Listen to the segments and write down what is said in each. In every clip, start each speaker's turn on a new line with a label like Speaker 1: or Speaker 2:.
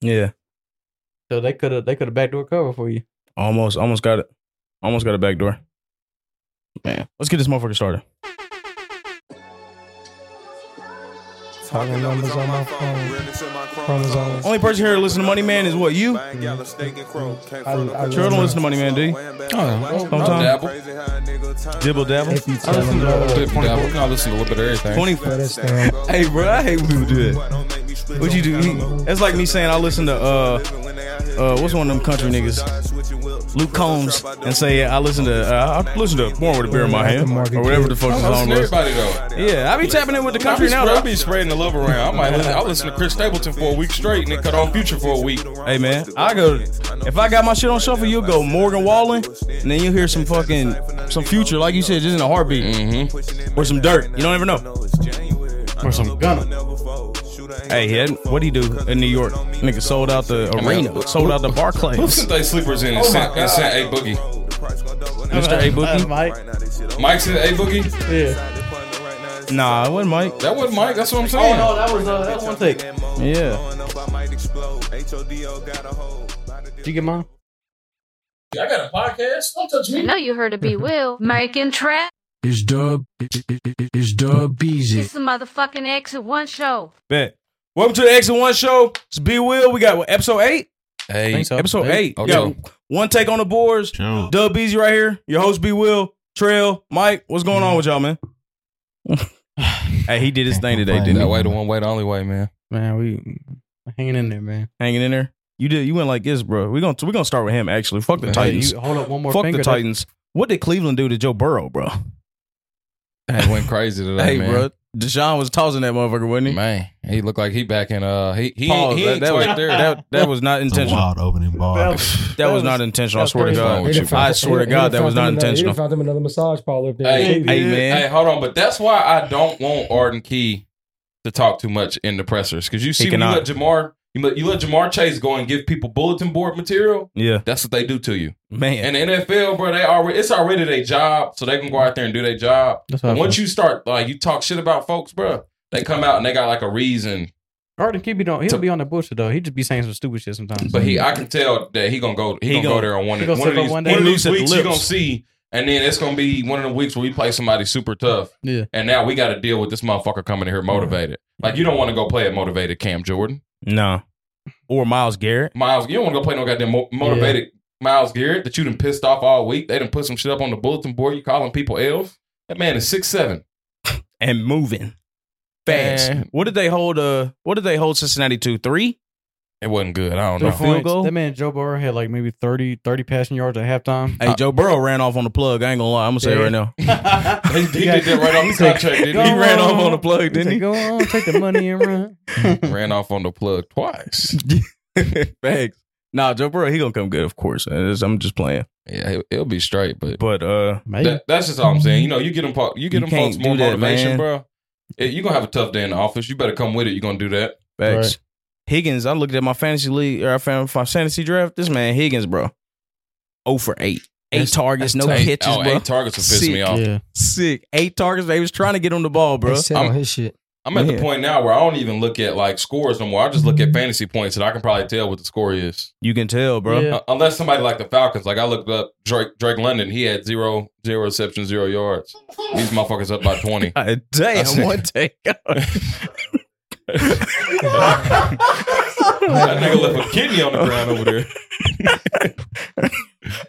Speaker 1: Yeah.
Speaker 2: So they could have they could have backdoor cover for you.
Speaker 1: Almost, almost got it. Almost got a back door.
Speaker 2: Man.
Speaker 1: Let's get this motherfucker started.
Speaker 2: Talking numbers on my phone. Chromosomes.
Speaker 1: Only person here to listen to Money Man is what you.
Speaker 2: I
Speaker 1: Sure don't listen to Money Man, do you?
Speaker 2: Oh,
Speaker 1: Sometimes
Speaker 3: Dabble.
Speaker 1: dibble dabble.
Speaker 2: If you
Speaker 3: I
Speaker 2: tell
Speaker 3: listen
Speaker 2: them
Speaker 3: to
Speaker 2: no,
Speaker 3: a little bit,
Speaker 2: people
Speaker 3: dabble. I listen to a little bit of everything.
Speaker 1: Twenty.
Speaker 2: for this thing.
Speaker 1: Hey, bro, I hate when people do that. What you do? He, that's like me saying I listen to uh, uh, what's one of them country niggas, Luke Combs, and say I listen to uh, I listen to Born with a Beer in My Hand or whatever the fuck the
Speaker 3: I listen
Speaker 1: song
Speaker 3: to
Speaker 1: was.
Speaker 3: everybody though.
Speaker 1: Yeah, I be tapping in with the
Speaker 3: I be,
Speaker 1: country
Speaker 3: spread, I
Speaker 1: now.
Speaker 3: be spreading the love around. I might listen, I listen to Chris Stapleton for a week straight and then cut off Future for a week.
Speaker 1: Hey man, I go. If I got my shit on shuffle, you'll go Morgan Wallen, and then you will hear some fucking some future, like you said, just in a heartbeat,
Speaker 3: Mm-hmm.
Speaker 1: or some dirt. You don't ever know.
Speaker 2: Or some gunner.
Speaker 1: Hey, he had, what do you do in New York? Nigga sold out the arena, sold out the Oh
Speaker 3: Who
Speaker 1: Barclays.
Speaker 3: sent they sleepers in and sent, and sent A Boogie?
Speaker 1: Mr. A Boogie.
Speaker 2: Mike.
Speaker 3: Mike sent A Boogie?
Speaker 2: Yeah.
Speaker 1: Nah, it wasn't Mike.
Speaker 3: That wasn't Mike. That's what I'm
Speaker 2: Oh
Speaker 3: saying.
Speaker 2: no, that was uh, that was one take. Did
Speaker 1: Yeah.
Speaker 2: you get mine?
Speaker 3: I got a podcast. Don't touch
Speaker 4: I
Speaker 3: me.
Speaker 4: know you heard of B. Will, making trap.
Speaker 5: It's dub. It's, it's dub easy.
Speaker 4: It's the motherfucking exit one show.
Speaker 1: Bet. Welcome to the X and One Show. It's B Will. We got what, episode eight.
Speaker 3: Hey,
Speaker 1: Episode eight.
Speaker 3: Okay.
Speaker 1: Yo, one take on the boards. Dub Beezy right here. Your host B Will. Trail. Mike. What's going
Speaker 2: Mm-hmm.
Speaker 1: on with y'all, man? hey, he did his thing today, didn't
Speaker 3: that
Speaker 1: he?
Speaker 3: way the one way, the only way, man.
Speaker 2: Man, we hanging in there, man.
Speaker 1: Hanging in there. You did. You went like this, bro. We're gonna we're gonna start with him. Actually, fuck the
Speaker 3: Hey,
Speaker 1: Titans.
Speaker 2: You hold up one more
Speaker 1: Fuck
Speaker 2: finger.
Speaker 1: the Titans. What did Cleveland do to Joe Burrow, bro?
Speaker 3: That went crazy today,
Speaker 1: Hey,
Speaker 3: man.
Speaker 1: bro. Deshaun was tossing that motherfucker, wasn't he?
Speaker 3: Man, he looked like he back in. Uh, he he,
Speaker 1: Pause.
Speaker 3: he
Speaker 1: that,
Speaker 3: ain't
Speaker 1: that was,
Speaker 3: quite there.
Speaker 1: that, that was
Speaker 6: It's
Speaker 1: not
Speaker 6: a
Speaker 1: intentional.
Speaker 6: wild opening ball.
Speaker 2: That
Speaker 1: That was not
Speaker 2: that
Speaker 1: intentional. I
Speaker 2: was
Speaker 1: swear to
Speaker 2: crazy.
Speaker 1: God.
Speaker 3: Wrong with you, bro.
Speaker 1: I swear to God, that was not intentional.
Speaker 7: found him another massage parlor up there.
Speaker 3: Hey,
Speaker 1: Hey, man.
Speaker 3: Hey, hold on, but that's why I don't want Arden Key to talk too much in the pressers because you see, when you
Speaker 1: cannot.
Speaker 3: let Jamar, you let, you let Jamar Chase go and give people bulletin board material.
Speaker 1: Yeah,
Speaker 3: That's what they do to you.
Speaker 1: man.
Speaker 3: And the NFL, bro, they already it's already their job, so they can go out there and do their job.
Speaker 2: That's what I
Speaker 3: But
Speaker 2: feel.
Speaker 3: once you start like you talk shit about folks, bro, they come out and they got like a reason.
Speaker 2: Arden Kibbe don't. He'll
Speaker 3: To-
Speaker 2: be on the bullshit though. He just be saying some stupid shit sometimes. Mm-hmm.
Speaker 3: But he, I can tell that he gonna go. He,
Speaker 1: He
Speaker 3: gonna,
Speaker 1: gonna-
Speaker 3: go there on one,
Speaker 2: he
Speaker 3: of,
Speaker 2: gonna
Speaker 3: one of
Speaker 2: slip up
Speaker 3: these,
Speaker 2: one
Speaker 3: one
Speaker 2: day.
Speaker 3: of
Speaker 1: He looks
Speaker 3: these
Speaker 1: at the
Speaker 3: weeks. You
Speaker 1: lips.
Speaker 3: gonna see, and then it's gonna be one of the weeks where we play somebody super tough.
Speaker 2: Yeah.
Speaker 3: And now we got to deal with this motherfucker coming in here motivated. Like you don't want to go play a motivated Cam Jordan,
Speaker 1: No. Or Miles Garrett.
Speaker 3: Miles. You don't want to go play no goddamn mo- motivated Miles Garrett that you done pissed off all week. They done put some shit up on the bulletin board. You calling people elves? That man is six seven.
Speaker 1: And moving. Fast.
Speaker 3: Man.
Speaker 1: What did they hold uh what did they hold Cincinnati to? Three?
Speaker 3: It wasn't good. I don't
Speaker 2: Three
Speaker 3: know.
Speaker 1: field
Speaker 2: points.
Speaker 1: goal?
Speaker 2: That man Joe Burrow had like maybe 30, 30 passing yards at halftime.
Speaker 3: Uh,
Speaker 1: Hey, Joe Burrow ran off on the plug. I ain't gonna lie. I'm gonna say it right now.
Speaker 3: He, he did that right off the contract.
Speaker 1: He
Speaker 3: Didn't he?
Speaker 1: ran off on the plug, didn't he?
Speaker 2: Go on, take the money and run.
Speaker 3: ran off on the plug twice.
Speaker 1: Thanks. Nah, Joe Burrow, he gonna come good, of course. Uh, it's- I'm just playing.
Speaker 3: Yeah, it- it'll be straight, but
Speaker 1: But uh
Speaker 2: Maybe.
Speaker 3: That, that's just all I'm saying. You know, you get them, po- you
Speaker 1: You
Speaker 3: get them
Speaker 1: can't
Speaker 3: folks more
Speaker 1: do that,
Speaker 3: motivation,
Speaker 1: man.
Speaker 3: bro. You're gonna have a tough day in the office. You better come with it. You're gonna do that.
Speaker 1: thanks.
Speaker 2: Right.
Speaker 1: Higgins, I looked at my fantasy league or I found my fantasy draft. This man Higgins, bro. 0 for eight. Eight
Speaker 3: That's-
Speaker 1: targets, no
Speaker 3: Hey,
Speaker 1: catches,
Speaker 3: oh,
Speaker 1: bro.
Speaker 3: eight targets will piss me
Speaker 1: Sick.
Speaker 3: off.
Speaker 2: yeah.
Speaker 1: Sick. Eight targets. They was trying to get on the ball, bro.
Speaker 7: They sit
Speaker 3: I'm-
Speaker 7: on his shit.
Speaker 3: I'm at
Speaker 1: Yeah.
Speaker 3: the point now where I don't even look at like scores no more. I just look at fantasy points, and I can probably tell what the score is.
Speaker 1: You can tell, bro.
Speaker 2: Yeah.
Speaker 3: Uh, unless somebody like the Falcons, like I looked up Drake Drake London, he had zero zero receptions, zero yards. These motherfuckers up by twenty.
Speaker 1: God damn,
Speaker 3: said-
Speaker 1: one take.
Speaker 3: that nigga left a kidney on the ground over there.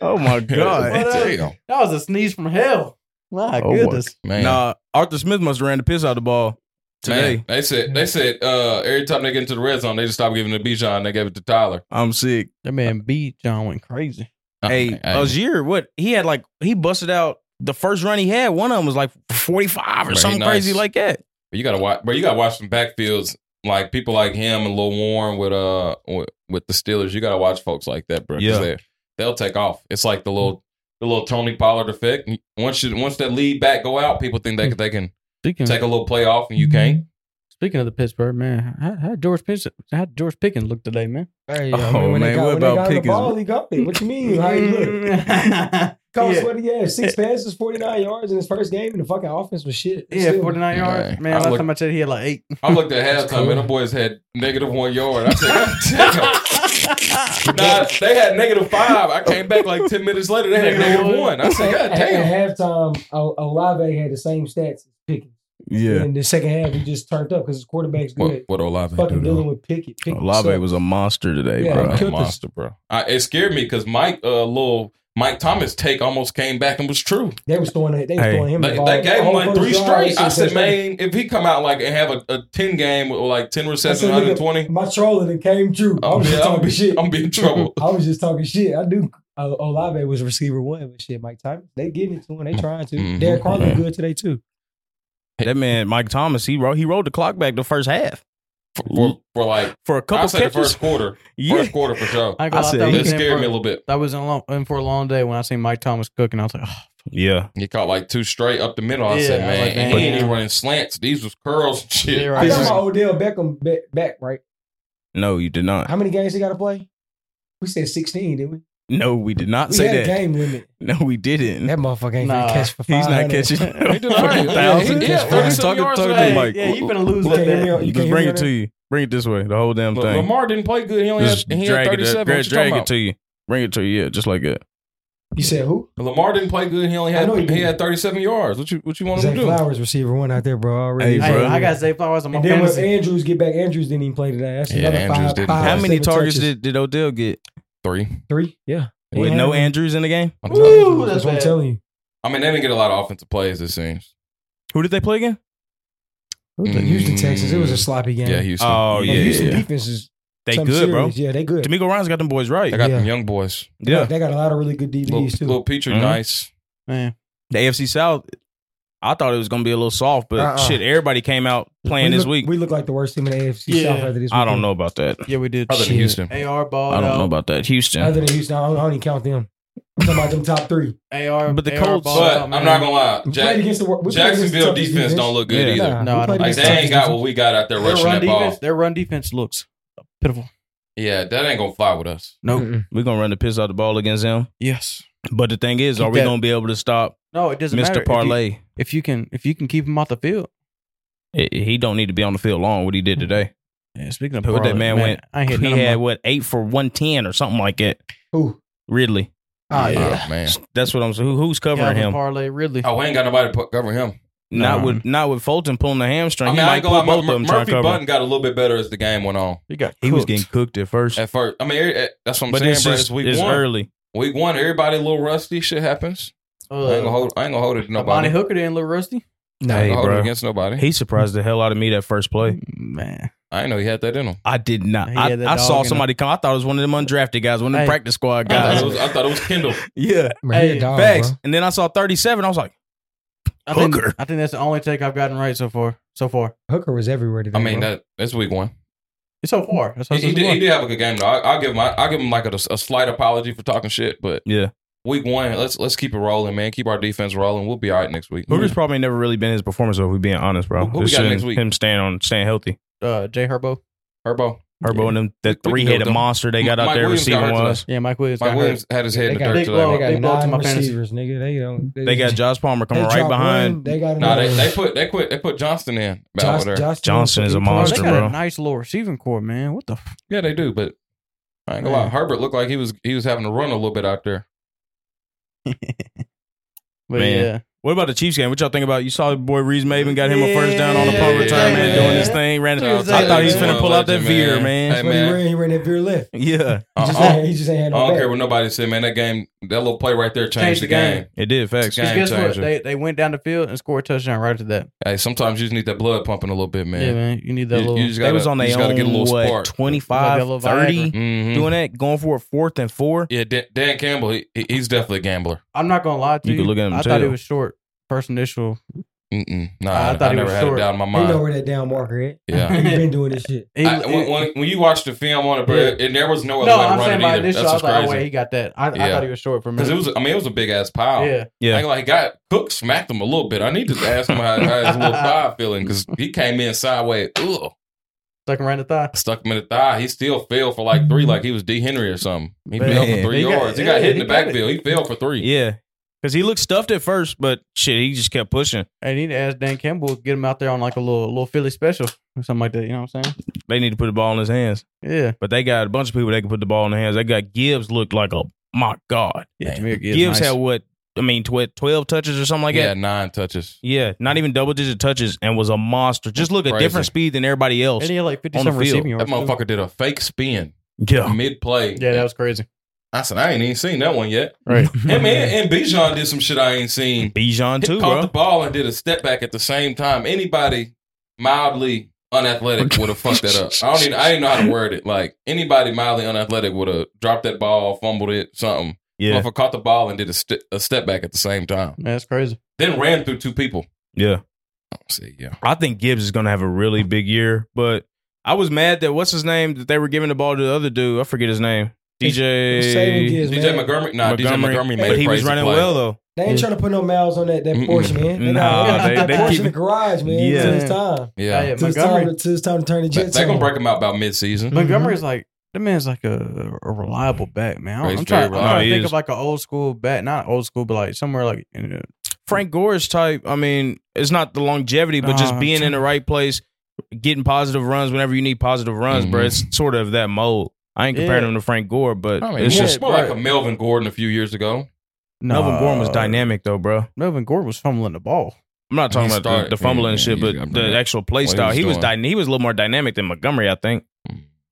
Speaker 1: oh my god.
Speaker 3: Damn,
Speaker 2: uh, That was a sneeze from hell. My
Speaker 1: Oh,
Speaker 2: goodness.
Speaker 3: man.
Speaker 1: nah, Arthur Smith must have ran the piss out of the ball today.
Speaker 3: Man, they said they said uh, every time they get into the red zone, they just stop giving it to Bijan. They gave it to Tyler.
Speaker 1: I'm sick.
Speaker 2: That man B John went crazy.
Speaker 1: Hey,
Speaker 3: Uh,
Speaker 1: Algier, what he had like he busted out the first run he had. One of them was like 45 or
Speaker 3: Very
Speaker 1: something
Speaker 3: nice.
Speaker 1: crazy like that.
Speaker 3: but you gotta watch, but you gotta watch some backfields like people like him and Lil Warren with uh with, with the Steelers. You gotta watch folks like that, bro. 'cause
Speaker 1: Yeah.
Speaker 3: they, they'll take off. It's like the little the little Tony Pollard effect. Once you once that lead back go out, people think they can they can
Speaker 2: Speaking
Speaker 3: take a little play off and you can't.
Speaker 2: Mm-hmm. speaking of the Pittsburgh man, how, how George Pickens how George Pickens look today, man?
Speaker 7: Hey, uh,
Speaker 1: Oh,
Speaker 7: when
Speaker 1: man,
Speaker 7: they got,
Speaker 1: what
Speaker 7: when they
Speaker 1: about
Speaker 7: got the
Speaker 1: Pickens?
Speaker 7: ball, he got it. What you mean? How he look? Call
Speaker 2: Yeah.
Speaker 7: sweaty ass. Six passes, 49 yards in his first game, and the fucking offense was shit.
Speaker 2: Yeah,
Speaker 7: Still.
Speaker 2: 49 yards.
Speaker 3: Dang.
Speaker 2: Man,
Speaker 3: I
Speaker 2: last
Speaker 3: look-
Speaker 2: time I checked, he had like eight.
Speaker 3: I looked at halftime, and them boys had negative one yard. I said, "God damn." nah, they had negative five. I came back like ten minutes later. They had negative one. I said, God
Speaker 7: At, at
Speaker 3: damn.
Speaker 7: halftime, O- Olave had the same stats as Pickett.
Speaker 1: Yeah.
Speaker 7: In the second half, he just turned up because his quarterback's
Speaker 3: What,
Speaker 7: good.
Speaker 3: what Olave
Speaker 7: Fucking
Speaker 3: do
Speaker 7: dealing
Speaker 3: though?
Speaker 7: with Pickett. Pickett
Speaker 1: Olave
Speaker 7: sucked.
Speaker 1: was a monster today,
Speaker 7: Yeah,
Speaker 1: bro.
Speaker 7: he
Speaker 3: Bro,
Speaker 7: killed us.
Speaker 3: monster, bro. I, it scared me because Mike, uh, little Mike Thomas take almost came back and was true.
Speaker 7: They was throwing it. They was
Speaker 1: Hey.
Speaker 7: throwing him. the
Speaker 3: They,
Speaker 7: ball
Speaker 3: they gave
Speaker 7: all
Speaker 3: him like
Speaker 7: first
Speaker 3: three
Speaker 7: drive.
Speaker 3: straight. I said,
Speaker 7: first drive.
Speaker 3: man, if he come out like and have a, a ten game with like ten
Speaker 7: I
Speaker 3: receptions,
Speaker 7: said,
Speaker 3: one hundred
Speaker 7: nigga,
Speaker 3: twenty, Oh,
Speaker 7: my trolling it came true. I
Speaker 3: I'm,
Speaker 7: was
Speaker 3: be-
Speaker 7: just
Speaker 3: I'm,
Speaker 7: talking
Speaker 3: be-
Speaker 7: shit.
Speaker 3: I'm be in trouble.
Speaker 7: I was just talking shit. I knew uh, Olave was receiver one, but shit, Mike Thomas, they getting it to him. They trying to.
Speaker 3: Mhm.
Speaker 7: Derek Carr
Speaker 1: Yeah.
Speaker 7: looked good today too.
Speaker 1: That man, Mike Thomas, he rolled, he rolled the clock back the first half
Speaker 3: for, for like
Speaker 1: for a
Speaker 3: I
Speaker 1: couple
Speaker 3: said the
Speaker 1: catches.
Speaker 3: first quarter,
Speaker 1: yeah.
Speaker 3: first quarter for sure.
Speaker 2: I, ain't gonna
Speaker 1: I
Speaker 2: lie,
Speaker 1: said
Speaker 2: that
Speaker 1: he
Speaker 3: That
Speaker 2: was in
Speaker 3: scared
Speaker 2: for-
Speaker 3: me a little bit.
Speaker 2: That was in, long, in for a long day when I seen Mike Thomas cooking. I was like, oh,
Speaker 1: yeah.
Speaker 3: He caught like two straight up the middle. I
Speaker 2: Yeah,
Speaker 3: said,
Speaker 2: I was
Speaker 3: man,
Speaker 2: like,
Speaker 3: and he ain't
Speaker 2: damn.
Speaker 3: even running slants. These was curls and shit.
Speaker 2: Yeah,
Speaker 7: I
Speaker 2: right.
Speaker 7: got
Speaker 2: This
Speaker 7: my
Speaker 2: is-
Speaker 7: Odell Beckham ba- back right.
Speaker 1: No, you did not.
Speaker 7: How many games he got to play? We said sixteen, didn't we?
Speaker 1: No, we did not
Speaker 7: We
Speaker 1: say
Speaker 7: had
Speaker 1: that.
Speaker 7: a game limit.
Speaker 1: No, we didn't.
Speaker 7: That motherfucker ain't
Speaker 2: Nah,
Speaker 7: gonna catch for five.
Speaker 1: He's not catching.
Speaker 3: He did all right.
Speaker 1: fucking
Speaker 3: Yeah, he-
Speaker 1: thousand.
Speaker 3: yeah,
Speaker 1: catches.
Speaker 3: 37
Speaker 1: Talking
Speaker 3: yards
Speaker 1: to
Speaker 3: today.
Speaker 1: him like,
Speaker 2: yeah, you finna lose
Speaker 7: Look at
Speaker 2: like that.
Speaker 7: him. You
Speaker 1: just
Speaker 7: can't
Speaker 1: bring
Speaker 7: hear
Speaker 1: it
Speaker 7: that?
Speaker 1: to you. Bring it this way. The whole damn
Speaker 3: La-
Speaker 1: thing.
Speaker 3: Lamar didn't play good. He only
Speaker 1: Just
Speaker 3: had, he had
Speaker 1: drag it. Up,
Speaker 3: 37. What
Speaker 1: drag,
Speaker 3: you
Speaker 1: drag
Speaker 3: talking
Speaker 1: it to you. Bring it to you. Yeah, just like that.
Speaker 7: You said who?
Speaker 3: about? Lamar didn't play good. He only
Speaker 7: I
Speaker 3: had
Speaker 7: know he
Speaker 3: he
Speaker 7: didn't.
Speaker 3: had 37 yards. What you what you want him
Speaker 7: Zay
Speaker 3: to do?
Speaker 7: Flowers, receiver one out there, bro. Already.
Speaker 1: Hey,
Speaker 2: Hey,
Speaker 1: bro.
Speaker 2: I got Zay Flowers on my
Speaker 7: And then when
Speaker 2: fantasy.
Speaker 7: Andrews get back, Andrews didn't even play today. That's
Speaker 3: Yeah,
Speaker 7: another
Speaker 3: Andrews
Speaker 7: five,
Speaker 3: didn't
Speaker 7: five,
Speaker 3: play.
Speaker 1: How many
Speaker 7: seven
Speaker 1: targets
Speaker 7: touches.
Speaker 1: did, did Odell get
Speaker 3: Three.
Speaker 7: Three? Yeah.
Speaker 1: with
Speaker 7: Yeah.
Speaker 1: no Andrews in the game?
Speaker 2: Woo,
Speaker 7: That's
Speaker 2: that's
Speaker 7: what I'm
Speaker 2: bad.
Speaker 7: telling you.
Speaker 3: I mean, they didn't get a lot of offensive plays. It seems.
Speaker 1: Who did they play again?
Speaker 7: Who
Speaker 3: Mm-hmm.
Speaker 7: the- Houston Texans. It was a sloppy game.
Speaker 3: Yeah, Houston.
Speaker 1: Oh,
Speaker 7: And
Speaker 1: yeah,
Speaker 7: Mm. Houston
Speaker 1: yeah.
Speaker 7: defense is
Speaker 1: They
Speaker 7: something
Speaker 1: good, bro.
Speaker 7: serious. Yeah, they good.
Speaker 1: D'Amico Ryan's got them boys right.
Speaker 3: They got
Speaker 7: Yeah.
Speaker 3: them young boys.
Speaker 1: yeah.
Speaker 7: They got a lot of really good DBs
Speaker 3: Little,
Speaker 7: too.
Speaker 3: little Petrie,
Speaker 1: Mhm.
Speaker 3: nice.
Speaker 2: Man,
Speaker 1: The AFC South, I thought it was gonna be a little soft, but
Speaker 7: Uh-uh.
Speaker 1: shit, everebody came out playing
Speaker 7: we
Speaker 1: this
Speaker 7: look,
Speaker 1: week.
Speaker 7: We look like the worst team in the AFC
Speaker 2: Yeah.
Speaker 7: South after this.
Speaker 1: I don't
Speaker 7: weekend.
Speaker 1: know about that.
Speaker 2: yeah, we did.
Speaker 3: Other than
Speaker 7: Shit.
Speaker 3: Houston.
Speaker 2: AR ball.
Speaker 1: I don't
Speaker 2: though.
Speaker 1: know about that. Houston.
Speaker 7: Other than Houston, I don't, I don't even count them. I'm talking about them top three.
Speaker 2: AR,
Speaker 1: But the
Speaker 2: AR
Speaker 1: Colts-
Speaker 2: ball,
Speaker 3: But
Speaker 2: though,
Speaker 3: I'm
Speaker 2: man.
Speaker 3: not gonna lie,
Speaker 7: We
Speaker 3: Jack,
Speaker 7: played against the, wor- we played against the
Speaker 3: Jacksonville
Speaker 7: toughest
Speaker 3: defense, don't look good
Speaker 1: Yeah.
Speaker 3: either.
Speaker 7: Nah,
Speaker 2: No,
Speaker 7: we played
Speaker 2: I don't.
Speaker 3: Like
Speaker 7: against
Speaker 3: they
Speaker 7: the toughest
Speaker 3: ain't got
Speaker 7: defense.
Speaker 3: what we got out there
Speaker 2: Their
Speaker 3: rushing
Speaker 2: run
Speaker 3: that
Speaker 2: defense.
Speaker 3: ball.
Speaker 2: Their run defense looks pitiful.
Speaker 3: Yeah, that ain't gonna fly with us.
Speaker 2: Nope.
Speaker 7: Mm-mm.
Speaker 1: We're gonna run the piss out the ball against them.
Speaker 2: Yes.
Speaker 1: But the thing is,
Speaker 2: Keep
Speaker 1: are we
Speaker 2: that-
Speaker 1: gonna be able to stop
Speaker 2: No, it doesn't matter.
Speaker 1: Mr.
Speaker 2: If you-
Speaker 1: Parlay?
Speaker 2: If you can, if you can keep him off the field.
Speaker 1: He he don't need to be on the field long. What he did today.
Speaker 2: Yeah, speaking of
Speaker 1: What
Speaker 2: Parlay,
Speaker 1: that man went-
Speaker 2: I ain't hit
Speaker 1: He
Speaker 2: none
Speaker 1: had
Speaker 2: of
Speaker 1: what eight for one ten or something like that.
Speaker 7: Who?
Speaker 1: Ridley.
Speaker 7: Ah, yeah.
Speaker 3: Oh, man.
Speaker 1: That's what I'm saying. Who, who's
Speaker 2: my
Speaker 1: covering
Speaker 2: Calvin
Speaker 1: him?
Speaker 2: Parlay Ridley.
Speaker 3: Oh, we ain't got nobody to put- cover him.
Speaker 1: Not
Speaker 2: Nah.
Speaker 1: with not with Fulton pulling the hamstring.
Speaker 3: I mean,
Speaker 1: he
Speaker 3: I
Speaker 1: might
Speaker 3: ain't
Speaker 1: pull
Speaker 3: gonna lie.
Speaker 1: both
Speaker 3: Mur-
Speaker 1: of them trying to
Speaker 3: Murphy
Speaker 1: cover.
Speaker 3: Button got a little bit better as the game went on.
Speaker 2: You got
Speaker 1: He was
Speaker 2: cooked.
Speaker 1: getting cooked at first,
Speaker 3: At first, I mean, er- that's what I'm
Speaker 1: but
Speaker 3: saying.
Speaker 1: it's
Speaker 3: bro.
Speaker 1: just
Speaker 3: It's week
Speaker 1: it's
Speaker 3: one.
Speaker 1: early.
Speaker 3: Week one, everybody a little rusty. Shit happens. I ain't gonna
Speaker 2: Uh,
Speaker 3: hold. I ain't gonna hold it to
Speaker 2: Bonnie
Speaker 3: nobody.
Speaker 2: Hooker didn't look rusty.
Speaker 3: I
Speaker 1: Hey,
Speaker 3: ain't gonna hold
Speaker 1: bro.
Speaker 3: it against nobody.
Speaker 1: He surprised the hell out of me that first play.
Speaker 2: Man,
Speaker 3: I didn't know he had that in him.
Speaker 1: I did not.
Speaker 2: He
Speaker 1: I,
Speaker 2: had that
Speaker 1: I
Speaker 2: dog
Speaker 1: saw
Speaker 2: in him.
Speaker 1: somebody come. I thought it was one of them undrafted guys, one of them
Speaker 2: Hey.
Speaker 1: practice squad
Speaker 3: I thought,
Speaker 1: guys.
Speaker 3: it was, I thought it was Kendall.
Speaker 1: yeah,
Speaker 7: Man, he a
Speaker 2: Hey,
Speaker 7: dog,
Speaker 1: facts.
Speaker 7: bro.
Speaker 1: And then I saw 37. I was like,
Speaker 2: I think,
Speaker 1: Hooker.
Speaker 2: I think that's the only take I've gotten right so far. So far,
Speaker 7: Hooker was everywhere today.
Speaker 3: I mean,
Speaker 7: bro.
Speaker 3: that that's week one.
Speaker 2: so far. That's
Speaker 3: He,
Speaker 2: what
Speaker 3: he
Speaker 2: I'm
Speaker 3: did, he
Speaker 2: saying.
Speaker 3: did have a good game though. I, I'll give him. I, I'll give him like a, a slight apology for talking shit, but
Speaker 1: yeah.
Speaker 3: week one, let's let's keep it rolling, man. Keep our defense rolling. We'll be all right next week.
Speaker 1: Hooker's probably never really been his performance, though, if we're being honest, bro.
Speaker 3: Who- who we
Speaker 1: It's
Speaker 3: got
Speaker 1: been
Speaker 3: next week?
Speaker 1: Him staying on, staying healthy.
Speaker 2: uh, Jay Herbo.
Speaker 3: Herbo.
Speaker 1: Herbo and them, that
Speaker 3: We- we can go with
Speaker 1: three-headed
Speaker 3: them.
Speaker 1: monster they got out
Speaker 3: Mike
Speaker 1: there
Speaker 3: Williams got
Speaker 1: receiving
Speaker 3: hurt today.
Speaker 1: was.
Speaker 2: Yeah, Mike Williams.
Speaker 3: Mike
Speaker 2: got
Speaker 3: Williams had his head
Speaker 7: they
Speaker 3: in the
Speaker 7: got
Speaker 3: dirt
Speaker 2: big
Speaker 3: today.
Speaker 2: blow.
Speaker 7: they
Speaker 3: man.
Speaker 7: got
Speaker 2: Big blow to
Speaker 7: nine
Speaker 2: my fantasy.
Speaker 7: receivers, nigga. They um, don't. They,
Speaker 1: They got Josh Palmer coming
Speaker 7: they
Speaker 1: right
Speaker 7: dropped
Speaker 1: behind.
Speaker 7: One, they got
Speaker 3: Nah, they,
Speaker 7: another.
Speaker 3: they put they quit they put Johnston in back
Speaker 7: Josh-
Speaker 3: over there.
Speaker 7: Josh
Speaker 1: Johnson is a
Speaker 7: he
Speaker 2: Bro,
Speaker 7: probably-
Speaker 2: they
Speaker 1: monster,
Speaker 2: got
Speaker 1: bro.
Speaker 2: a nice little receiving core, man. What the? F-
Speaker 3: Yeah, they do, but I ain't gonna lie.
Speaker 2: Man.
Speaker 3: Herbert looked like he was he was having to run a little bit out there.
Speaker 2: but
Speaker 1: Man.
Speaker 2: yeah,
Speaker 1: What about the Chiefs game? What y'all think about? You saw your boy Reese Maven got him a first down on a
Speaker 3: Yeah.
Speaker 1: punt return, man, doing his
Speaker 3: Yeah.
Speaker 1: thing. Ran,
Speaker 2: Dude,
Speaker 1: I
Speaker 2: Zay-
Speaker 1: thought he was
Speaker 2: Zay-
Speaker 1: finna pull out that
Speaker 3: Legend,
Speaker 1: veer,
Speaker 3: man.
Speaker 1: man.
Speaker 3: Hey,
Speaker 7: That's what
Speaker 3: man.
Speaker 7: he ran. He ran that veer left.
Speaker 1: Yeah,
Speaker 7: He
Speaker 3: I,
Speaker 7: just,
Speaker 3: I-
Speaker 7: ain't, he just ain't had
Speaker 3: I
Speaker 7: no
Speaker 3: don't
Speaker 7: back.
Speaker 3: care what nobody said, man. That game, that little play right there changed, the game.
Speaker 1: it did. Facts.
Speaker 3: Game
Speaker 2: 'Cause guess
Speaker 3: changer.
Speaker 2: what? They they went down the field and scored a touchdown right after that.
Speaker 3: Hey, sometimes you just need that blood pumping a little bit, man.
Speaker 2: Yeah, man. You need that
Speaker 3: You-
Speaker 2: little.
Speaker 3: you just
Speaker 1: They
Speaker 3: gotta,
Speaker 1: was on
Speaker 3: you
Speaker 1: their
Speaker 3: just gotta
Speaker 1: own
Speaker 3: get a little
Speaker 1: what,
Speaker 3: spark.
Speaker 1: 25,
Speaker 2: little
Speaker 1: 30,
Speaker 3: Mhm.
Speaker 1: doing that, going for it fourth and four.
Speaker 3: Yeah, Dan, Dan Campbell, he, he- he's definitely a gambler.
Speaker 2: I'm not gonna lie to
Speaker 1: You
Speaker 2: you.
Speaker 1: could look at him,
Speaker 2: I thought
Speaker 1: too.
Speaker 2: it was short. First initial.
Speaker 3: Mm-mm. Nah,
Speaker 2: I
Speaker 3: I,
Speaker 2: thought
Speaker 3: I
Speaker 2: he
Speaker 3: never
Speaker 2: was
Speaker 3: had
Speaker 2: short.
Speaker 3: it down in my
Speaker 7: You know
Speaker 3: mind.
Speaker 7: where that down marker at.
Speaker 3: Yeah.
Speaker 7: He been doing this shit.
Speaker 2: He-
Speaker 3: I- when, when, when you watched the film on it, bro,
Speaker 2: Yeah.
Speaker 3: it, there was no other
Speaker 2: no,
Speaker 3: way to
Speaker 2: I'm saying
Speaker 3: run
Speaker 2: my
Speaker 3: it either.
Speaker 2: initial.
Speaker 3: That's
Speaker 2: I was
Speaker 3: what's
Speaker 2: like, oh wait, he
Speaker 3: crazy.
Speaker 2: got that. I, I
Speaker 3: Yeah.
Speaker 2: thought he was short for me.
Speaker 3: Because it was, I mean, it was a big ass pile.
Speaker 2: yeah.
Speaker 1: Yeah.
Speaker 3: I ain't like got Cook smacked him a little bit. I need to ask him how, how his little thigh feeling because he came in sideways. Ugh,
Speaker 2: Stuck him right in the thigh.
Speaker 3: stuck him in the thigh. He still fell for like three, like he was D Henry or something. He
Speaker 2: Man.
Speaker 3: fell for three
Speaker 2: He got-
Speaker 3: yards. he got
Speaker 2: yeah,
Speaker 3: hit in
Speaker 2: he
Speaker 3: the
Speaker 2: got it.
Speaker 3: backfield. He fell for three.
Speaker 1: Yeah, Because he looked stuffed at first, but shit, he just kept pushing.
Speaker 2: I need to ask Dan Campbell, get him out there on like a little little Philly special or something like that. You know what I'm saying?
Speaker 1: They need to put the ball in his hands.
Speaker 2: Yeah.
Speaker 1: But they got a bunch of people that can put the ball in their hands. They got Gibbs looked like a my God.
Speaker 2: Yeah, Jameer Gibbs.
Speaker 1: Gibbs
Speaker 2: nice.
Speaker 1: had what? I mean, tw- twelve touches or something like
Speaker 3: yeah,
Speaker 1: that.
Speaker 3: nine touches.
Speaker 1: Yeah, not even double digit touches, and was a monster. Just look at
Speaker 3: Crazy.
Speaker 1: different speed than everybody else.
Speaker 2: and he had like 50
Speaker 1: on the
Speaker 2: some
Speaker 1: field.
Speaker 2: receiving
Speaker 3: That
Speaker 2: yards. too.
Speaker 3: motherfucker did a fake spin
Speaker 1: Yeah,
Speaker 3: mid play.
Speaker 2: Yeah, that was crazy.
Speaker 3: I said I ain't even seen that one yet.
Speaker 2: Right.
Speaker 3: And man, and Bijan did some shit I ain't seen.
Speaker 1: Bijan
Speaker 3: He
Speaker 1: too,
Speaker 3: caught the
Speaker 1: bro.
Speaker 3: ball and did a step back at the same time. Anybody mildly unathletic would have fucked that up. I don't even I didn't know how to word it. Like anybody mildly unathletic would have dropped that ball, fumbled it, something.
Speaker 1: Yeah,
Speaker 3: Motherfucker caught the ball and did a, st- a step back at the same
Speaker 2: Man,
Speaker 3: time.
Speaker 2: that's crazy.
Speaker 3: Then ran through two people.
Speaker 1: yeah.
Speaker 3: I see, yeah.
Speaker 1: I think Gibbs is gonna have a really big year, but I was mad that what's his name that they were giving the ball to the other dude. I forget his name.
Speaker 7: It's saving
Speaker 1: DJ
Speaker 7: Gibbs.
Speaker 3: DJ
Speaker 7: man.
Speaker 3: Montgomery, nah, DJ Montgomery made
Speaker 1: but
Speaker 3: a
Speaker 1: he was
Speaker 3: crazy
Speaker 1: running
Speaker 3: play.
Speaker 1: well though.
Speaker 7: They ain't trying to put no mouths on that that
Speaker 3: Mm-mm.
Speaker 7: Porsche, man. They
Speaker 1: Nah,
Speaker 7: got
Speaker 1: they-
Speaker 7: that
Speaker 1: they
Speaker 7: Porsche
Speaker 1: keep-
Speaker 7: in the garage, man.
Speaker 1: Yeah.
Speaker 7: Till it's time.
Speaker 3: Yeah,
Speaker 2: Yeah,
Speaker 7: Till it's
Speaker 2: Montgomery.
Speaker 7: time, till it's time to turn the
Speaker 3: they're
Speaker 7: jets
Speaker 3: gonna
Speaker 7: on.
Speaker 3: break him out about midseason.
Speaker 7: Mhm.
Speaker 1: Mm-hmm.
Speaker 2: Montgomery's like that man's like a, a reliable back man. I
Speaker 3: He's
Speaker 2: don't- I'm trying, I'm trying
Speaker 3: very
Speaker 2: to
Speaker 1: reliable.
Speaker 2: think
Speaker 1: He
Speaker 2: of
Speaker 1: is.
Speaker 2: like an old school bat, not old school, but like somewhere like in the-
Speaker 1: Frank Gore's type. I mean, it's not the longevity, but just
Speaker 2: Nah,
Speaker 1: being in the right place, getting positive runs whenever you need positive runs, bro.
Speaker 3: Mhm.
Speaker 1: It's sort of that mold. I ain't comparing
Speaker 2: Yeah.
Speaker 1: him to Frank Gore, but
Speaker 3: I mean,
Speaker 1: it's
Speaker 3: more,
Speaker 1: just
Speaker 3: more
Speaker 2: right.
Speaker 3: like a Melvin Gordon a few years ago.
Speaker 1: Melvin
Speaker 2: Nah,
Speaker 1: Gore was dynamic though, bro. I'm
Speaker 2: Melvin Gordon was fumbling the ball.
Speaker 1: not talking
Speaker 3: He
Speaker 1: about the-
Speaker 3: started-
Speaker 1: the, fumbling and
Speaker 3: yeah,
Speaker 1: shit,
Speaker 3: yeah, yeah,
Speaker 1: but
Speaker 3: bro.
Speaker 1: the actual play
Speaker 3: What he
Speaker 1: style.
Speaker 3: was
Speaker 1: He was
Speaker 3: doing.
Speaker 1: dyna- he was a little more dynamic than Montgomery, I think.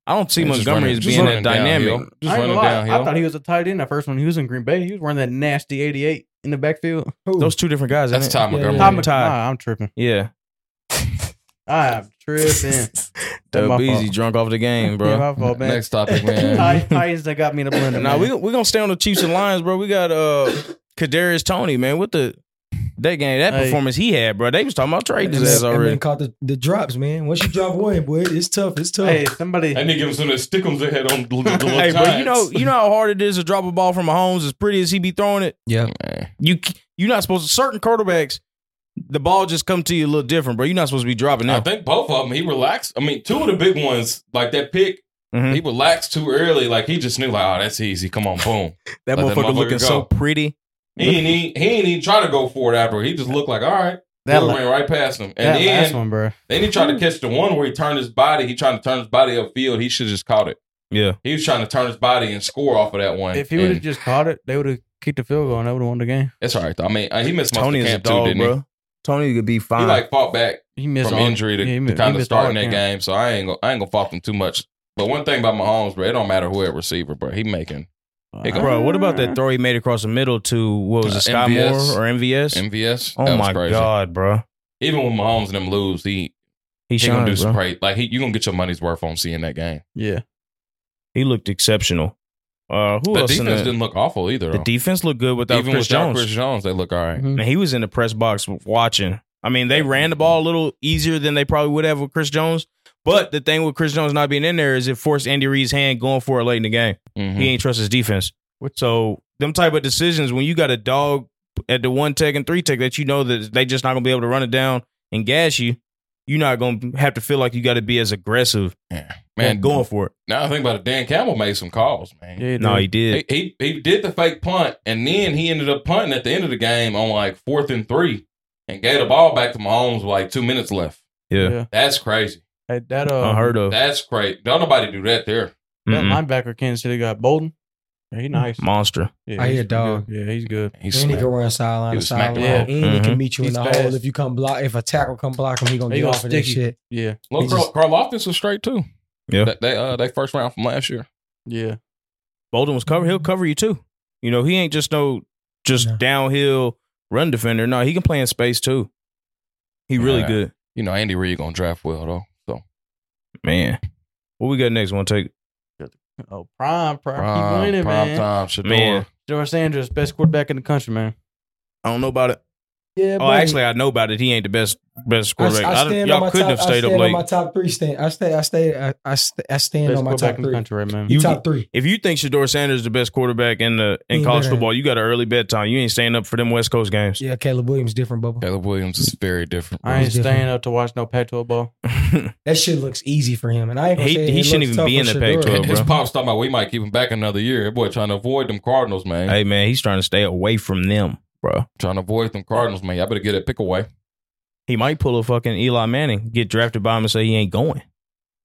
Speaker 1: I don't see
Speaker 3: He's just
Speaker 1: Montgomery
Speaker 3: running-
Speaker 1: as
Speaker 3: just
Speaker 1: being that
Speaker 3: running downhill.
Speaker 1: dynamic.
Speaker 2: I,
Speaker 3: Just
Speaker 2: ain't
Speaker 3: running
Speaker 2: gonna lie, I
Speaker 3: downhill.
Speaker 2: thought he was a tight end at first when he was in Green Bay. He was wearing that nasty 88 in the backfield.
Speaker 7: Who?
Speaker 1: Those two different guys.
Speaker 3: That's
Speaker 1: isn't it?
Speaker 3: Ty
Speaker 7: Yeah,
Speaker 3: Montgomery.
Speaker 7: yeah.
Speaker 2: Tom Mc-
Speaker 1: Tied.
Speaker 2: Nah, I'm tripping.
Speaker 1: Yeah,
Speaker 2: I'm tripping. That's my
Speaker 1: Dub Easy
Speaker 2: fault.
Speaker 1: drunk off the game, bro.
Speaker 2: Yeah, my fault, man.
Speaker 3: Next topic, man.
Speaker 2: Tight- Titans that got me in the blender.
Speaker 1: Now
Speaker 2: man.
Speaker 1: we we gonna stay on the Chiefs and Lions, bro. We got uh Kadarius Tony, man. What the that game, that
Speaker 2: Hey.
Speaker 1: performance he had, bro. They was talking about trading his ass
Speaker 7: That man
Speaker 1: already.
Speaker 7: caught the, the drops, man. Once you drop one, boy, it's tough. It's tough.
Speaker 2: hey somebody.
Speaker 3: I need to give him some of the stickums they had on the, the, the
Speaker 1: Hey, bro, you know you know how hard it is to drop a ball from a Mahomes as pretty as he be throwing it.
Speaker 7: yeah.
Speaker 1: You c- you're not supposed to certain quarterbacks, the ball just come to you a little different, bro. You're not supposed to be dropping
Speaker 3: I
Speaker 1: that.
Speaker 3: think both of them. He relaxed. I mean, two of the big ones, like that pick,
Speaker 1: Mhm.
Speaker 3: he relaxed too early. Like he just knew, like, oh, that's easy. Come on, boom.
Speaker 1: That
Speaker 3: Let that
Speaker 1: motherfucker
Speaker 3: motherfucker
Speaker 1: looking so
Speaker 3: go.
Speaker 1: pretty.
Speaker 3: He ain't even, he ain't even try to go for it after. He just looked like, all right,
Speaker 2: That,
Speaker 3: Dude
Speaker 2: la-
Speaker 3: ran right past him.
Speaker 2: that
Speaker 3: And
Speaker 2: last
Speaker 3: then,
Speaker 2: one, bro.
Speaker 3: then he tried to catch the one where he turned his body. He trying to turn his body upfield. He should have just caught it.
Speaker 1: Yeah.
Speaker 3: He was trying to turn his body and score off of that one.
Speaker 2: If he would have
Speaker 3: And
Speaker 2: just caught it, they would have kicked the field goal and they would have won the game.
Speaker 3: that's all right. though. I mean, uh, he missed most
Speaker 1: Tony
Speaker 3: of
Speaker 1: is a
Speaker 3: camp
Speaker 1: dog,
Speaker 3: too, didn't he?
Speaker 1: bro. Tony could be fine.
Speaker 3: He like fought back
Speaker 2: He missed
Speaker 3: from
Speaker 2: all-
Speaker 3: injury to,
Speaker 2: yeah, he mi- he
Speaker 3: kind of
Speaker 2: missed all
Speaker 3: starting that
Speaker 2: camp.
Speaker 3: game. So I ain't gonna I ain't gonna fault him too much. But one thing about Mahomes, bro, it don't matter who at receiver, bro. He making Here go.
Speaker 1: bro, what about that throw he made across the middle to what was
Speaker 3: Uh,
Speaker 1: it, Sky
Speaker 3: MVS?
Speaker 1: Moore or MVS?
Speaker 3: MVS.
Speaker 1: oh
Speaker 3: that
Speaker 1: my
Speaker 3: was crazy.
Speaker 1: god, bro.
Speaker 3: Even when Mahomes and them lose, he
Speaker 1: He,
Speaker 3: he gonna do
Speaker 1: shines,
Speaker 3: some
Speaker 1: bro.
Speaker 3: crazy. Like he, you gonna get your money's worth on seeing that game.
Speaker 2: Yeah.
Speaker 1: He looked exceptional. Uh, who
Speaker 3: the
Speaker 1: else? in
Speaker 3: defense
Speaker 1: the,
Speaker 3: didn't look awful either.
Speaker 1: the
Speaker 3: though.
Speaker 1: defense looked good without
Speaker 3: Even
Speaker 1: Chris
Speaker 3: without
Speaker 1: Jones.
Speaker 3: Chris Jones, they look all right.
Speaker 2: Mm-hmm.
Speaker 1: Man, he was in the press box watching. I mean, they ran the ball a little easier than they probably would have with Chris Jones. But the thing with Chris Jones not being in there is it forced Andy Reid's hand going for it late in the game.
Speaker 3: Mhm.
Speaker 1: He ain't trust his defense. So them type of decisions when you got a dog at the one tech and three tech that you know that they just not gonna be able to run it down and gas you, you're not gonna have to feel like you got to be as aggressive
Speaker 3: Yeah.
Speaker 1: man
Speaker 3: Man,
Speaker 1: going for it.
Speaker 3: now I think about it. Dan Campbell made some calls, man.
Speaker 2: Yeah,
Speaker 1: No,
Speaker 2: dude.
Speaker 1: he did.
Speaker 3: He, he he did the fake punt, and then he ended up punting at the end of the game on like fourth and three, and gave the ball back to Mahomes with like two minutes left.
Speaker 1: yeah,
Speaker 3: That's crazy.
Speaker 2: Hey, that uh,
Speaker 1: unheard of.
Speaker 3: That's great. Don't nobody do that there.
Speaker 2: that
Speaker 1: Mm-mm.
Speaker 2: linebacker Kansas City got Bolden. Yeah, he nice.
Speaker 1: Monster.
Speaker 2: Yeah,
Speaker 7: I
Speaker 2: he's
Speaker 7: hear dog.
Speaker 2: good. Yeah, he's good.
Speaker 3: He
Speaker 7: and he
Speaker 3: smacked.
Speaker 7: can run sideline
Speaker 3: He
Speaker 7: to
Speaker 3: was smacking
Speaker 7: sideline.
Speaker 2: the
Speaker 7: And he
Speaker 1: Mhm.
Speaker 7: can meet you
Speaker 2: He's
Speaker 7: in the
Speaker 2: fast.
Speaker 7: hole if you come block. If a tackle come block him, he gonna
Speaker 2: He
Speaker 7: get
Speaker 2: gonna
Speaker 7: off of that
Speaker 2: stick you.
Speaker 7: shit.
Speaker 2: Yeah,
Speaker 3: Look,
Speaker 7: He
Speaker 3: Carl,
Speaker 7: just-
Speaker 3: Carl Loftus was straight too.
Speaker 1: Yeah.
Speaker 3: That- they uh they first round from last year.
Speaker 2: yeah.
Speaker 1: Bolden was covered. He'll cover you too. You know, he ain't just no just
Speaker 7: No.
Speaker 1: downhill run defender. No, he can play in space too. He really
Speaker 3: Yeah.
Speaker 1: good.
Speaker 3: You know, Andy Reid gonna draft well though. So
Speaker 1: Man. What we got next one take?
Speaker 2: Oh, prime, prime, keep
Speaker 3: prime,
Speaker 2: winning,
Speaker 3: prime
Speaker 2: man.
Speaker 3: time, Shador.
Speaker 1: Man.
Speaker 2: George Sanders, best quarterback in the country, man.
Speaker 1: I don't know about it.
Speaker 7: Yeah,
Speaker 1: Oh, actually I know about it. He ain't the best
Speaker 7: I,
Speaker 1: best quarterback. I,
Speaker 7: I stand on
Speaker 1: y'all
Speaker 7: my
Speaker 1: couldn't
Speaker 7: top,
Speaker 1: have stayed
Speaker 7: I
Speaker 1: up
Speaker 7: stand on
Speaker 1: late.
Speaker 7: my top three stand. I stay. I stay. I, I, st- I stand
Speaker 2: Best
Speaker 7: on my
Speaker 2: quarterback
Speaker 7: top
Speaker 2: in the
Speaker 7: three.
Speaker 2: country, right, man.
Speaker 1: You-
Speaker 7: top three.
Speaker 1: If you think Shador Sanders is the best quarterback in the in
Speaker 7: Ain't
Speaker 1: college
Speaker 7: better.
Speaker 1: football, you got an early bedtime. You ain't staying up for them West Coast games.
Speaker 7: Yeah, Caleb Williams different, Bubba.
Speaker 3: Caleb Williams is very different.
Speaker 2: I ain't
Speaker 7: He's different.
Speaker 2: staying up to watch no Pac-12 ball.
Speaker 7: That shit looks easy for him, and I ain't gonna
Speaker 1: He-
Speaker 7: say
Speaker 1: he
Speaker 7: it
Speaker 1: shouldn't
Speaker 7: looks
Speaker 1: even
Speaker 7: tough
Speaker 1: be in
Speaker 7: for
Speaker 1: the Pac-12,
Speaker 7: Shador.
Speaker 1: bro.
Speaker 3: And His pops talking about we might keep him back another year. That boy trying to avoid them Cardinals, man.
Speaker 1: hey man, he's trying to stay away from them. bro.
Speaker 3: Trying to avoid them Cardinals, man. Y'all better get a pick away.
Speaker 1: He might pull a fucking Eli Manning, get drafted by him, and say he ain't going.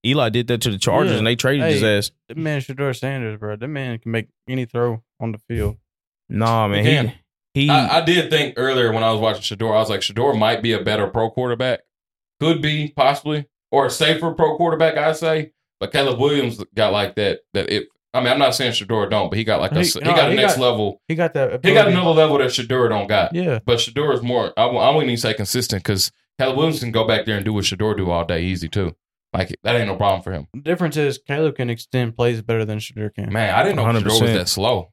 Speaker 1: Eli did that to the Chargers,
Speaker 2: Yeah.
Speaker 1: and they traded his
Speaker 2: Hey.
Speaker 1: ass.
Speaker 2: That man Shador Sanders, bro. That man can make any throw on the field.
Speaker 1: Nah, man,
Speaker 3: Again,
Speaker 1: he he.
Speaker 3: I, I did think earlier when I was watching Shador, I was like, Shador might be a better pro quarterback. Could be, possibly, or a safer pro quarterback, I'd say. But Caleb Williams got like that. That it. I mean, I'm not saying Shador don't, but he got like a,
Speaker 2: He-
Speaker 3: he,
Speaker 2: no,
Speaker 3: got a
Speaker 2: he
Speaker 3: next
Speaker 2: got-
Speaker 3: level.
Speaker 2: He got that.
Speaker 3: He got
Speaker 2: ability.
Speaker 3: another level that Shador don't got.
Speaker 2: Yeah.
Speaker 3: But Shador is more. I, won't- I wouldn't even say consistent because Caleb Williams can go back there and do what Shador do all day, easy too. Like that ain't no problem for him.
Speaker 2: The difference is Caleb can extend plays better than Shador can.
Speaker 3: Man, I didn't know Shador
Speaker 1: 100%.
Speaker 3: was that slow.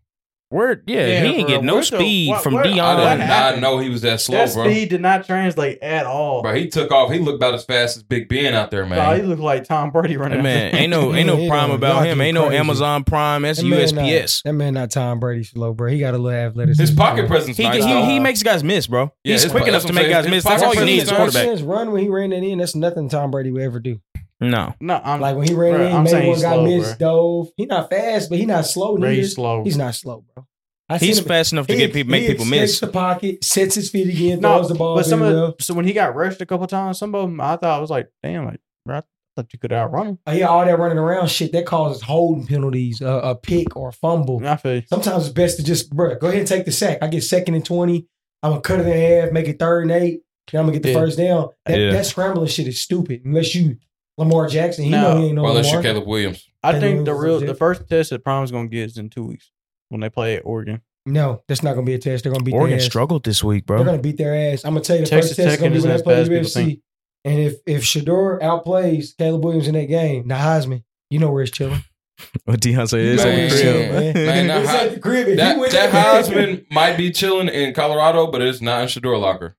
Speaker 1: where, yeah,
Speaker 2: Yeah,
Speaker 1: he ain't
Speaker 2: bro,
Speaker 1: get no
Speaker 2: where the-
Speaker 1: speed
Speaker 2: what-
Speaker 1: from
Speaker 2: where-
Speaker 1: Dion.
Speaker 3: I
Speaker 2: what
Speaker 3: did not
Speaker 2: happened?
Speaker 3: know he was that slow,
Speaker 2: that
Speaker 3: bro.
Speaker 2: speed did not translate at all.
Speaker 3: Bro, he took off. He looked about as fast as Big Ben out there, man.
Speaker 2: Nah, he looked like Tom Brady running.
Speaker 1: man, ain't no ain't
Speaker 7: Yeah,
Speaker 1: no
Speaker 7: it
Speaker 1: prime
Speaker 7: is.
Speaker 1: about
Speaker 7: Y'all
Speaker 1: him.
Speaker 7: getting
Speaker 1: Ain't no
Speaker 7: crazy.
Speaker 1: Amazon Prime. That's
Speaker 7: That man not-
Speaker 1: USPS.
Speaker 7: That man not Tom Brady slow, bro. He got a little athleticism.
Speaker 3: His pocket
Speaker 7: bro.
Speaker 3: presence,
Speaker 1: He,
Speaker 3: nice,
Speaker 1: he,
Speaker 3: though.
Speaker 1: he makes guys miss, bro.
Speaker 3: Yeah,
Speaker 1: He's
Speaker 3: his-
Speaker 1: quick enough
Speaker 3: that's
Speaker 1: to
Speaker 3: what I'm
Speaker 1: make
Speaker 3: saying.
Speaker 1: guys
Speaker 3: His
Speaker 1: miss. That's
Speaker 3: pocket
Speaker 1: all you
Speaker 3: presence
Speaker 1: need
Speaker 3: is
Speaker 1: is
Speaker 3: nice.
Speaker 1: quarterback.
Speaker 7: His run when he ran it in, that's nothing Tom Brady would ever do.
Speaker 1: No,
Speaker 2: No, I'm
Speaker 7: Like when he ran
Speaker 2: Bro,
Speaker 7: it in,
Speaker 2: I'm
Speaker 7: made
Speaker 2: saying
Speaker 7: one
Speaker 2: he's
Speaker 7: guy
Speaker 2: slow,
Speaker 7: missed dove. He not fast, but he not slow.
Speaker 2: Bro,
Speaker 7: neither.
Speaker 2: he's slow.
Speaker 7: He's not slow, bro. I seen
Speaker 1: he's
Speaker 7: him-
Speaker 1: fast enough to
Speaker 7: he-
Speaker 1: get people make
Speaker 7: he
Speaker 1: people
Speaker 7: escapes
Speaker 1: miss.
Speaker 7: the pocket, sets his feet again,
Speaker 2: no,
Speaker 7: throws the ball.
Speaker 2: but some
Speaker 7: very
Speaker 2: of
Speaker 7: well.
Speaker 2: so when he got rushed a couple times, some of them I thought I was like, damn, like bro, I thought you could outrun him.
Speaker 7: I hear all that running around shit that causes holding penalties, uh, a pick or a fumble.
Speaker 2: I feel you.
Speaker 7: Sometimes it's best to just, bruh, go ahead and take the sack. I get second and 20. I'm going to cut it in half, make it third and eight. Then I'm going to get the
Speaker 2: Yeah.
Speaker 7: first down. That,
Speaker 1: Yeah.
Speaker 7: that scrambling shit is stupid unless you Lamar Jackson. He
Speaker 2: No.
Speaker 7: know he ain't no
Speaker 3: Well, unless
Speaker 7: Lamar.
Speaker 3: you're Caleb Williams.
Speaker 2: I
Speaker 7: Can
Speaker 2: think
Speaker 7: you
Speaker 2: the real the
Speaker 7: legit-
Speaker 2: first test that Prime's gonna get is in two weeks when they play at Oregon.
Speaker 7: No, that's not going to be a test. They're going to beat their
Speaker 1: Oregon
Speaker 7: ass.
Speaker 1: struggled this week,
Speaker 7: They're
Speaker 1: bro.
Speaker 7: going to beat their ass. I'm going to tell you the
Speaker 2: Texas
Speaker 7: first test is
Speaker 2: Tech
Speaker 7: going to be
Speaker 2: is
Speaker 7: when
Speaker 2: as
Speaker 7: they play
Speaker 2: bad as people
Speaker 7: UFC. And if, if Shador outplays Caleb Williams in that game, now Heisman, you know where it's chilling.
Speaker 1: What Deion said
Speaker 3: is
Speaker 1: is
Speaker 3: at
Speaker 1: the
Speaker 3: the Man, crib. man, that
Speaker 7: it's
Speaker 3: Hei-
Speaker 7: at the crib. If he
Speaker 3: That,
Speaker 7: wins
Speaker 3: that
Speaker 7: game-
Speaker 3: Heisman might be chilling in Colorado, but it's not in Shador locker.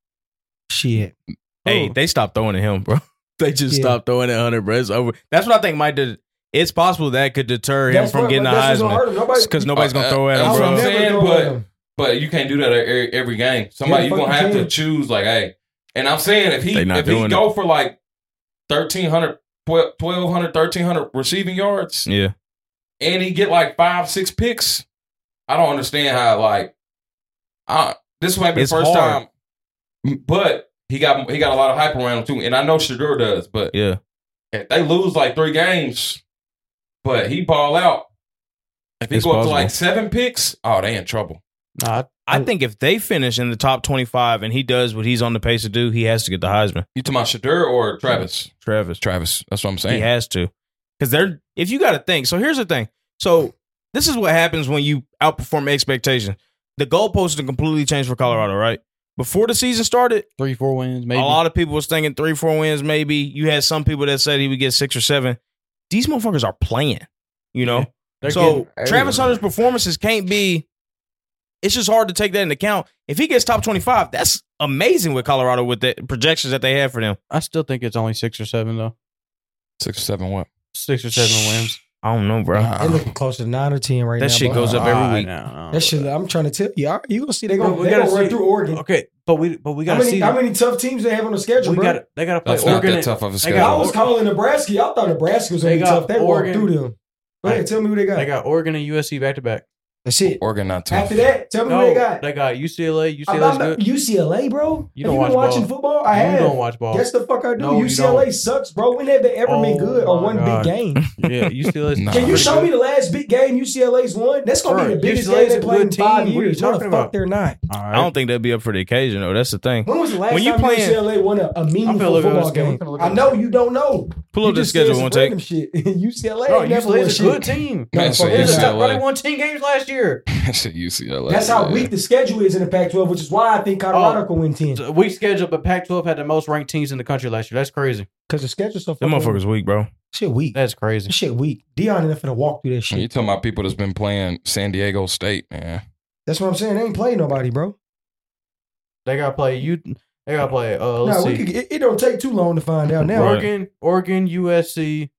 Speaker 7: Shit. Oh.
Speaker 1: Hey, they stopped throwing at him, bro. They just
Speaker 7: Yeah.
Speaker 1: stopped throwing at Hunter, bro. It's over. That's what I think might. De- it's possible that could deter him
Speaker 7: That's
Speaker 1: from
Speaker 7: what-
Speaker 1: getting a
Speaker 7: that's what's gonna
Speaker 1: Heisman
Speaker 7: hurt him. Nobody-
Speaker 1: because nobody's gonna
Speaker 3: Uh,
Speaker 1: throw at
Speaker 3: uh,
Speaker 1: him,
Speaker 7: I
Speaker 3: that's
Speaker 1: bro.
Speaker 3: what I'm
Speaker 7: would
Speaker 3: saying,
Speaker 7: never
Speaker 3: but-
Speaker 7: go at him.
Speaker 3: But you can't do that at every, every game. Somebody
Speaker 7: Yeah,
Speaker 3: you're gonna
Speaker 7: fuck
Speaker 3: have
Speaker 7: you
Speaker 3: to
Speaker 7: can.
Speaker 3: choose. Like, hey, and I'm saying if he
Speaker 1: They not
Speaker 3: if he
Speaker 1: doing
Speaker 3: go for like 1,300, 1,200, 1,300 receiving yards,
Speaker 1: Yeah,
Speaker 3: and he get like five, six picks, I don't understand how. Like, I, this might be
Speaker 1: It's
Speaker 3: the first
Speaker 1: hard.
Speaker 3: time, but he got he got a lot of hype around him too, and I know Shador does, but
Speaker 1: yeah.
Speaker 3: if they lose like three games, but he ball out. If he
Speaker 1: It's
Speaker 3: go up to
Speaker 1: possible.
Speaker 3: like seven picks, oh, they in trouble.
Speaker 2: Nah,
Speaker 1: I think if they finish in the top twenty-five and he does what he's on the pace to do, he has to get the Heisman.
Speaker 3: You talking about Shadur or Travis?
Speaker 1: Travis,
Speaker 3: Travis. That's what I'm
Speaker 1: he has to because they're. If you got to think, so here's the thing. So this is what happens when you outperform expectations. The goalposts have completely changed for Colorado, right? Before the season started,
Speaker 2: three, four wins, maybe.
Speaker 1: A lot of people was thinking three, four wins, maybe. You had some people that said he would get six or seven. These motherfuckers are playing, you know?
Speaker 2: They're
Speaker 1: so
Speaker 2: getting-
Speaker 1: Travis Hunter's performances can't be it's just hard to take that into account. If he gets top twenty five, that's amazing with Colorado with the projections that they have for them.
Speaker 2: I still think it's only six or seven though.
Speaker 3: Six or seven what?
Speaker 2: Six or seven wins.
Speaker 1: I don't know, bro.
Speaker 7: They looking close to nine or ten right
Speaker 1: That
Speaker 7: now.
Speaker 1: shit
Speaker 7: bro.
Speaker 1: goes up every
Speaker 2: Ah,
Speaker 1: week.
Speaker 2: no, I don't
Speaker 7: That
Speaker 2: know
Speaker 7: shit.
Speaker 2: about
Speaker 7: I'm trying to tell you. all right, You gonna see they
Speaker 2: Bro,
Speaker 7: gonna
Speaker 2: we
Speaker 7: they
Speaker 2: gotta
Speaker 7: gonna run
Speaker 2: see-
Speaker 7: through Oregon.
Speaker 2: that. Okay, but we but we
Speaker 7: How
Speaker 2: gotta
Speaker 7: many
Speaker 2: see.
Speaker 7: how many tough teams they have on the schedule,
Speaker 2: we
Speaker 7: bro?
Speaker 2: got they gotta play
Speaker 3: That's not
Speaker 2: Oregon.
Speaker 3: that
Speaker 2: and-
Speaker 3: tough of a
Speaker 2: they
Speaker 3: schedule.
Speaker 2: got
Speaker 7: I was calling Nebraska. Y'all thought Nebraska was gonna
Speaker 2: They
Speaker 7: be
Speaker 2: got
Speaker 7: tough. They walked
Speaker 2: Oregon.
Speaker 7: through them. Go ahead, tell me who they got.
Speaker 2: They got Oregon and USC back to back.
Speaker 7: That's it.
Speaker 3: Oregon not tough.
Speaker 7: After that, tell me
Speaker 2: No,
Speaker 7: who they got.
Speaker 2: they got UCLA.
Speaker 7: I'm not-
Speaker 2: UCLA's good.
Speaker 7: UCLA, bro.
Speaker 2: You
Speaker 7: Have
Speaker 2: don't
Speaker 7: you been
Speaker 2: watch
Speaker 7: watching
Speaker 2: ball.
Speaker 7: football? I
Speaker 2: You don't
Speaker 7: have.
Speaker 2: watch ball.
Speaker 7: Yes, the fuck I do.
Speaker 2: No, you
Speaker 7: UCLA sucks, bro. When have they ever been
Speaker 2: Oh
Speaker 7: good on
Speaker 2: my
Speaker 7: one
Speaker 2: God.
Speaker 7: big game?
Speaker 2: yeah, UCLA's.
Speaker 3: Nah.
Speaker 7: Can you
Speaker 2: pretty
Speaker 7: show
Speaker 2: good.
Speaker 7: me the last big game UCLA's won? That's gonna
Speaker 2: Bro,
Speaker 7: be the biggest
Speaker 2: UCLA's
Speaker 7: game
Speaker 2: a
Speaker 7: they played
Speaker 2: good
Speaker 7: in five
Speaker 2: team. What are you
Speaker 7: years. No, the
Speaker 2: talking
Speaker 7: fuck
Speaker 2: about?
Speaker 7: they're not.
Speaker 2: All
Speaker 1: I
Speaker 2: right.
Speaker 1: don't think that'd be up for the occasion though. That's the thing.
Speaker 7: When was the last
Speaker 1: When you
Speaker 7: time
Speaker 1: playing-
Speaker 7: UCLA won a, a
Speaker 2: finna
Speaker 7: meaningful
Speaker 2: look at
Speaker 7: football
Speaker 2: this game.
Speaker 7: game?
Speaker 2: We finna look at
Speaker 7: I know you don't know.
Speaker 1: Pull
Speaker 7: You
Speaker 1: up the
Speaker 7: just said
Speaker 1: schedule
Speaker 7: some
Speaker 1: one take.
Speaker 7: random Shit. UCLA
Speaker 2: Bro,
Speaker 7: ain't never won
Speaker 2: UCLA's a good
Speaker 7: shit.
Speaker 2: team.
Speaker 7: No,
Speaker 3: Man, so
Speaker 7: fuck
Speaker 2: They
Speaker 7: that.
Speaker 2: just got- bro,
Speaker 3: UCLA.
Speaker 2: They won ten games last year.
Speaker 3: UCLA.
Speaker 7: That's how weak the schedule is in the Pac-12, which is why I think Colorado
Speaker 2: Oh.
Speaker 7: can win ten.
Speaker 2: So We scheduled, but Pac-12 had the most ranked teams in the country last year. That's crazy.
Speaker 7: Because the schedule's so
Speaker 1: Them
Speaker 7: fucking
Speaker 1: motherfuckers weak, bro.
Speaker 7: shit weak.
Speaker 2: That's crazy.
Speaker 7: That shit weak. Dion ain't finna walk through that
Speaker 3: You
Speaker 7: shit.
Speaker 3: talking about people that's been playing San Diego State, man?
Speaker 7: That's what I'm saying. They ain't playing nobody, bro.
Speaker 2: They gotta play you. They gotta play. Uh,
Speaker 7: No,
Speaker 2: let's see.
Speaker 7: we could, it, it don't take too long to find out now.
Speaker 1: Right.
Speaker 2: Oregon, Oregon, USC,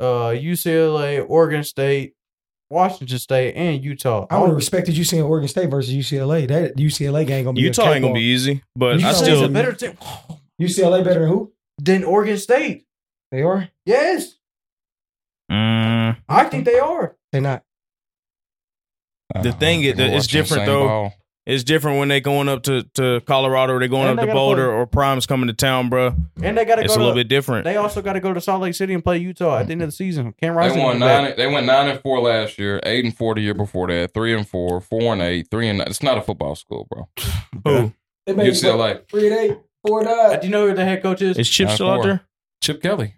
Speaker 2: uh, UCLA, Oregon State, Washington State, and Utah.
Speaker 7: I would have respected you seeing Oregon State versus UCLA. That UCLA game gonna be a
Speaker 1: Utah ain't gonna be
Speaker 7: cakewalk.
Speaker 1: easy, but I
Speaker 7: Utah's
Speaker 2: UCLA is a
Speaker 1: still
Speaker 2: better team
Speaker 7: UCLA better than who?
Speaker 2: than Oregon State.
Speaker 7: They are.
Speaker 2: Yes,
Speaker 1: Mm,
Speaker 2: I think they are.
Speaker 7: They not. Uh,
Speaker 1: The thing is that it's different, though. It's different when they going up to, to Colorado or they going
Speaker 2: And they
Speaker 1: up to
Speaker 2: gotta
Speaker 1: Boulder
Speaker 2: play-
Speaker 1: or Prime's coming to town, bro.
Speaker 2: And they got to
Speaker 1: It's
Speaker 2: go.
Speaker 1: a little
Speaker 2: to,
Speaker 1: bit different.
Speaker 2: They also got to go to Salt Lake City and play Utah at the end of the season. Cam Rising
Speaker 3: They won
Speaker 2: is back.
Speaker 3: nine. They went nine and four last year, eight and four the year before that, three and four, four and eight, three and nine. It's not a football school, bro.
Speaker 1: Who?
Speaker 7: They made UCLA.
Speaker 3: UCLA.
Speaker 7: three and eight, four and
Speaker 2: Uh,
Speaker 7: nine.
Speaker 2: Do you know who the head coach is?
Speaker 1: Is Chip
Speaker 3: Nine
Speaker 1: still out
Speaker 3: four.
Speaker 1: there?
Speaker 3: Chip Kelly.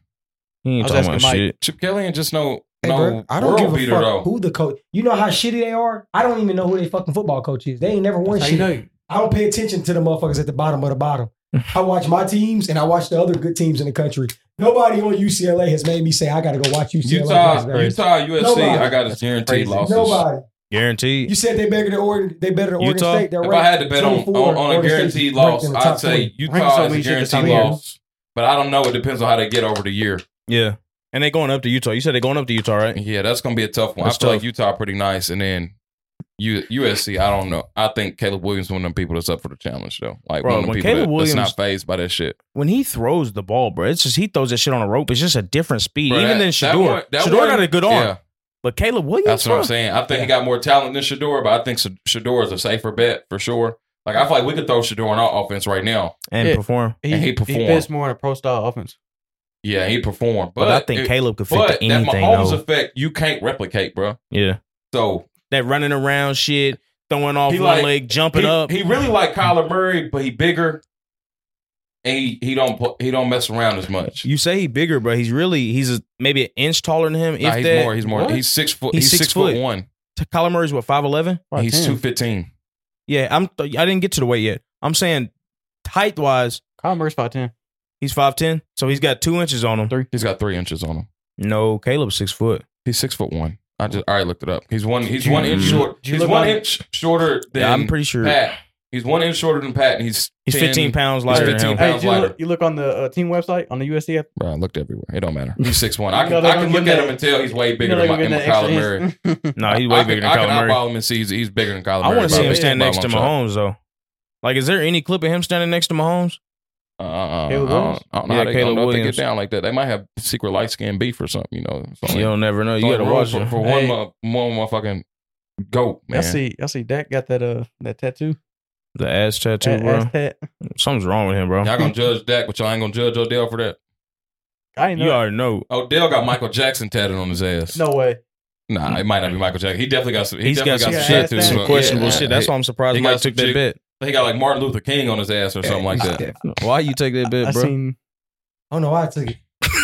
Speaker 1: He ain't
Speaker 2: I was
Speaker 1: talking about
Speaker 2: asking Mike.
Speaker 1: shit.
Speaker 3: Chip Kelly and just no
Speaker 7: Hey,
Speaker 3: no
Speaker 7: bro, I don't
Speaker 3: world
Speaker 7: give a
Speaker 3: beater
Speaker 7: fuck
Speaker 3: though.
Speaker 7: who the coach. You know how shitty they are. I don't even know who their fucking football coach is. They ain't never won
Speaker 2: That's how you
Speaker 7: shit.
Speaker 2: know.
Speaker 7: I don't pay attention to the motherfuckers at the bottom of the bottom. I watch my teams and I watch the other good teams in the country. Nobody on UCLA has made me say I got to go watch UCLA.
Speaker 3: Utah,
Speaker 7: That's crazy.
Speaker 3: Utah, USC.
Speaker 7: Nobody.
Speaker 3: I got his guaranteed losses.
Speaker 7: Nobody.
Speaker 1: Guaranteed.
Speaker 7: You said they better than Oregon. They better than
Speaker 1: Utah?
Speaker 7: Oregon State. They're
Speaker 3: If I
Speaker 7: ranked
Speaker 3: had to bet on
Speaker 7: 24.
Speaker 3: on, on a
Speaker 7: Oregon State's
Speaker 3: guaranteed
Speaker 7: ranked
Speaker 3: loss,
Speaker 7: in the
Speaker 3: I'd
Speaker 7: top
Speaker 3: say
Speaker 7: 20.
Speaker 2: Rank so
Speaker 3: Utah is
Speaker 2: many
Speaker 3: a
Speaker 2: shit that's
Speaker 3: guaranteed
Speaker 2: out here.
Speaker 3: loss. But I don't know. It depends on how they get over the year.
Speaker 1: Yeah. And they going up to Utah. You said they going up to Utah, right?
Speaker 3: Yeah, that's gonna be a tough one.
Speaker 1: That's
Speaker 3: I feel
Speaker 1: tough.
Speaker 3: like Utah pretty nice, and then U- USC. I don't know. I think Caleb Williams one of them people that's up for the challenge though. Like
Speaker 1: Bro,
Speaker 3: one of them
Speaker 1: when
Speaker 3: people
Speaker 1: Caleb
Speaker 3: that, that's
Speaker 1: Williams-
Speaker 3: not phased by that shit.
Speaker 1: When he throws the ball, bro, it's just he throws that shit on a rope. It's just a different speed.
Speaker 3: Bro,
Speaker 1: Even
Speaker 3: that-
Speaker 1: than
Speaker 3: that
Speaker 1: Shador.
Speaker 3: one- that
Speaker 1: Shador
Speaker 3: one-
Speaker 1: got a good arm.
Speaker 3: Yeah,
Speaker 1: But Caleb Williams,
Speaker 3: that's what
Speaker 1: bro,
Speaker 3: I'm saying. I think he got more talent than Shador, but I think Sh- Shador is a safer bet for sure. Like I feel like we could throw Shador on our offense right now.
Speaker 1: and
Speaker 2: Yeah.
Speaker 1: perform.
Speaker 2: He,
Speaker 3: And he
Speaker 2: he,
Speaker 3: performed.
Speaker 2: fits more in a pro style offense.
Speaker 3: Yeah, he performed,
Speaker 1: But,
Speaker 3: but,
Speaker 1: I think
Speaker 3: it-
Speaker 1: Caleb could fit
Speaker 3: But
Speaker 1: to anything.
Speaker 3: that Mahomes
Speaker 1: though.
Speaker 3: effect you can't replicate, bro.
Speaker 1: yeah.
Speaker 3: So
Speaker 1: That running around shit, throwing off
Speaker 3: He
Speaker 1: one
Speaker 3: like-
Speaker 1: leg, jumping
Speaker 3: he,
Speaker 1: up.
Speaker 3: he really like Kyler Murray, but he bigger, and he he don't pl- he don't mess around as much.
Speaker 1: you say he bigger, bro. He's really he's a, maybe an inch taller than him.
Speaker 3: Nah,
Speaker 1: if
Speaker 3: he's
Speaker 1: that,
Speaker 3: more. He's more.
Speaker 1: What?
Speaker 3: He's six foot.
Speaker 1: He's
Speaker 3: He's,
Speaker 1: six
Speaker 3: six, foot,
Speaker 1: foot.
Speaker 3: one.
Speaker 1: Kyler Murray's what five eleven.
Speaker 2: Five
Speaker 3: he's
Speaker 2: ten.
Speaker 3: two fifteen.
Speaker 1: Yeah, I'm. I didn't get to the weight yet. I'm saying height wise,
Speaker 2: Kyle Murray's five ten.
Speaker 1: he's five ten, so he's got two inches on him.
Speaker 2: Three.
Speaker 3: He's got three inches on him.
Speaker 1: No, Caleb's six foot.
Speaker 3: He's six foot one. I just I already looked it up. He's one. He's
Speaker 2: Do you-
Speaker 3: one inch
Speaker 1: do you-
Speaker 3: short.
Speaker 2: do you
Speaker 3: He's
Speaker 2: look
Speaker 3: one
Speaker 2: like-
Speaker 3: inch shorter
Speaker 1: Mm-hmm.
Speaker 3: than
Speaker 1: Yeah, I'm pretty sure
Speaker 3: Pat. He's one inch shorter than Pat, and he's
Speaker 1: he's
Speaker 3: 10
Speaker 1: fifteen pounds lighter than
Speaker 3: 15
Speaker 1: him.
Speaker 2: Hey,
Speaker 3: Pounds
Speaker 2: did you
Speaker 3: lighter.
Speaker 2: look, you look on the uh, team website on the USC. app?
Speaker 3: Bro, I looked everywhere. It don't matter. He's six one.
Speaker 2: You
Speaker 3: I can
Speaker 2: know they
Speaker 3: I
Speaker 2: don't
Speaker 3: can
Speaker 2: give
Speaker 3: look at
Speaker 2: that-
Speaker 3: him and tell he's way
Speaker 2: You
Speaker 3: bigger
Speaker 2: know,
Speaker 3: than
Speaker 2: they
Speaker 3: my
Speaker 2: give
Speaker 3: than
Speaker 2: that extra
Speaker 3: Kyler Murray.
Speaker 2: inch.
Speaker 1: No, he's
Speaker 3: I
Speaker 1: way
Speaker 3: can-
Speaker 1: bigger than
Speaker 3: I can
Speaker 1: Kyler Murray.
Speaker 3: eyeball him and see he's, he's bigger than Kyler
Speaker 1: I
Speaker 3: Murray.
Speaker 1: want to see
Speaker 3: by-
Speaker 1: him stand
Speaker 3: by a
Speaker 1: next
Speaker 3: long
Speaker 1: to
Speaker 3: shot.
Speaker 1: Mahomes though. Like, is there any clip of him standing next to Mahomes?
Speaker 3: Uh, uh, uh, I
Speaker 2: Caleb Williams?
Speaker 3: don't, I don't know
Speaker 1: Yeah,
Speaker 3: how they, I don't
Speaker 1: Caleb
Speaker 3: know if they
Speaker 1: Williams.
Speaker 3: get down like that. They might have secret light skin beef or something. You know, It's only-
Speaker 1: You don't never know.
Speaker 3: it's
Speaker 1: You
Speaker 3: only
Speaker 1: gotta
Speaker 3: room
Speaker 1: watch
Speaker 3: for,
Speaker 1: it.
Speaker 3: for
Speaker 2: Hey.
Speaker 3: one mo- one motherfucking goat
Speaker 2: I
Speaker 3: man.
Speaker 2: see. I see. Dak got that uh that tattoo.
Speaker 1: The ass tattoo,
Speaker 2: That
Speaker 1: bro.
Speaker 2: ass tat.
Speaker 1: Something's wrong with him, bro.
Speaker 3: Y'all gonna judge Dak, but y'all ain't gonna judge Odell for that.
Speaker 2: I ain't
Speaker 1: You
Speaker 2: know.
Speaker 1: already know.
Speaker 3: Odell got Michael Jackson tatted on his ass.
Speaker 2: No way.
Speaker 3: nah, it might not be Michael Jackson. He definitely got some. He
Speaker 1: He's got
Speaker 3: definitely
Speaker 1: some
Speaker 2: got some
Speaker 1: shit,
Speaker 2: ass
Speaker 1: some
Speaker 2: tattoo.
Speaker 1: questionable
Speaker 2: Yeah.
Speaker 1: shit. That's why I'm surprised
Speaker 3: He got
Speaker 1: Mike
Speaker 3: some
Speaker 1: took that
Speaker 3: chick-
Speaker 1: bet.
Speaker 3: he got like Martin Luther King on his ass or something like that.
Speaker 1: Why you take that
Speaker 2: I
Speaker 1: bet, bro?
Speaker 2: seen.
Speaker 7: I don't know why oh, I took it.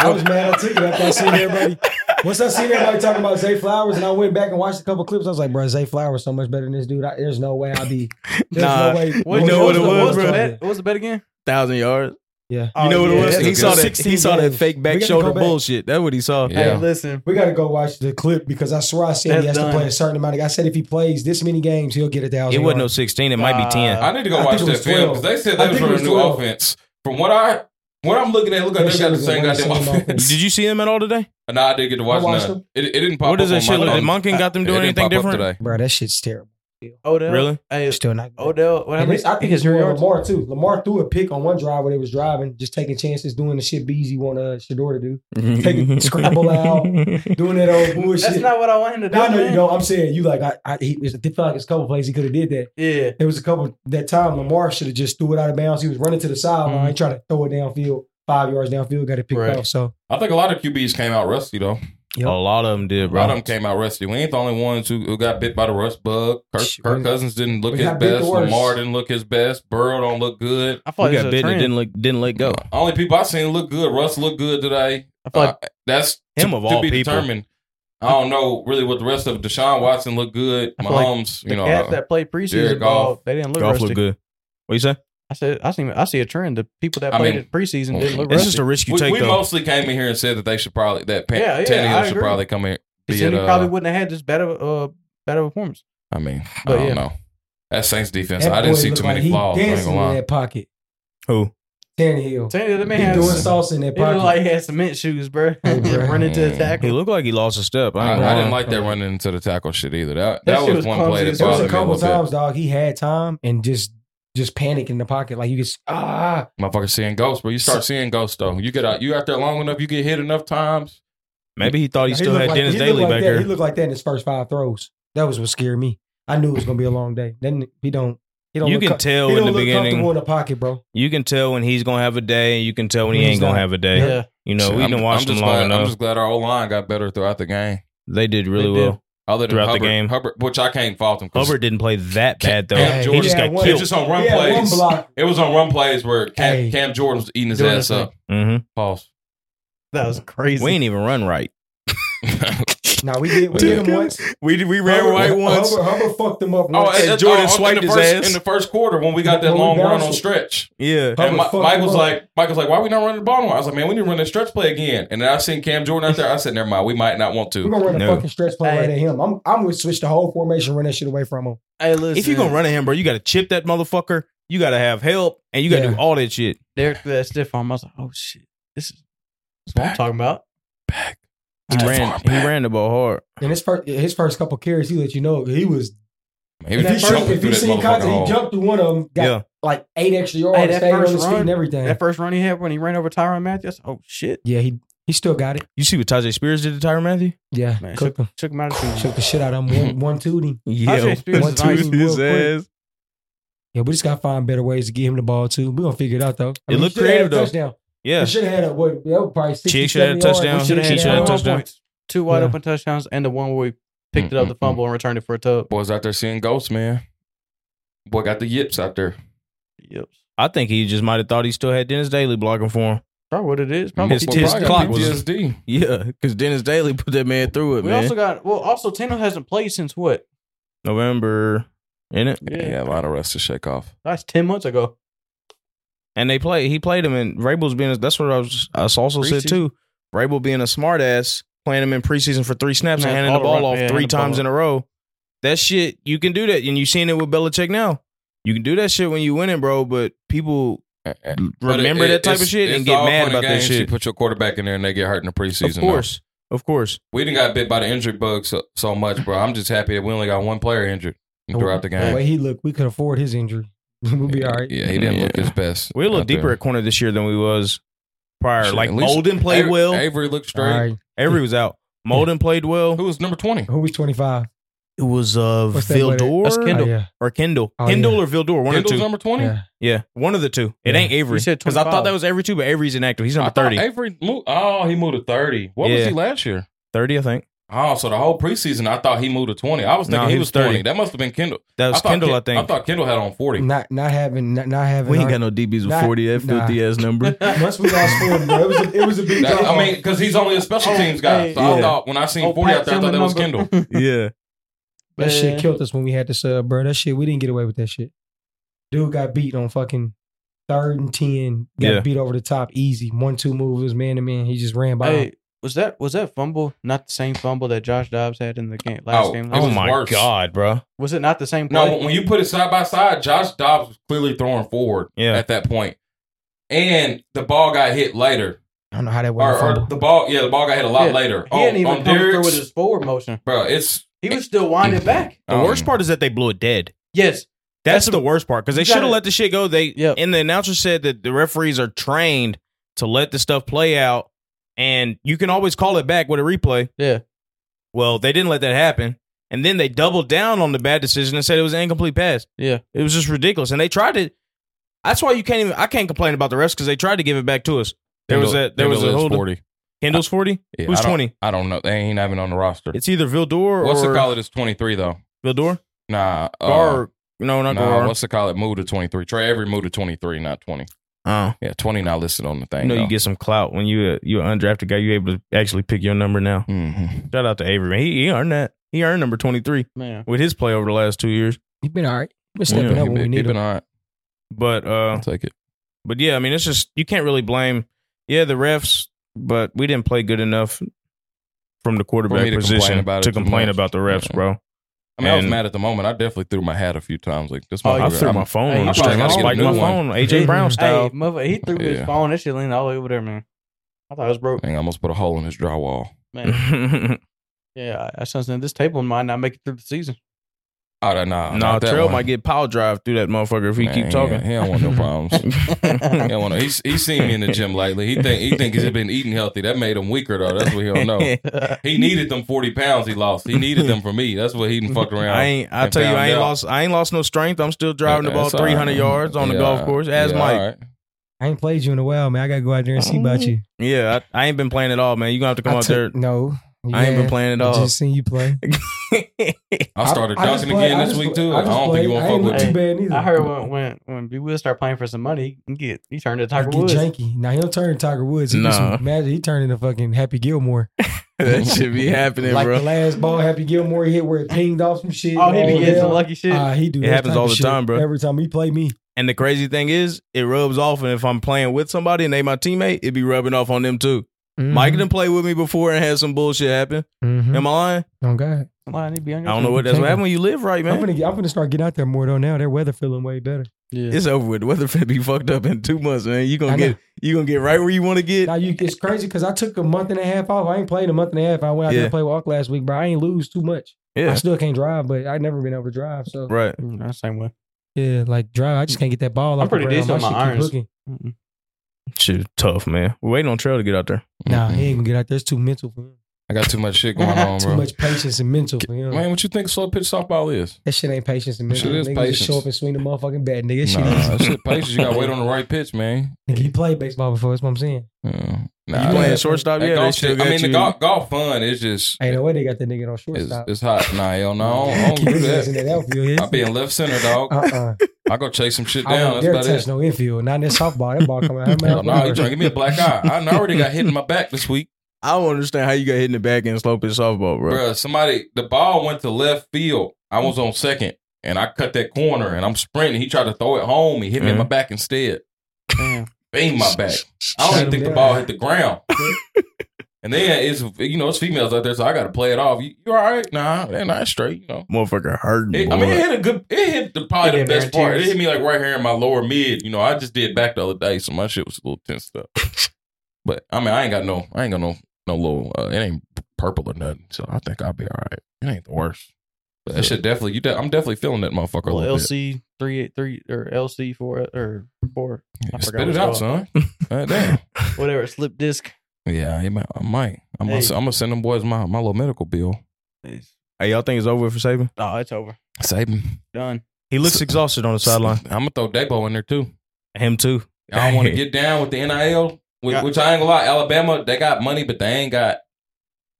Speaker 7: I was mad I took it after I seen everybody. Once I seen everybody talking about Zay Flowers, and I went back and watched a couple clips, I was like, "Bro, Zay Flowers so much better than this dude. I, there's no way I'd be. There's
Speaker 1: Nah,
Speaker 7: no way.
Speaker 2: What,
Speaker 1: You know what it
Speaker 2: the-
Speaker 1: was,
Speaker 2: the
Speaker 1: bro?
Speaker 2: bet? What was the bet again?
Speaker 1: Thousand yards.
Speaker 7: Yeah,
Speaker 1: You know what
Speaker 2: yeah,
Speaker 1: it was?
Speaker 2: that's
Speaker 1: He
Speaker 2: a
Speaker 1: saw
Speaker 7: good-
Speaker 1: that. He saw
Speaker 7: 16
Speaker 1: that
Speaker 7: games.
Speaker 1: fake
Speaker 7: We
Speaker 1: back
Speaker 7: gotta
Speaker 1: shoulder
Speaker 7: go back.
Speaker 1: bullshit. That's what he saw.
Speaker 3: Yeah.
Speaker 2: Hey, listen.
Speaker 7: we got to go watch the clip because I swear I said
Speaker 2: That's
Speaker 7: he has
Speaker 2: done.
Speaker 7: to play a certain amount. Of, I said if he plays this many games, he'll get a thousand.
Speaker 1: It wasn't no
Speaker 7: yards.
Speaker 1: sixteen. It might be ten.
Speaker 2: Uh,
Speaker 3: I need to go
Speaker 7: I
Speaker 3: watch
Speaker 7: think it
Speaker 3: that
Speaker 7: was
Speaker 3: film
Speaker 7: 12.
Speaker 3: because they said
Speaker 7: I
Speaker 3: they was
Speaker 7: think it
Speaker 3: running a
Speaker 7: was
Speaker 3: new
Speaker 7: 12.
Speaker 3: offense. From what I what I'm looking at, look like
Speaker 7: That
Speaker 3: they
Speaker 7: shit
Speaker 3: got the
Speaker 7: was
Speaker 3: same
Speaker 7: the
Speaker 3: goddamn
Speaker 7: same
Speaker 3: offense.
Speaker 7: offense.
Speaker 1: Did you see him at all today?
Speaker 3: Uh, Nah, I did get to watch
Speaker 7: I watched
Speaker 3: none. It, it didn't pop
Speaker 1: What
Speaker 3: up
Speaker 1: does that
Speaker 3: on
Speaker 1: shit
Speaker 3: my
Speaker 1: look? Did
Speaker 3: phone.
Speaker 1: Monken got them
Speaker 3: It
Speaker 1: doing
Speaker 3: didn't
Speaker 1: anything
Speaker 3: pop up
Speaker 1: different?
Speaker 3: today.
Speaker 7: Bro, that shit's terrible.
Speaker 2: Odell.
Speaker 1: Really?
Speaker 2: Hey,
Speaker 7: Still not. good.
Speaker 2: Odell. What
Speaker 7: And
Speaker 2: happened?
Speaker 7: this, I think it's
Speaker 2: Your
Speaker 7: more
Speaker 2: yards?
Speaker 7: Lamar too. Lamar threw a pick on one drive when they was driving, just taking chances, doing the shit Beezy want uh, Shador to do, Taking Scrabble out. doing that old bullshit.
Speaker 2: That's not what I want him to do.
Speaker 7: No, no, you
Speaker 2: man.
Speaker 7: know, I'm saying you like I, I he it was it felt like it's a couple plays he could have did that.
Speaker 2: Yeah.
Speaker 7: There was a couple that time Lamar should have just threw it out of bounds. He was running to the sideline,
Speaker 2: Mhm.
Speaker 7: He trying to throw it downfield, five yards downfield, got it picked
Speaker 2: Right.
Speaker 7: off. Oh, So
Speaker 3: I think a lot of QBs came out rusty though.
Speaker 1: A lot of them did,
Speaker 3: A
Speaker 1: bro.
Speaker 3: lot of them came out rusty. We ain't the only ones who, who got bit by the rust bug. Kirk,
Speaker 7: Shit,
Speaker 3: Kirk
Speaker 7: we-
Speaker 3: Cousins didn't look
Speaker 7: we
Speaker 3: his
Speaker 7: got bit the
Speaker 3: best.
Speaker 7: worst.
Speaker 3: Lamar didn't look his best. Burrow don't look good.
Speaker 2: I thought
Speaker 1: We
Speaker 2: it was
Speaker 1: got
Speaker 2: a
Speaker 1: bit and
Speaker 2: trend.
Speaker 1: didn't let didn't let go.
Speaker 3: Only people I seen look good. Russ looked good today.
Speaker 2: I thought
Speaker 3: Uh, that's
Speaker 1: Him of all people.
Speaker 3: I don't know really what the rest of Deshaun Watson looked good.
Speaker 2: I feel like
Speaker 3: Mahomes,
Speaker 2: the
Speaker 3: you know,
Speaker 2: cats
Speaker 3: uh,
Speaker 2: that played preseason
Speaker 3: Jared
Speaker 2: ball,
Speaker 3: Goff-
Speaker 2: they didn't look
Speaker 1: Golf
Speaker 2: rusty.
Speaker 1: looked good. What you say?
Speaker 2: I said I see I see a trend. The people that
Speaker 3: I
Speaker 2: played
Speaker 3: mean,
Speaker 2: it preseason didn't look
Speaker 1: That's
Speaker 2: rusty.
Speaker 1: just a risk you
Speaker 3: we,
Speaker 1: take
Speaker 3: we
Speaker 1: though.
Speaker 3: mostly came in here and said that they should probably that Pan-
Speaker 2: Yeah, yeah, I
Speaker 3: Tannehill should
Speaker 2: agree.
Speaker 3: probably come in.
Speaker 2: He
Speaker 3: Be
Speaker 2: said
Speaker 3: at,
Speaker 2: he
Speaker 3: uh,
Speaker 2: probably wouldn't have had this better uh better performance.
Speaker 3: I mean, I
Speaker 2: But
Speaker 3: don't
Speaker 2: yeah.
Speaker 3: know. That Saints defense,
Speaker 7: that
Speaker 3: I didn't
Speaker 7: boy
Speaker 3: see
Speaker 7: looked
Speaker 3: too
Speaker 7: like
Speaker 3: many
Speaker 7: he
Speaker 3: flaws. I ain't
Speaker 7: dancing
Speaker 3: gonna
Speaker 7: in
Speaker 3: lie.
Speaker 7: that pocket.
Speaker 1: Who?
Speaker 7: Tannehill,
Speaker 2: Tell you that man
Speaker 7: he
Speaker 3: Yeah.
Speaker 2: has
Speaker 7: doing
Speaker 2: he
Speaker 7: sauce in that
Speaker 2: looked
Speaker 7: pocket.
Speaker 2: like he had cement shoes, bro.
Speaker 7: Hey, bro.
Speaker 2: Running to the
Speaker 3: Mm.
Speaker 1: He
Speaker 2: tackle.
Speaker 1: looked like he lost a step. I,
Speaker 3: I,
Speaker 1: ain't
Speaker 3: I
Speaker 1: gonna
Speaker 3: didn't
Speaker 1: lie.
Speaker 3: like that running into the tackle shit either.
Speaker 2: That
Speaker 3: That that,
Speaker 2: shit
Speaker 3: was,
Speaker 2: was
Speaker 3: one
Speaker 2: clumsy
Speaker 3: play
Speaker 2: as
Speaker 3: that
Speaker 7: There was
Speaker 3: bothered
Speaker 7: a
Speaker 3: me a
Speaker 7: couple
Speaker 3: little
Speaker 7: times, dog. He had time and just just panic in the pocket, like you could s- ah.
Speaker 3: bit. Motherfucker seeing ghosts, bro. You start seeing ghosts though. You get out, you out there long enough, you get hit enough times.
Speaker 1: Maybe he thought he still
Speaker 7: looked
Speaker 1: had
Speaker 7: like-
Speaker 1: Dennis
Speaker 7: he looked
Speaker 1: Daly
Speaker 7: like
Speaker 1: back
Speaker 7: that. He
Speaker 1: here.
Speaker 7: looked like that in his first five throws. That was what scared me. I knew it was gonna be a long day. Then he don't. He don't.
Speaker 1: You
Speaker 7: look
Speaker 1: can
Speaker 7: com-
Speaker 1: tell
Speaker 7: he
Speaker 1: in
Speaker 7: don't
Speaker 1: the
Speaker 7: look comfortable
Speaker 1: beginning.
Speaker 7: in the pocket, bro.
Speaker 1: You can tell when he's gonna have a day, and you can tell when he
Speaker 7: When he's
Speaker 1: ain't gonna
Speaker 7: not.
Speaker 1: have a
Speaker 2: Yeah.
Speaker 1: day. You know, we
Speaker 3: I'm-
Speaker 1: didn't watch
Speaker 3: I'm
Speaker 1: them
Speaker 3: just
Speaker 1: long
Speaker 3: glad, I'm
Speaker 1: enough.
Speaker 3: just glad our O line got better throughout the game.
Speaker 1: They did really
Speaker 2: did.
Speaker 1: well.
Speaker 3: Other than
Speaker 1: Throughout the
Speaker 3: Hubbard,
Speaker 1: game.
Speaker 3: Hubbard, which I can't fault him. 'cause
Speaker 1: Hubbard didn't play that bad though.
Speaker 3: Cam
Speaker 1: he
Speaker 3: Jordan
Speaker 1: just
Speaker 7: Yeah,
Speaker 1: got
Speaker 7: one-
Speaker 3: It's
Speaker 1: killed.
Speaker 3: just on run
Speaker 7: Yeah, one
Speaker 3: plays.
Speaker 7: block.
Speaker 3: It was on run plays where Cam,
Speaker 7: Hey.
Speaker 3: Cam Jordan was eating his
Speaker 2: Doing
Speaker 3: ass
Speaker 2: his
Speaker 3: up.
Speaker 1: Mm-hmm.
Speaker 3: Pause.
Speaker 2: That was crazy.
Speaker 1: We ain't even run right.
Speaker 7: Nah, we did. We did him once.
Speaker 1: We we
Speaker 7: Hubbard- Hubbard, Hubbard fucked him up
Speaker 3: Oh,
Speaker 7: once.
Speaker 3: and,
Speaker 1: Jordan
Speaker 3: Jordan oh,
Speaker 1: swiped
Speaker 3: swiped in
Speaker 1: his
Speaker 3: the first,
Speaker 1: ass.
Speaker 3: in the first quarter when we got that
Speaker 7: When we
Speaker 3: long run
Speaker 7: bounced
Speaker 3: on
Speaker 7: it.
Speaker 3: stretch.
Speaker 1: Yeah.
Speaker 3: And
Speaker 7: Hubbard
Speaker 3: Mi-
Speaker 7: fucked
Speaker 3: Mike
Speaker 7: him
Speaker 3: was
Speaker 7: up.
Speaker 3: like, Mike was like, why we not running the ball? more?" I was like, man, we need to run that stretch play again. And then I seen Cam Jordan out there. I said, never mind, we might not want
Speaker 7: We're
Speaker 3: to.
Speaker 7: gonna run a
Speaker 1: No.
Speaker 7: fucking stretch play right at him. I'm I'm gonna switch the whole formation, run that shit away from him.
Speaker 2: Hey, listen.
Speaker 1: If you're gonna run at him, bro, you gotta chip that motherfucker. You gotta have help, and you gotta
Speaker 7: Yeah.
Speaker 1: do all that shit.
Speaker 2: Derek threw that stiff arm. I was like, oh shit, this is that's what I'm talking about.
Speaker 3: Back.
Speaker 1: He
Speaker 3: Stiff
Speaker 1: ran.
Speaker 3: arm
Speaker 1: He
Speaker 3: back.
Speaker 1: ran the ball hard.
Speaker 7: And his first his first couple carries, he let you know he was.
Speaker 3: He
Speaker 7: If
Speaker 3: was
Speaker 7: he,
Speaker 3: jumping
Speaker 7: first, if
Speaker 3: through
Speaker 7: he
Speaker 3: that
Speaker 7: seen
Speaker 3: motherfucker
Speaker 7: contact,
Speaker 3: hole.
Speaker 7: he jumped through one of them, got
Speaker 1: yeah.
Speaker 7: like eight extra yards,
Speaker 2: Hey, that
Speaker 7: stayed on
Speaker 2: first
Speaker 7: his feet
Speaker 2: run-
Speaker 7: and everything.
Speaker 2: That first run he had when he ran over Tyron Matthew, I said, oh shit,
Speaker 7: yeah, he he still got it.
Speaker 1: You see what Tajay Spears did to Tyron Matthew?
Speaker 7: Yeah,
Speaker 2: Man,
Speaker 7: cooked him,
Speaker 2: took him out of the
Speaker 7: shook the shit out of him. One, one tooted him.
Speaker 1: Yeah.
Speaker 2: Spears
Speaker 7: One
Speaker 2: is nice.
Speaker 7: tooted his ass.
Speaker 1: It
Speaker 7: Yeah, we just gotta find better ways to get him the ball too. We are gonna figure it out though.
Speaker 1: It looked
Speaker 7: he should've had
Speaker 1: creative, though.
Speaker 7: a touchdown.
Speaker 1: Yeah.
Speaker 7: He should have had a what? That was probably sixty.
Speaker 1: Cheek should have had a
Speaker 7: 70 yards.
Speaker 1: touchdown.
Speaker 7: We
Speaker 2: Should have had
Speaker 1: Cheek should have had a
Speaker 2: two
Speaker 1: touchdown.
Speaker 2: points, two wide
Speaker 7: Yeah.
Speaker 2: open touchdowns, and the one where we picked it up the
Speaker 3: Mm-mm-mm.
Speaker 2: fumble and returned it for a tub.
Speaker 3: Boys out there seeing ghosts, man. Boy got the yips out there.
Speaker 2: Yep.
Speaker 1: I think he just might have thought he still had Dennis Daly blocking for him.
Speaker 2: Probably what it is. Probably.
Speaker 1: His-
Speaker 3: Boy,
Speaker 1: his
Speaker 3: probably got
Speaker 1: clock was-
Speaker 3: PTSD.
Speaker 1: Yeah, because Dennis Daly put that man through it,
Speaker 2: we also got well. Also, Tano hasn't played since what?
Speaker 1: November, in it,
Speaker 3: Yeah, a lot of rest to shake off.
Speaker 2: That's ten months ago.
Speaker 1: and they play. He played him, and Rabel's being. That's what I was. I also said
Speaker 2: Preseason.
Speaker 1: too. Rabel being a smartass, playing him in preseason for three snaps
Speaker 2: Man,
Speaker 1: and handing
Speaker 2: all
Speaker 1: the
Speaker 2: the
Speaker 1: ball
Speaker 2: run-
Speaker 1: off
Speaker 2: yeah,
Speaker 1: three
Speaker 2: handing the ball
Speaker 1: times
Speaker 2: off.
Speaker 1: in a row. That shit, you can do that, and you seen it with Belichick now. You can do that shit when you winning, bro. But people
Speaker 3: Uh, But
Speaker 1: remember
Speaker 3: it-
Speaker 1: that type of
Speaker 3: it's-
Speaker 1: shit and
Speaker 3: it's
Speaker 1: get
Speaker 3: all
Speaker 1: mad
Speaker 3: fun and
Speaker 1: about that
Speaker 3: games. You
Speaker 1: shit.
Speaker 3: put your quarterback in there and they get hurt in the preseason.
Speaker 1: Of course, of course.
Speaker 3: though. we didn't got bit by the injury bug so, so much, bro. I'm just happy that we only got one player injured throughout the
Speaker 7: The
Speaker 3: game.
Speaker 7: way Oh, he looked, we could afford his injury. we'll be all right.
Speaker 3: Yeah, he didn't look his best.
Speaker 1: We're a little
Speaker 3: out there.
Speaker 1: deeper at corner this year than we was prior.
Speaker 3: Shit,
Speaker 1: like
Speaker 3: at least
Speaker 1: Molden played
Speaker 3: Avery-
Speaker 1: well.
Speaker 3: Avery looked
Speaker 7: All
Speaker 3: straight.
Speaker 7: right.
Speaker 1: Avery was out. Molden played well.
Speaker 3: Who was number 20?
Speaker 7: Who was twenty five?
Speaker 1: It was uh
Speaker 7: What's that with it?
Speaker 1: Vildor
Speaker 2: That's Kendall.
Speaker 7: yeah.
Speaker 1: or Kendall.
Speaker 7: Oh,
Speaker 1: Kendall
Speaker 7: yeah.
Speaker 1: or Vildor, one
Speaker 3: Kendall's
Speaker 1: of the two.
Speaker 3: number 20?
Speaker 7: yeah.
Speaker 1: yeah, one of the two. It
Speaker 7: Yeah.
Speaker 1: ain't Avery.
Speaker 2: You said
Speaker 1: Because I thought
Speaker 2: 25.
Speaker 1: that was Avery too, but Avery's inactive. He's
Speaker 3: I
Speaker 1: number
Speaker 3: thought
Speaker 1: 30.
Speaker 3: Avery moved. Oh, he moved to 30. What was
Speaker 1: Yeah.
Speaker 3: he last year?
Speaker 1: 30, I think.
Speaker 3: Oh, so the whole preseason, I thought he moved to 20. I was thinking
Speaker 1: No,
Speaker 3: he,
Speaker 1: he
Speaker 3: was
Speaker 1: was 30.
Speaker 3: 20. That must have been Kendall.
Speaker 1: That was
Speaker 3: I thought
Speaker 1: Kendall,
Speaker 3: Ken-
Speaker 1: I think.
Speaker 3: I thought Kendall had on 40.
Speaker 7: Not not having not, not having. our-
Speaker 1: no DBs
Speaker 7: Nah, 40, that nah. filthy
Speaker 1: ass number.
Speaker 7: Once we lost four, bro, it was a, it was a big.
Speaker 3: That-
Speaker 7: drop-off.
Speaker 3: I mean, because he's only a special
Speaker 2: Oh,
Speaker 3: teams guy.
Speaker 2: hey,
Speaker 3: So I
Speaker 1: yeah.
Speaker 3: thought when I seen
Speaker 2: Oh,
Speaker 3: 40 out
Speaker 2: Pat
Speaker 3: there, I thought that
Speaker 2: Tillman
Speaker 3: was
Speaker 2: number.
Speaker 3: Kendall.
Speaker 1: yeah.
Speaker 7: That shit
Speaker 2: Man.
Speaker 7: killed us when we had this, uh, bro. That shit, we didn't get away with that shit. Dude got beat on fucking third and ten. Got
Speaker 1: Yeah.
Speaker 7: beat over the top easy. One two move. It was man to man. He just ran by. him.
Speaker 2: Hey, was that was that fumble not the same fumble that Josh Dobbs had in the game last
Speaker 3: Oh,
Speaker 2: game?
Speaker 3: it
Speaker 1: Oh
Speaker 3: was
Speaker 1: my
Speaker 3: worse.
Speaker 1: God, bro.
Speaker 2: Was it not the same play?
Speaker 3: No, when you put it side by side, Josh Dobbs was clearly throwing forward
Speaker 1: Yeah.
Speaker 3: at that point. And the ball got hit later.
Speaker 7: I don't know how that
Speaker 3: Or,
Speaker 7: went.
Speaker 3: or the ball, yeah, the ball got hit a lot
Speaker 2: Yeah.
Speaker 3: later. Oh,
Speaker 2: he
Speaker 1: Oh,
Speaker 2: hadn't even
Speaker 3: on
Speaker 2: come through
Speaker 3: Derek's-
Speaker 2: with his forward motion.
Speaker 3: bro, it's
Speaker 2: He was still winding back.
Speaker 1: The
Speaker 3: Um,
Speaker 1: worst part is that they blew it dead.
Speaker 2: Yes,
Speaker 1: That's, the, worst part because they
Speaker 2: You
Speaker 1: should have
Speaker 2: gotta-
Speaker 1: let the shit go. They
Speaker 2: Yep.
Speaker 1: and the announcer said that the referees are trained to let the stuff play out, and you can always call it back with a replay.
Speaker 2: Yeah.
Speaker 1: Well, they didn't let that happen, and then they doubled down on the bad decision and said it was an incomplete pass.
Speaker 2: Yeah.
Speaker 1: It was just ridiculous, and they tried to. That's why you can't even. I can't complain about the refs because they tried to give it back to us. There was that. There was a
Speaker 3: Kendall is
Speaker 1: hold.
Speaker 3: forty.
Speaker 1: Kendall's forty.
Speaker 3: Yeah,
Speaker 1: Who's
Speaker 3: I don't-
Speaker 1: twenty?
Speaker 3: I don't know. They ain't even on the roster.
Speaker 1: It's either Vildor
Speaker 3: what's
Speaker 1: or
Speaker 3: the call? It is twenty three though.
Speaker 1: Vildor.
Speaker 3: Nah, uh,
Speaker 1: Gar. No, not
Speaker 3: nah,
Speaker 1: Gar.
Speaker 3: what's the call? It moved to twenty three. Trey Avery moved to twenty three, not twenty.
Speaker 1: Oh.
Speaker 3: Yeah, twenty not listed on the
Speaker 1: You
Speaker 3: thing.
Speaker 1: know,
Speaker 3: though.
Speaker 1: you get some clout when you uh, you an undrafted guy. You able to actually pick your number now.
Speaker 3: Mhm.
Speaker 1: Shout out to Avery. Man. He, he earned that. He earned number twenty three
Speaker 2: man.
Speaker 1: with his play over the last two years.
Speaker 7: he been all right. He been stepping up
Speaker 3: Yeah, he
Speaker 7: when we
Speaker 3: been, he
Speaker 7: need
Speaker 3: been
Speaker 7: him.
Speaker 3: all right.
Speaker 1: But uh,
Speaker 3: I'll take it.
Speaker 1: but yeah, I mean, it's just you can't really blame. Yeah, the refs, but we didn't play good enough from the quarterback
Speaker 3: me to
Speaker 1: position
Speaker 3: complain about it
Speaker 1: to
Speaker 3: too
Speaker 1: complain
Speaker 3: much.
Speaker 1: about the refs,
Speaker 3: Yeah.
Speaker 1: bro.
Speaker 3: I mean, I was
Speaker 1: And-
Speaker 3: mad at the moment. I definitely threw my hat a few times. Like this.
Speaker 2: Oh,
Speaker 3: motherfucker,
Speaker 1: I threw
Speaker 3: I'm-
Speaker 1: my phone
Speaker 2: Hey,
Speaker 1: on
Speaker 2: you
Speaker 1: the stream.
Speaker 2: probably
Speaker 1: I
Speaker 2: gotta get a
Speaker 1: spiked
Speaker 2: new
Speaker 1: my
Speaker 3: one.
Speaker 1: phone, AJ Brown
Speaker 2: Hey,
Speaker 1: style.
Speaker 2: mother, he threw
Speaker 3: Yeah.
Speaker 2: his phone. That shit leaned all over there, man. I thought it was broke,
Speaker 3: Dang, I almost put a hole in his drywall.
Speaker 2: man. yeah, I, I sensed that this table might not make it through the season.
Speaker 3: Oh, no, no.
Speaker 1: nah,
Speaker 3: not that
Speaker 1: Trail
Speaker 3: one.
Speaker 1: might get power drive through that motherfucker if he
Speaker 3: Man,
Speaker 1: keep
Speaker 3: he-
Speaker 1: talking.
Speaker 3: He don't want no problems. he don't want no, he's, he's seen me in the gym lately. He think he think he's been eating healthy. That made him weaker though. That's what he don't know. He needed them forty pounds he lost. He needed them for me. That's what he done fucked around.
Speaker 1: I ain't. I
Speaker 3: and
Speaker 1: tell you,
Speaker 3: found
Speaker 1: I ain't
Speaker 3: out.
Speaker 1: lost. I ain't lost no strength. I'm still driving the ball
Speaker 3: That's all right.
Speaker 1: 300 yards on the
Speaker 3: Yeah,
Speaker 1: golf course. As
Speaker 3: yeah,
Speaker 1: Mike.
Speaker 3: all right.
Speaker 7: I ain't played you in a while, man. I gotta go out there and see about you.
Speaker 1: Yeah, I, I ain't been playing at all, man. You gonna have to come
Speaker 7: I
Speaker 1: out
Speaker 7: took-
Speaker 1: there.
Speaker 7: No,
Speaker 1: I ain't been
Speaker 7: Yeah.
Speaker 1: playing at
Speaker 7: I
Speaker 1: all.
Speaker 7: Just seen you play.
Speaker 3: I started
Speaker 7: I- I just
Speaker 3: dunking
Speaker 7: play-
Speaker 3: again
Speaker 7: I
Speaker 3: this
Speaker 7: just
Speaker 3: week
Speaker 7: play-
Speaker 3: too.
Speaker 7: I
Speaker 3: I,
Speaker 7: just
Speaker 3: don't
Speaker 7: play.
Speaker 3: think you want
Speaker 7: I
Speaker 3: to fuck
Speaker 7: ain't
Speaker 3: with
Speaker 7: look
Speaker 3: me.
Speaker 7: too bad neither.
Speaker 2: I heard when when when B Will start playing for some money, he get he turned into
Speaker 7: I
Speaker 2: Tiger
Speaker 7: get
Speaker 2: Woods.
Speaker 7: janky. Now he'll turn Tiger Woods. He do some
Speaker 1: Nah.
Speaker 7: magic. He turned into fucking Happy Gilmore.
Speaker 1: that should be happening,
Speaker 7: like
Speaker 1: bro.
Speaker 7: the last ball Happy Gilmore hit where it pinged off some shit.
Speaker 2: Oh, he be
Speaker 7: all
Speaker 2: getting some
Speaker 7: hell.
Speaker 2: lucky shit.
Speaker 7: Ah, he do.
Speaker 1: It
Speaker 7: that
Speaker 1: happens
Speaker 7: type
Speaker 1: all
Speaker 7: of
Speaker 1: the
Speaker 7: shit
Speaker 1: time, bro.
Speaker 7: Every time he play me,
Speaker 1: And the crazy thing is, it rubs off. And if I'm playing with somebody and they my teammate, it be rubbing off on them too. Mike didn't play with me before and had some bullshit happen.
Speaker 7: Mm-hmm.
Speaker 1: Am I lying?
Speaker 7: Oh God,
Speaker 2: Line, he be on
Speaker 1: I
Speaker 2: your
Speaker 1: don't know what that's what happened when you live right,
Speaker 7: I'm
Speaker 1: man.
Speaker 7: gonna get, I'm gonna start getting out there more though. Now their weather feeling way better.
Speaker 2: team. Yeah.
Speaker 1: It's over with. The weather finna be fucked up in two months, man. You
Speaker 7: I
Speaker 1: gonna
Speaker 7: know.
Speaker 1: get you gonna get right where you want to get.
Speaker 7: Now you, it's crazy because I took a month and a half off. I ain't played a month and a half. I went out there
Speaker 1: Yeah.
Speaker 7: to play walk last week, bro. I ain't lose too much. I
Speaker 1: Yeah,
Speaker 7: still can't drive, but I never been able to drive. So
Speaker 1: right.
Speaker 2: Mm, that's the same way.
Speaker 7: yeah, like drive, I just can't get that ball.
Speaker 2: I'm
Speaker 7: off the
Speaker 2: pretty
Speaker 7: ground.
Speaker 2: decent on
Speaker 7: shit
Speaker 2: my
Speaker 7: keep
Speaker 2: irons.
Speaker 7: hooking.
Speaker 2: Mm-mm.
Speaker 1: Shit, tough, man. We're waiting on Trail to get out there.
Speaker 7: Nah, he ain't gonna get out there. It's too mental for him.
Speaker 3: I got too much shit going on,
Speaker 7: too
Speaker 3: bro.
Speaker 7: much patience and mental for him.
Speaker 3: Man, what you think slow pitch softball is?
Speaker 7: That shit ain't patience and
Speaker 3: That shit
Speaker 7: mental.
Speaker 3: is
Speaker 7: Niggas
Speaker 3: patience.
Speaker 7: just show up and swing the motherfucking bat. Nigga, That shit
Speaker 3: nah,
Speaker 7: is-
Speaker 3: that shit patience. You got to wait on the right pitch, man.
Speaker 7: Nigga, you played baseball before. That's what I'm saying.
Speaker 3: Yeah.
Speaker 1: You
Speaker 3: Nah,
Speaker 1: playing
Speaker 3: that-
Speaker 1: shortstop?
Speaker 3: that
Speaker 1: Yeah, they
Speaker 3: golf
Speaker 1: still
Speaker 3: shit-
Speaker 1: got
Speaker 3: I mean,
Speaker 1: you.
Speaker 3: the golf, golf fun is just
Speaker 7: Ain't no way they got that nigga on
Speaker 3: it's,
Speaker 7: shortstop.
Speaker 3: it's hot. Nah, hell no, I don't, I don't do
Speaker 7: His ass in
Speaker 3: that.
Speaker 7: that outfield.
Speaker 3: I be in left center, dog.
Speaker 7: Uh-uh.
Speaker 3: I go chase some shit
Speaker 7: I
Speaker 3: down.
Speaker 7: won't
Speaker 3: That's
Speaker 7: dare
Speaker 3: about
Speaker 7: touch
Speaker 3: it.
Speaker 7: no infield. Not in that softball. That ball coming out. of my
Speaker 3: No, nah, you
Speaker 7: mouth.
Speaker 3: trying to give me a black eye? I done already got hit in my back this week,
Speaker 1: I don't understand how you got hit in the back end slope in softball, bro.
Speaker 3: Bruh, Somebody, the ball went to left field. I was on second, and I cut that corner, and I'm sprinting. He tried to throw it home. He hit me in my back instead.
Speaker 2: Damn.
Speaker 3: Bang my back. I don't even
Speaker 7: Shut
Speaker 3: think
Speaker 7: him
Speaker 3: the
Speaker 7: down.
Speaker 3: ball hit the ground. and then it's you know it's females out there, so I got to play it off. You, you all right? Nah, they're not straight. You know.
Speaker 1: Motherfucker hurting.
Speaker 3: It, I
Speaker 1: boy.
Speaker 3: mean, it hit a good. It hit the,
Speaker 2: It
Speaker 3: probably the
Speaker 2: hit
Speaker 3: best
Speaker 2: there in
Speaker 3: part. It
Speaker 2: tears.
Speaker 3: hit me like right here in my lower mid. You know, I just did back the other day, so my shit was a little tensed up. but I mean, I ain't got no. I ain't got no. No little. Uh, it ain't purple or nothing. So I think I'll be all right. It ain't the worst. But that shit definitely. You. De- I'm definitely feeling that motherfucker a
Speaker 2: Well,
Speaker 3: little
Speaker 2: LC three eight three or LC four or four
Speaker 3: bit.
Speaker 2: I forgot
Speaker 3: Spit
Speaker 2: what
Speaker 3: it
Speaker 2: it's
Speaker 3: out,
Speaker 2: called.
Speaker 3: son. God damn.
Speaker 2: whatever slip disc.
Speaker 3: Yeah, I might. I might. I'm, gonna,
Speaker 2: Hey.
Speaker 3: I'm gonna send them boys my my little medical bill.
Speaker 1: hey, y'all think it's over for Saban?
Speaker 2: Oh, it's over.
Speaker 3: Saving.
Speaker 2: Done.
Speaker 1: He looks exhausted on the sideline.
Speaker 3: I'm gonna throw Dabo in there too.
Speaker 1: Him too.
Speaker 3: I don't want to
Speaker 1: Dang.
Speaker 3: get down with the NIL, which,
Speaker 2: Yeah.
Speaker 3: which I ain't gonna lie. Alabama, they got money, but they ain't got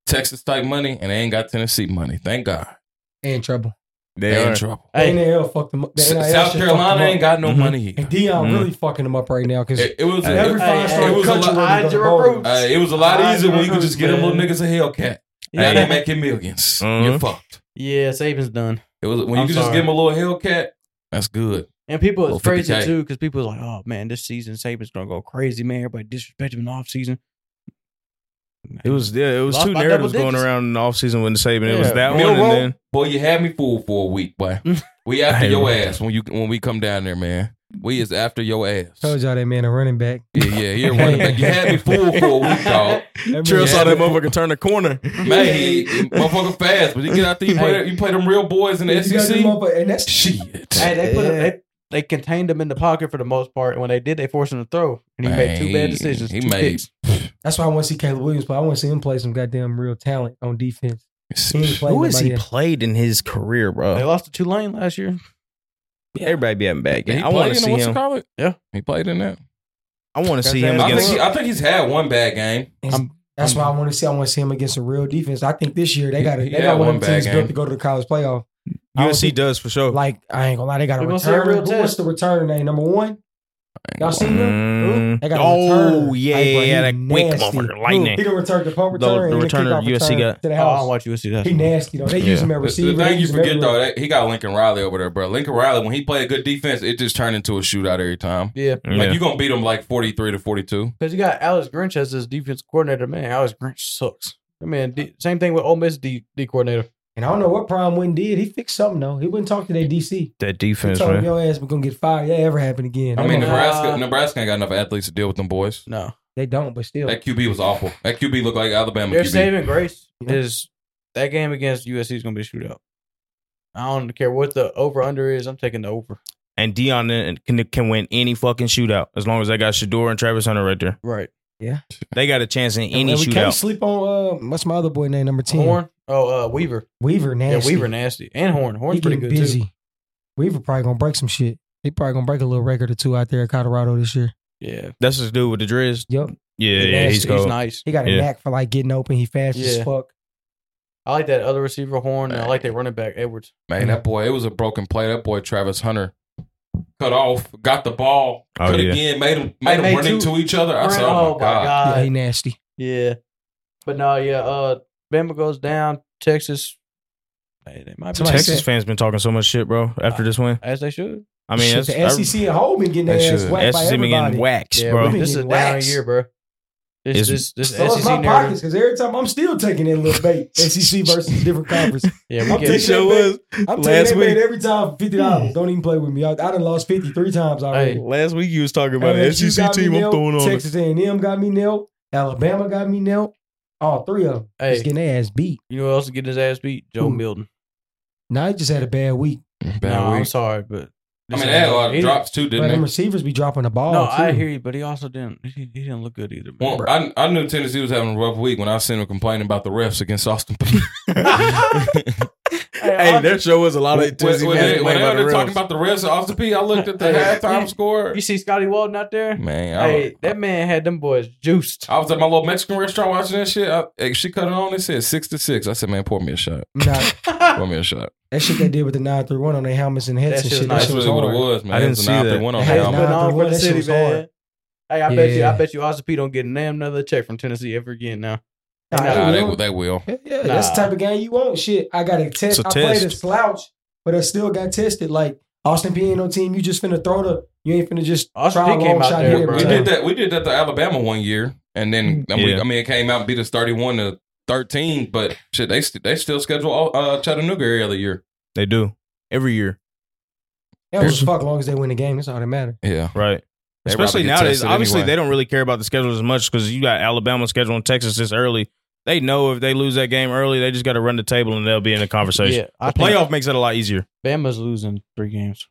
Speaker 3: Texas type money, and they ain't got Tennessee money. Thank God,
Speaker 7: in trouble.
Speaker 3: they,
Speaker 1: They,
Speaker 3: in
Speaker 1: are.
Speaker 3: trouble.
Speaker 7: The
Speaker 2: Hey,
Speaker 7: NIL fucked them up. The
Speaker 3: S-
Speaker 7: NIL
Speaker 3: South
Speaker 7: shit fucked
Speaker 3: Carolina
Speaker 7: them
Speaker 3: ain't
Speaker 7: up.
Speaker 3: got no
Speaker 1: Mhm.
Speaker 3: money. Here.
Speaker 7: And Dion
Speaker 1: Mhm.
Speaker 7: really fucking them up right now because
Speaker 3: It, it was
Speaker 1: Hey,
Speaker 7: every
Speaker 3: it,
Speaker 7: five star
Speaker 2: hey,
Speaker 3: it was a
Speaker 7: country
Speaker 3: lot-
Speaker 7: wanna
Speaker 2: I
Speaker 7: go to
Speaker 2: drew
Speaker 7: bowl.
Speaker 2: approved.
Speaker 3: uh, it was a lot
Speaker 2: I
Speaker 3: easier when you could
Speaker 2: remember,
Speaker 3: just get them little
Speaker 2: man.
Speaker 3: niggas a Hellcat. Now they
Speaker 2: yeah,
Speaker 3: making 1000000s
Speaker 1: Mhm.
Speaker 3: You're fucked.
Speaker 2: yeah, Saban's done.
Speaker 3: It was when you
Speaker 2: I'm
Speaker 3: could just
Speaker 2: sorry.
Speaker 3: give them a little Hellcat. That's good.
Speaker 2: And people,
Speaker 3: Well,
Speaker 2: it's crazy
Speaker 3: 50K.
Speaker 2: too because people is like, oh man, this season Saban's gonna go crazy, man. Everybody disrespect him in the off season.
Speaker 1: It was yeah, it was
Speaker 2: Lost
Speaker 1: two
Speaker 2: by
Speaker 1: narratives
Speaker 2: double
Speaker 1: going
Speaker 2: digits.
Speaker 1: around in the offseason when Saban. It was
Speaker 2: Yeah.
Speaker 1: that one
Speaker 3: Milroe,
Speaker 1: and then
Speaker 3: boy, you had me fooled for a week, boy. We after
Speaker 1: Hey,
Speaker 3: your
Speaker 1: man.
Speaker 3: ass when you when we come down there, man. We is after your ass.
Speaker 7: Told y'all that man a running back.
Speaker 3: Yeah, yeah, you're running back. You had me fooled for a week, dog.
Speaker 7: That
Speaker 1: Trill
Speaker 7: man-
Speaker 1: saw that motherfucker turn the corner.
Speaker 3: Man, he, he motherfucker fast, but you get out there, you play, you play them real boys in the
Speaker 7: You got them
Speaker 3: SEC.
Speaker 7: motherfucker- And that's
Speaker 3: Shit.
Speaker 2: Hey, they put him,
Speaker 7: Yeah.
Speaker 2: they, they contained him in the pocket for the most part. And when they did, they forced him to throw, and he made two
Speaker 3: Man,
Speaker 2: bad decisions.
Speaker 3: He
Speaker 2: two
Speaker 3: made.
Speaker 2: picks.
Speaker 7: that's why I want to see Caleb Williams play. I want to see him play some goddamn real talent on defense. He ain't played
Speaker 1: Who has
Speaker 7: nobody
Speaker 1: he
Speaker 7: yet.
Speaker 1: played in his career,
Speaker 2: They
Speaker 1: bro?
Speaker 2: lost to Tulane last year.
Speaker 1: Everybody be having bad
Speaker 3: He
Speaker 1: game. I
Speaker 3: played
Speaker 1: want
Speaker 3: in
Speaker 1: to
Speaker 3: the-
Speaker 1: see
Speaker 3: what's it
Speaker 1: him.
Speaker 3: called?
Speaker 2: Yeah.
Speaker 3: he played in that.
Speaker 1: I want to see him
Speaker 2: That's
Speaker 3: I think,
Speaker 1: against.
Speaker 3: he, I think he's had one bad game.
Speaker 2: I'm-
Speaker 7: That's why I want to see. I want to see him against a real defense. I think this year they got
Speaker 3: He
Speaker 7: they
Speaker 3: had
Speaker 7: got one of
Speaker 3: one
Speaker 7: them teams
Speaker 3: bad
Speaker 7: built
Speaker 3: game.
Speaker 7: to go to the college playoff. I don't
Speaker 1: USC
Speaker 7: think-
Speaker 1: does for sure.
Speaker 7: Like I ain't gonna lie, they got a
Speaker 2: We gonna see a
Speaker 7: return.
Speaker 2: real
Speaker 7: Who- What's
Speaker 2: test.
Speaker 7: the returner name? Number one. Y'all seen him?
Speaker 1: Mm.
Speaker 7: Who? They got a
Speaker 1: oh
Speaker 7: returner.
Speaker 1: yeah,
Speaker 7: Hey, bro,
Speaker 1: yeah,
Speaker 7: he
Speaker 1: that quick
Speaker 7: nasty.
Speaker 1: motherfucker,
Speaker 7: He
Speaker 1: lightning.
Speaker 7: can return the punt
Speaker 1: The-
Speaker 7: return.
Speaker 1: the
Speaker 7: and the
Speaker 1: returner
Speaker 7: kickoff
Speaker 1: USC
Speaker 7: return
Speaker 1: got-
Speaker 7: to the
Speaker 2: Oh, I don't
Speaker 7: house.
Speaker 2: watch USC. That's
Speaker 7: he nasty though. They
Speaker 1: Yeah.
Speaker 7: use him at
Speaker 3: The,
Speaker 7: receiver.
Speaker 3: the
Speaker 7: They
Speaker 3: thing you
Speaker 7: use him
Speaker 3: forget
Speaker 7: everywhere.
Speaker 3: though, that, he got Lincoln Riley over there, bro. Lincoln Riley, when he played a good defense, it just turned into a shootout every time.
Speaker 2: Yeah,
Speaker 3: Like
Speaker 1: Yeah.
Speaker 3: you gonna beat him like forty three to forty two.
Speaker 2: because you got Alex Grinch as his defense coordinator. Man, Alex Grinch sucks. I mean, D, same thing with Ole Miss D, D coordinator.
Speaker 7: And I don't know what Prime Wynn did. He fixed something though. He wouldn't talk to their DC.
Speaker 1: That
Speaker 7: He
Speaker 1: defense,
Speaker 7: told him
Speaker 1: man.
Speaker 7: your ass was gonna get fired. That ever happened again.
Speaker 3: I
Speaker 7: They
Speaker 3: mean,
Speaker 7: don't-
Speaker 2: Uh,
Speaker 3: Nebraska, Nebraska ain't got enough athletes to deal with them boys.
Speaker 2: No,
Speaker 7: they don't, but still.
Speaker 3: That QB was awful. That QB looked like Alabama
Speaker 2: their
Speaker 3: QB.
Speaker 2: saving grace
Speaker 7: Yeah.
Speaker 2: is that game against USC is going to be a shootout. I don't care what the over under is. I'm taking the over.
Speaker 1: And Dion then can can win any fucking shootout as long as they got Shador and Travis Hunter right there.
Speaker 2: Right.
Speaker 1: They got a chance in any
Speaker 7: And we can't
Speaker 1: shootout.
Speaker 7: sleep on uh, what's my other boy name number ten?
Speaker 2: Horn. Oh, uh, Weaver.
Speaker 7: Weaver nasty.
Speaker 2: Yeah, Weaver nasty and Horn.
Speaker 7: He
Speaker 2: Horn's pretty
Speaker 7: getting
Speaker 2: good
Speaker 7: busy.
Speaker 2: too.
Speaker 7: Weaver probably gonna break some shit. He probably gonna break a little record or two out there in Colorado this year.
Speaker 2: Yeah.
Speaker 1: That's his dude with the dreads.
Speaker 7: Yep.
Speaker 1: Yeah,
Speaker 2: He
Speaker 1: yeah,
Speaker 2: nasty.
Speaker 1: he's cold.
Speaker 2: nice.
Speaker 7: He got a
Speaker 1: Yeah.
Speaker 7: knack for like getting open. He fast as
Speaker 2: Yeah.
Speaker 7: fuck.
Speaker 2: I like that other receiver Horn. And I like that running back Edwards.
Speaker 3: Man, that boy, it was a broken play. That boy Travis Hunter cut off, got the ball,
Speaker 1: Oh,
Speaker 3: cut
Speaker 1: yeah.
Speaker 3: again, made him made
Speaker 2: They
Speaker 3: him
Speaker 2: made
Speaker 3: run
Speaker 2: two-
Speaker 3: into each other. I said, Oh my god.
Speaker 7: yeah, he nasty.
Speaker 2: Yeah. But no, yeah, uh Bama goes down, Texas hey, they might be
Speaker 7: Somebody
Speaker 1: Texas
Speaker 7: said-
Speaker 1: fans been talking so much shit, bro.
Speaker 8: Uh,
Speaker 1: After this win,
Speaker 2: as they should.
Speaker 1: I mean,
Speaker 7: Shit,
Speaker 1: that's-
Speaker 7: the SEC at home been getting
Speaker 1: I- that
Speaker 7: their ass
Speaker 1: shit-
Speaker 7: whacked by
Speaker 3: E
Speaker 1: SEC been
Speaker 7: everybody.
Speaker 1: getting waxed,
Speaker 2: Yeah,
Speaker 1: bro.
Speaker 2: we- this is a down
Speaker 7: Waxed.
Speaker 2: year, bro. This
Speaker 1: It's-
Speaker 2: this this
Speaker 7: So it's
Speaker 2: SEC
Speaker 7: my
Speaker 2: E narrative.
Speaker 7: pockets because every time I'm still taking that little bait. SEC versus different conference.
Speaker 2: Yeah,
Speaker 7: I'm
Speaker 2: we get
Speaker 7: taking-
Speaker 8: show was
Speaker 7: I'm
Speaker 8: Last
Speaker 7: taking that
Speaker 8: week-
Speaker 7: bait every time for fifty dollars. Don't even play with me. I, I done lost fifty three times already.
Speaker 2: Hey, E
Speaker 8: last week. You was talking about the
Speaker 7: LSU
Speaker 8: SEC
Speaker 7: got me
Speaker 8: team. I'm
Speaker 7: nailed.
Speaker 8: throwing on. it.
Speaker 7: Texas A&M got me nailed. Alabama got me nailed. All three of them
Speaker 2: Hey.
Speaker 7: just getting their ass beat.
Speaker 2: you know who else is getting his ass beat? Joe
Speaker 7: Who?
Speaker 2: Milton.
Speaker 7: Now he just had a bad week.
Speaker 3: Bad
Speaker 2: no, I'm
Speaker 3: week.
Speaker 2: sorll sorry, but
Speaker 3: I
Speaker 2: this
Speaker 3: mean,
Speaker 2: is-
Speaker 3: they had a lot
Speaker 2: he
Speaker 3: of drops too,
Speaker 7: But them
Speaker 3: didn't they?
Speaker 7: receivers be dropping the ball.
Speaker 2: No,
Speaker 7: too.
Speaker 2: I hear you, but he also didn't he, he didn't look good either. man.
Speaker 3: Well, I, I knew Tennessee was having a rough week when I seen them complaining about the refs against Austin. Peay.
Speaker 8: Hey, that show was a lot
Speaker 1: When-
Speaker 8: of
Speaker 3: when
Speaker 8: Tennessee
Speaker 3: when
Speaker 8: fans
Speaker 3: they, when
Speaker 8: complaining
Speaker 3: they
Speaker 8: about the
Speaker 3: were talking
Speaker 8: refs.
Speaker 3: about the refs at Austin Peay, I looked at the
Speaker 2: Hey.
Speaker 3: halftime score.
Speaker 2: you see Scotty Walden out there?
Speaker 3: Man, I,
Speaker 2: hey, that man had them boys juiced.
Speaker 3: I was at my little Mexican restaurant watching that shit. I, hey, she cut it on. It said six to six. I said, man, pour me a shot.
Speaker 7: Nah,
Speaker 3: Pour me a shot.
Speaker 7: that shit they did with the nine three one on their helmets and
Speaker 2: That
Speaker 7: heads and
Speaker 2: shit was
Speaker 7: shit.
Speaker 2: nice.
Speaker 7: That
Speaker 3: That's
Speaker 7: shit was
Speaker 3: really what it
Speaker 7: hard.
Speaker 3: was, man.
Speaker 1: I
Speaker 3: It
Speaker 1: didn't
Speaker 3: was
Speaker 1: see
Speaker 3: an
Speaker 1: that.
Speaker 3: One on
Speaker 7: Hey,
Speaker 3: the
Speaker 7: it's not-
Speaker 3: helmet.
Speaker 2: Putting on
Speaker 7: Nah,
Speaker 2: for the
Speaker 7: that shit
Speaker 2: city,
Speaker 7: was
Speaker 2: man.
Speaker 7: hard.
Speaker 2: Hey, I bet you,
Speaker 7: Yeah.
Speaker 2: I bet you, Austin P don't get damn another check from Tennessee ever again. Now,
Speaker 7: Nah,
Speaker 2: Nah,
Speaker 3: Nah,
Speaker 7: they
Speaker 3: they,
Speaker 7: will.
Speaker 3: will- they will.
Speaker 7: Yeah, yeah, that's the
Speaker 2: Nah.
Speaker 7: type of game you want. Shit, I got a test.
Speaker 1: It's a
Speaker 7: I played a
Speaker 1: test.
Speaker 7: slouch, but I still got tested. Like Austin P ain't no team. You just finna throw the. You ain't finna just
Speaker 2: Austin
Speaker 7: try
Speaker 2: Peay
Speaker 7: a
Speaker 2: came
Speaker 7: long
Speaker 2: out
Speaker 7: shot
Speaker 2: there,
Speaker 7: and hit
Speaker 2: bro.
Speaker 7: every
Speaker 3: We
Speaker 7: time.
Speaker 3: did that. We did that to Alabama one year, and then I mean,
Speaker 1: Mm. Yeah.
Speaker 3: I mean, it came out and beat us thirty-one to thirteen. But shit, they st- they still schedule all, uh, Chattanooga every other year.
Speaker 1: they do every year,
Speaker 7: That was fuck. Long as they win the game, that's all that matters.
Speaker 3: Yeah,
Speaker 1: right?
Speaker 3: They
Speaker 1: Especially
Speaker 3: probably get
Speaker 1: nowadays.
Speaker 3: tested
Speaker 1: Obviously,
Speaker 3: anyway.
Speaker 1: they don't really care about the schedule as much because you got Alabama scheduling Texas this early. They know if they lose that game early, they just got to run the table and they'll be in the conversation.
Speaker 2: yeah, I
Speaker 1: The
Speaker 2: think
Speaker 1: playoff makes it a lot easier.
Speaker 2: Bama's losing three games.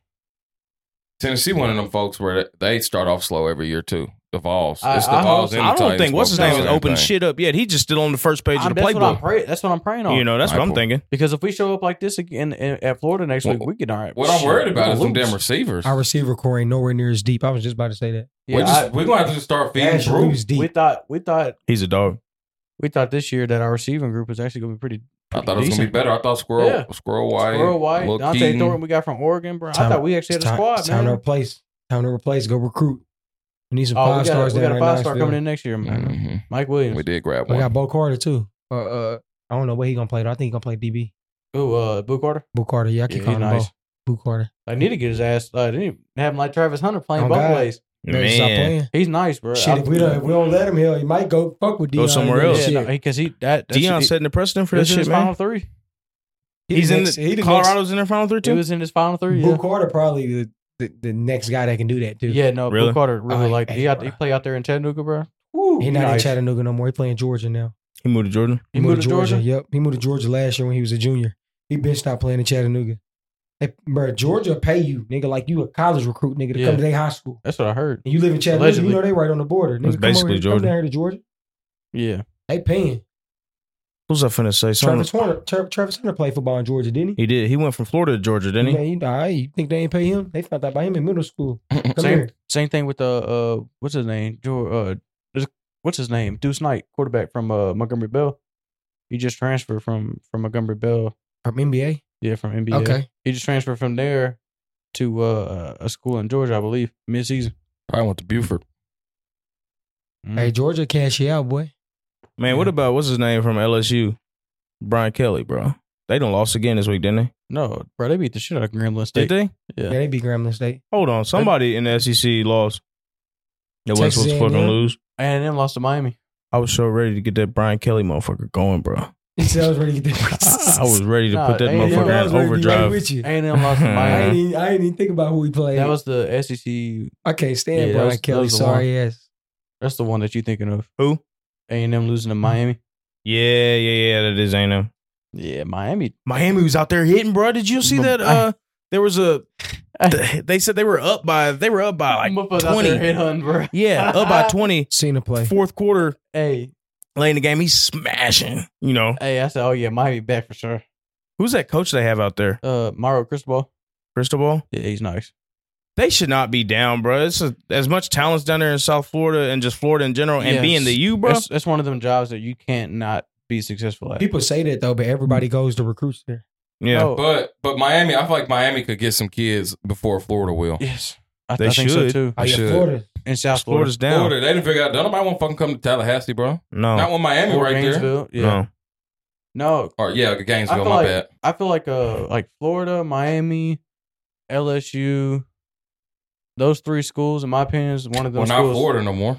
Speaker 3: Tennessee, one of them folks where they start off slow every year too. The Vols.
Speaker 2: I-
Speaker 3: It's the
Speaker 2: I
Speaker 3: Vols.
Speaker 2: hope-
Speaker 3: and the
Speaker 1: I don't
Speaker 3: Titans
Speaker 1: think what's his
Speaker 3: both
Speaker 1: name
Speaker 3: do
Speaker 1: has
Speaker 3: the same
Speaker 1: opened
Speaker 3: thing.
Speaker 1: shit up yet. He's just still on the first page
Speaker 2: I-
Speaker 1: of the
Speaker 2: Ah, that's what I'm
Speaker 1: playbook.
Speaker 2: praying. That's what I'm praying on.
Speaker 1: You know, that's what I'm
Speaker 3: Michael.
Speaker 1: thinking.
Speaker 2: because if we show up like this again in, at Florida next week,
Speaker 3: Well,
Speaker 2: we get all right.
Speaker 3: What I'm worried about is
Speaker 2: some
Speaker 3: them damn receivers.
Speaker 7: Our receiver core ain't nowhere near as deep. I was just about to say that.
Speaker 3: we're, just, we're gonna have to just start feeding
Speaker 7: Ashley
Speaker 3: Drew.
Speaker 7: Lee's deep.
Speaker 2: we thought we thought
Speaker 1: He's a dog.
Speaker 2: we thought this year that our receiving group was actually going to be pretty.
Speaker 3: I thought it was gonna be
Speaker 2: decent.
Speaker 3: better. I thought Squirrel,
Speaker 2: Yeah.
Speaker 3: Squirrel White,
Speaker 2: Squirrel White,
Speaker 3: Lil'
Speaker 2: Dante
Speaker 3: Keaton.
Speaker 2: Thornton, we got from Oregon, bro. I
Speaker 7: Time-
Speaker 2: thought we actually had
Speaker 7: It's
Speaker 2: a
Speaker 7: time,
Speaker 2: squad,
Speaker 7: it's time to
Speaker 2: man.
Speaker 7: replace. Time to replace. Go recruit. We need some
Speaker 2: Oh,
Speaker 7: five
Speaker 2: we got,
Speaker 7: stars.
Speaker 2: a- we
Speaker 7: down
Speaker 2: got a
Speaker 7: there in
Speaker 2: five star
Speaker 7: Knoxville.
Speaker 2: coming in next year, man.
Speaker 3: Mhm.
Speaker 2: Mike Williams.
Speaker 3: We did grab
Speaker 7: We
Speaker 3: one.
Speaker 7: got Bo Carter too. Uh, uh, I don't know what he gonna play. Though. I think he gonna play DB.
Speaker 2: Who, uh, Boo Carter?
Speaker 7: Bo Carter. Yeah, I
Speaker 2: Yeah,
Speaker 7: keep
Speaker 2: he
Speaker 7: calling him
Speaker 2: nice.
Speaker 7: Bo. Bo Carter.
Speaker 2: I need to get his ass. I didn't have him like Travis Hunter playing
Speaker 7: Oh,
Speaker 2: both
Speaker 7: God.
Speaker 2: ways.
Speaker 7: Better stop
Speaker 1: Man,
Speaker 7: playing.
Speaker 2: He's nice, bro.
Speaker 7: Shit, if we don't, if we don't let him, hell, he might go fuck with
Speaker 1: Go
Speaker 7: Deion.
Speaker 1: somewhere
Speaker 7: and
Speaker 1: else.
Speaker 7: shit.
Speaker 2: yeah, because he that that's-
Speaker 1: Dion
Speaker 2: he-
Speaker 1: setting the precedent for
Speaker 2: he
Speaker 1: that
Speaker 2: was in
Speaker 1: shit,
Speaker 2: his
Speaker 1: man.
Speaker 2: final three.
Speaker 7: He
Speaker 1: He's
Speaker 7: the
Speaker 1: in
Speaker 7: next- he
Speaker 1: the
Speaker 7: the
Speaker 1: Colorado's in their final three
Speaker 2: He
Speaker 1: too.
Speaker 2: was in his final three.
Speaker 7: Next,
Speaker 2: Yeah,
Speaker 7: Bo Carter probably the, the the next guy that can do that too.
Speaker 2: yeah no,
Speaker 1: Really?
Speaker 2: Bill Carter really
Speaker 7: Oh,
Speaker 2: like he
Speaker 7: hey,
Speaker 2: got,
Speaker 7: bro.
Speaker 2: he play out there in Chattanooga, bro.
Speaker 7: He not in
Speaker 2: nice.
Speaker 7: Chattanooga no more. He playing Georgia now.
Speaker 1: He moved to Jordan.
Speaker 2: He moved to Georgia.
Speaker 7: Yep, he moved to Georgia last year when he was a junior. He bitch stopped playing in Chattanooga. Hey, bro, Georgia pay you, nigga, like you a college recruit, nigga, to
Speaker 2: Yeah.
Speaker 7: come to their high school.
Speaker 2: That's what I heard.
Speaker 7: And you live in Chattanooga,
Speaker 2: Allegedly.
Speaker 7: you know they right on the border. Nigga,
Speaker 1: was
Speaker 7: come over
Speaker 1: basically
Speaker 7: here, come
Speaker 1: Georgia.
Speaker 7: down here to Georgia.
Speaker 2: Yeah,
Speaker 7: They paying.
Speaker 1: Who's I finna say? Something.
Speaker 7: Travis Hunter, Tra- Travis Hunter played football in Georgia, didn't he?
Speaker 1: He did. He went from Florida to Georgia, didn't
Speaker 7: Yeah,
Speaker 1: he?
Speaker 7: you, all right, you think they ain't pay him? They found out about him in middle school. Come
Speaker 2: same
Speaker 7: here.
Speaker 2: same thing with the uh what's his name Geor- uh this- what's his name Deuce Knight quarterback from uh Montgomery Bell. He just transferred from from Montgomery Bell.
Speaker 7: From NBA?
Speaker 2: Yeah, from NBA.
Speaker 7: Okay.
Speaker 2: He just transferred from there to uh a school in Georgia, I believe, mid season.
Speaker 3: I went to Buford.
Speaker 2: Mm-hmm.
Speaker 7: Hey, Georgia, cash you out, boy.
Speaker 1: Man, what about what's his name from LSU? Brian Kelly, bro. They done lost again this week, didn't they?
Speaker 2: No, bro, they beat the shit out of Gremlin State.
Speaker 1: Did they?
Speaker 7: Yeah,
Speaker 2: Yeah.
Speaker 7: they beat Grambling State.
Speaker 2: Oh.
Speaker 1: Hold on. Somebody in the SEC lost. That wasn't
Speaker 7: Texas
Speaker 1: supposed to fucking
Speaker 7: A&M?
Speaker 1: lose.
Speaker 2: And then lost to Miami.
Speaker 1: I was so ready to get that Brian Kelly motherfucker going, bro. I
Speaker 7: So I was ready to get that.
Speaker 1: I was ready to
Speaker 2: Nah,
Speaker 1: put that
Speaker 2: A&M
Speaker 7: Yeah, I
Speaker 1: motherfucker
Speaker 7: was
Speaker 1: in
Speaker 7: ready to be right
Speaker 1: overdrive.
Speaker 7: with you.
Speaker 2: And then lost to
Speaker 7: I
Speaker 2: Miami.
Speaker 7: ain't, even, I ain't even think about who he played.
Speaker 2: That was the SEC.
Speaker 7: I can't stand
Speaker 2: Yeah, that
Speaker 7: Brian
Speaker 2: was- that
Speaker 7: Kelly.
Speaker 2: was the
Speaker 7: Sorry ass.
Speaker 2: That's the one that you're thinking of.
Speaker 1: Who?
Speaker 2: A and M losing to Miami.
Speaker 1: Yeah, yeah, yeah. That is ain't him.
Speaker 2: Yeah, Miami.
Speaker 1: Miami was out there hitting, bro. Did you see that? Uh, there was a. They said they were up by they were up by like
Speaker 2: Motherfucker out
Speaker 1: 20.
Speaker 2: there head hunting, bro.
Speaker 1: yeah up by twenty
Speaker 7: Cena play.
Speaker 1: fourth quarter
Speaker 2: Hey,
Speaker 1: late in the game he's smashing you know
Speaker 2: hey, I said, oh yeah, Miami back for sure.
Speaker 1: who's that coach they have out there
Speaker 2: Uh, Mario Cristobal.
Speaker 1: Cristobal
Speaker 2: Yeah, he's nice.
Speaker 1: they should not be down bro it's a, as much talents down there in South Florida and just Florida in general and
Speaker 2: Yeah,
Speaker 1: being the U bro
Speaker 2: That's, that's one of them jobs that you can't not be successful at.
Speaker 7: People say that though, but
Speaker 2: Mm.
Speaker 7: everybody goes to recruits there.
Speaker 1: yeah
Speaker 2: Oh,
Speaker 3: But but Miami, I feel like Miami could get some kids before Florida will.
Speaker 2: yes, I,
Speaker 1: They
Speaker 2: I think
Speaker 1: should.
Speaker 2: so too.
Speaker 7: Oh yeah,
Speaker 3: should.
Speaker 7: Florida.
Speaker 2: In South Florida,
Speaker 1: Florida's down
Speaker 3: Florida, they didn't figure out. Don't nobody want to fucking come to Tallahassee, bro.
Speaker 1: no
Speaker 3: Not with Miami
Speaker 2: Or
Speaker 3: right there.
Speaker 2: Gainesville. Yeah.
Speaker 1: no
Speaker 2: No,
Speaker 3: Or yeah, Gainesville.
Speaker 2: I
Speaker 3: My
Speaker 2: feel like-
Speaker 3: bad.
Speaker 2: I feel like uh like Florida, Miami, LSU, those three schools, in my opinion, is one of
Speaker 3: Well,
Speaker 2: those
Speaker 3: not
Speaker 2: schools.
Speaker 3: Florida no more.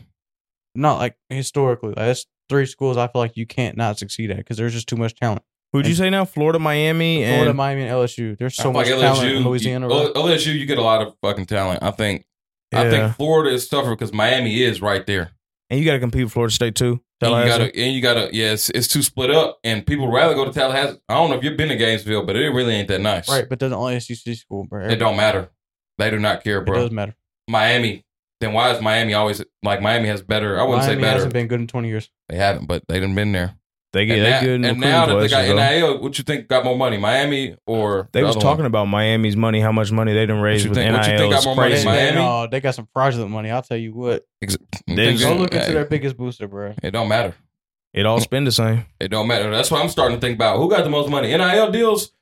Speaker 2: Not like historically. Like, that's three schools I feel like you can't not succeed at because there's just too much talent.
Speaker 1: who'd you say now Florida Miami and
Speaker 2: Florida, Miami, and LSU. There's
Speaker 3: I
Speaker 2: so
Speaker 3: feel
Speaker 2: much
Speaker 3: like
Speaker 2: talent in Louisiana.
Speaker 3: You,
Speaker 2: right?
Speaker 3: L- LSU, you get a lot of fucking talent. I think. I
Speaker 1: Yeah.
Speaker 3: think Florida is tougher because Miami is right there.
Speaker 1: and you got to compete with Florida State too
Speaker 3: And you
Speaker 1: Tallahassee.
Speaker 3: gotta, and you gotta, yeah, it's, it's too split up, and people rather go to Tallahassee. I don't know if you've been to Gainesville, but it really ain't that nice.
Speaker 2: Right, but doesn't only SEC school, bro.
Speaker 3: It don't matter. They do not care,
Speaker 2: It
Speaker 3: bro.
Speaker 2: does matter.
Speaker 3: Miami. Then why is Miami always like Miami has better? I wouldn't
Speaker 2: Miami
Speaker 3: say better.
Speaker 2: hasn't been good in 20 years.
Speaker 3: they haven't, but they didn't been there.
Speaker 1: they get
Speaker 3: and
Speaker 1: they
Speaker 3: now,
Speaker 1: good in
Speaker 3: and
Speaker 1: recruiting
Speaker 3: now that they
Speaker 1: classes,
Speaker 3: got
Speaker 1: though.
Speaker 3: NIL, what you think got more money, Miami or
Speaker 1: They
Speaker 3: the
Speaker 1: was
Speaker 3: other one?
Speaker 1: talking about Miami's money, how much money they done raised
Speaker 3: you
Speaker 1: with
Speaker 3: think-
Speaker 1: NIL.
Speaker 3: what you think
Speaker 1: It's
Speaker 3: got more money
Speaker 1: crazy.
Speaker 3: in Miami?
Speaker 2: No, uh, they got some fraudulent money. I'll tell you what.
Speaker 3: They
Speaker 1: Ex-
Speaker 2: Go
Speaker 3: don't-
Speaker 2: look into
Speaker 3: hey,
Speaker 2: their biggest booster, bro.
Speaker 3: It don't matter.
Speaker 1: It all spend the same.
Speaker 3: It don't matter. That's what I'm starting to think about. Who got the most money? NIL deals.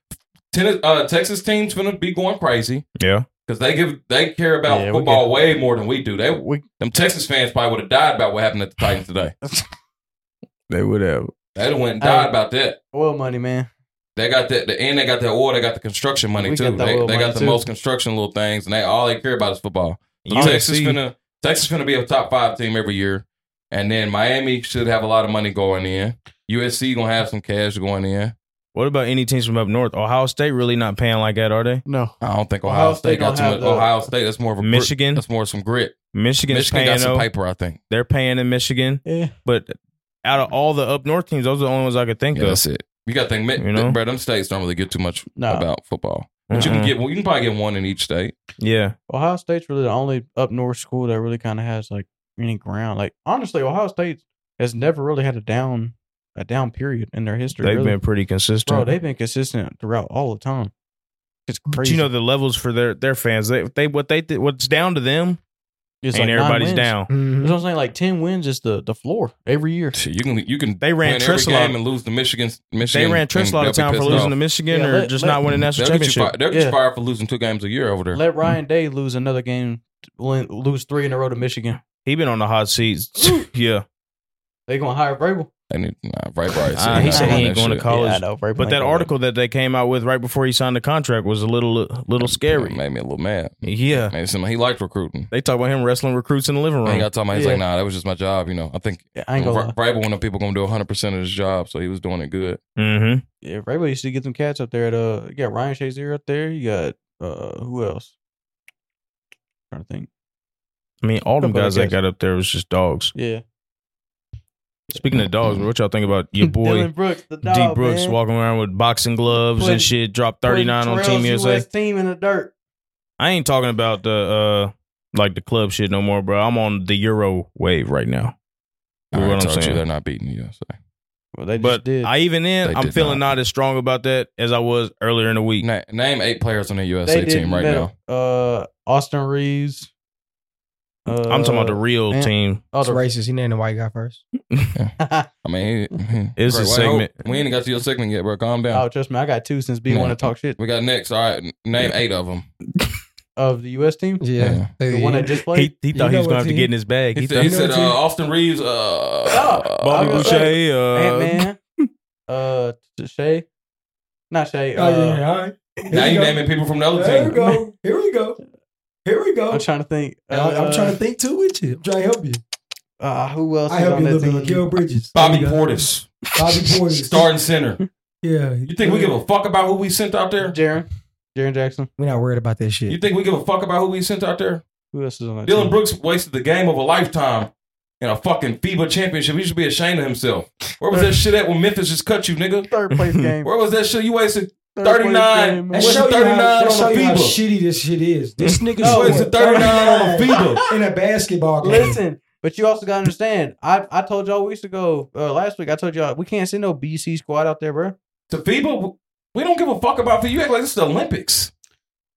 Speaker 3: Tennis, uh, Texas teams finna be going crazy
Speaker 1: Yeah.
Speaker 3: because they give they care about
Speaker 2: Yeah, we
Speaker 3: football way more than we do. They
Speaker 2: We,
Speaker 3: them Texas fans probably would have died about what happened at the Titans today.
Speaker 1: They would have.
Speaker 3: They'd have went and died
Speaker 2: Hey.
Speaker 3: about that.
Speaker 2: oil money, man.
Speaker 3: They got that, the, and they got that oil. They got the construction money
Speaker 2: We
Speaker 3: too.
Speaker 2: got that
Speaker 3: they
Speaker 2: oil
Speaker 3: they
Speaker 2: money,
Speaker 3: got the
Speaker 2: too.
Speaker 3: most construction little things, and they all they care about is football.
Speaker 1: You
Speaker 3: Texas
Speaker 1: see-
Speaker 3: finna Texas finna be a top five team every year, and then Miami should have a lot of money going in. USC gonna have some cash going in.
Speaker 1: What about any teams from up north? Ohio State really not paying like that, are they?
Speaker 2: No.
Speaker 3: I don't think Ohio,
Speaker 2: Ohio
Speaker 3: State,
Speaker 2: State
Speaker 3: got
Speaker 2: don't
Speaker 3: too
Speaker 2: have
Speaker 3: much. oh.
Speaker 2: the-
Speaker 3: Ohio State that's more of a grit.
Speaker 1: Michigan?
Speaker 3: That's more some grit.
Speaker 1: Michigan's
Speaker 3: Michigan
Speaker 1: paying.
Speaker 3: got some
Speaker 1: though.
Speaker 3: paper, I think.
Speaker 1: They're paying in Michigan,
Speaker 2: Yeah.
Speaker 1: but out of all the up north teams, those are the only ones I could think
Speaker 3: Yeah,
Speaker 1: of.
Speaker 3: that's it. You got to think,
Speaker 1: You know?
Speaker 3: bro. Them states don't really get too much
Speaker 2: No.
Speaker 3: about football, but you can
Speaker 1: Mhm.
Speaker 3: get you can probably get one in each state.
Speaker 1: Yeah,
Speaker 2: Ohio State's really the only up north school that really kind of has like any ground. Like honestly, Ohio State has never really had a down a down period in their history.
Speaker 1: they've
Speaker 2: really.
Speaker 1: been pretty consistent.
Speaker 2: bro,
Speaker 1: Mm.
Speaker 2: they've been consistent throughout all the time. It's
Speaker 1: But
Speaker 2: crazy.
Speaker 1: you know the levels for their their fans. They they what they th- what's down to them,
Speaker 2: it's
Speaker 1: and
Speaker 2: nine
Speaker 1: everybody's
Speaker 2: wins. Mm.
Speaker 1: down.
Speaker 2: That's what I'm saying. Like ten wins is the the floor every year.
Speaker 3: You can you can
Speaker 1: They ran
Speaker 3: win every
Speaker 1: Trisla-
Speaker 3: game and lose to Michigan.
Speaker 1: They
Speaker 3: Michigan
Speaker 1: ran Tris a lot of
Speaker 3: they'll
Speaker 1: town
Speaker 3: be
Speaker 1: for
Speaker 3: pissed
Speaker 1: losing
Speaker 3: off.
Speaker 1: to Michigan
Speaker 2: Yeah,
Speaker 1: or
Speaker 2: let-
Speaker 1: just
Speaker 2: let-
Speaker 1: not winning national
Speaker 3: They'll get you
Speaker 1: championship.
Speaker 3: fired. They'll get you
Speaker 2: Yeah.
Speaker 3: fired for losing two games a year over there.
Speaker 2: Let Ryan Day lose another game, win, lose three in a row to Michigan.
Speaker 1: He been on the hot seats. yeah,
Speaker 2: They gonna hire Vrabel.
Speaker 3: They need nah, right, right.
Speaker 1: Ah, he said he ain't going to college.
Speaker 2: know, Vrabel.
Speaker 1: But
Speaker 2: ain't
Speaker 1: that
Speaker 2: gonna
Speaker 1: article that they came out with right before he signed the contract was a little little
Speaker 3: It
Speaker 1: scary.
Speaker 3: made me a little mad.
Speaker 1: Yeah.
Speaker 3: Made some- he liked recruiting.
Speaker 1: They talk about him wrestling recruits in the living
Speaker 3: And he
Speaker 1: room.
Speaker 3: got talking about, he's like,
Speaker 2: Yeah.
Speaker 3: nah, that was just my job. You know, I think
Speaker 2: win. Yeah, I ain't gonna.
Speaker 3: Vrabel,
Speaker 2: lie.
Speaker 3: one of the people going to do 100% of his job. So he was doing it good.
Speaker 1: Mm-hmm.
Speaker 2: Yeah, Vrabel used to get some cats up there. At, uh, you got Ryan Shazier up there. You got uh, who else? trying to think.
Speaker 1: I mean, all them
Speaker 2: Couple
Speaker 1: guys that
Speaker 2: guys.
Speaker 1: got up there was just dogs.
Speaker 2: Yeah,
Speaker 1: Speaking of dogs, what y'all think about your boy
Speaker 2: Dylan Brooks, the
Speaker 1: D
Speaker 2: dog,
Speaker 1: Brooks
Speaker 2: man.
Speaker 1: walking around with boxing gloves
Speaker 2: Putting-
Speaker 1: and shit? Dropped
Speaker 2: Putting
Speaker 1: thirty nine on Team
Speaker 2: Terrell's
Speaker 1: USA.
Speaker 2: US team in the dirt.
Speaker 1: I ain't talking about the uh like the club shit no more, bro. I'm on the Euro wave right now. You
Speaker 3: I
Speaker 1: know what
Speaker 3: already
Speaker 1: I'm
Speaker 3: told you
Speaker 1: saying?
Speaker 3: they're not beating you. So.
Speaker 2: Well, they just
Speaker 1: But
Speaker 2: did.
Speaker 1: I even
Speaker 3: They
Speaker 1: then, I'm
Speaker 3: did
Speaker 1: feeling
Speaker 3: not.
Speaker 1: not as strong about that as I was earlier in the week.
Speaker 3: Na- name eight players on the USA
Speaker 2: they did
Speaker 3: team right now.
Speaker 2: better. Uh, Austin Reeves. Uh,
Speaker 1: I'm talking about the real
Speaker 2: and-
Speaker 1: team.
Speaker 2: oh,
Speaker 7: It's
Speaker 2: the-
Speaker 7: racist. He named the white guy first.
Speaker 3: I mean, he- he-
Speaker 1: It's a
Speaker 3: Great, wait,
Speaker 1: segment.
Speaker 3: hold- We ain't got to your segment yet, bro. Calm down.
Speaker 2: Oh, trust me, I got two since B want to
Speaker 3: Yeah.
Speaker 2: talk shit
Speaker 3: we got next. All right. n- Name eight of them.
Speaker 2: of the U.S. team.
Speaker 3: Yeah.
Speaker 2: The one that just played.
Speaker 1: He, he thought
Speaker 7: know
Speaker 1: he was
Speaker 7: what
Speaker 1: going to have to
Speaker 7: team?
Speaker 1: get in his bag.
Speaker 3: He,
Speaker 1: He
Speaker 3: said,
Speaker 1: thought
Speaker 3: he
Speaker 7: You know
Speaker 3: said
Speaker 7: the
Speaker 3: uh,
Speaker 7: team?
Speaker 3: Austin Reeves. Uh,
Speaker 1: Bobby
Speaker 2: I was
Speaker 3: Boucher.
Speaker 2: gonna
Speaker 1: Boucher.
Speaker 2: Ant
Speaker 1: Uh,
Speaker 2: Man. uh, Shay. Not Shay. Uh,
Speaker 7: Oh, yeah, all right. Here
Speaker 3: Now
Speaker 7: we
Speaker 3: you
Speaker 7: go.
Speaker 3: naming people from the other
Speaker 7: There we
Speaker 3: team.
Speaker 7: go. Here we go. Here we go.
Speaker 2: I'm trying to think.
Speaker 7: And I- I'm trying to think too with you. I'm trying to help you.
Speaker 2: Uh, who else?
Speaker 7: I
Speaker 2: is
Speaker 7: help
Speaker 2: on
Speaker 7: you a
Speaker 2: that
Speaker 7: little bit with
Speaker 2: team?
Speaker 7: Gil Bridges.
Speaker 3: Bobby
Speaker 7: There we go.
Speaker 3: Portis,
Speaker 7: Bobby Portis.
Speaker 3: starting center.
Speaker 7: Yeah.
Speaker 3: You think we give a fuck about who we sent out there?
Speaker 2: Jaren. Jaren Jackson.
Speaker 7: We're not worried about that shit.
Speaker 3: You think we give a fuck about who we sent out there?
Speaker 2: Who else is on that
Speaker 3: Dylan
Speaker 2: team?
Speaker 3: Brooks wasted the game of a lifetime in a fucking FIBA championship. He should be ashamed of himself. Where was that shit at when Memphis just cut you, nigga?
Speaker 2: Third place game.
Speaker 3: Where was that shit? You wasted
Speaker 2: Third place
Speaker 3: 39.
Speaker 2: game, man.
Speaker 7: That show
Speaker 3: What's
Speaker 7: you how,
Speaker 3: 39
Speaker 7: that
Speaker 3: on
Speaker 7: show you how
Speaker 3: FIBA?
Speaker 7: shitty this shit is. This nigga
Speaker 2: No,
Speaker 7: scored
Speaker 2: it's
Speaker 3: a 39 uh, on a FIBA.
Speaker 7: in a basketball game.
Speaker 2: Listen, but you also gotta understand. I I told y'all weeks ago, uh, last week. I told y'all we can't send no BC squad out there, bro.
Speaker 3: To FIBA, we don't give a fuck about FIBA. You act like this is the Olympics.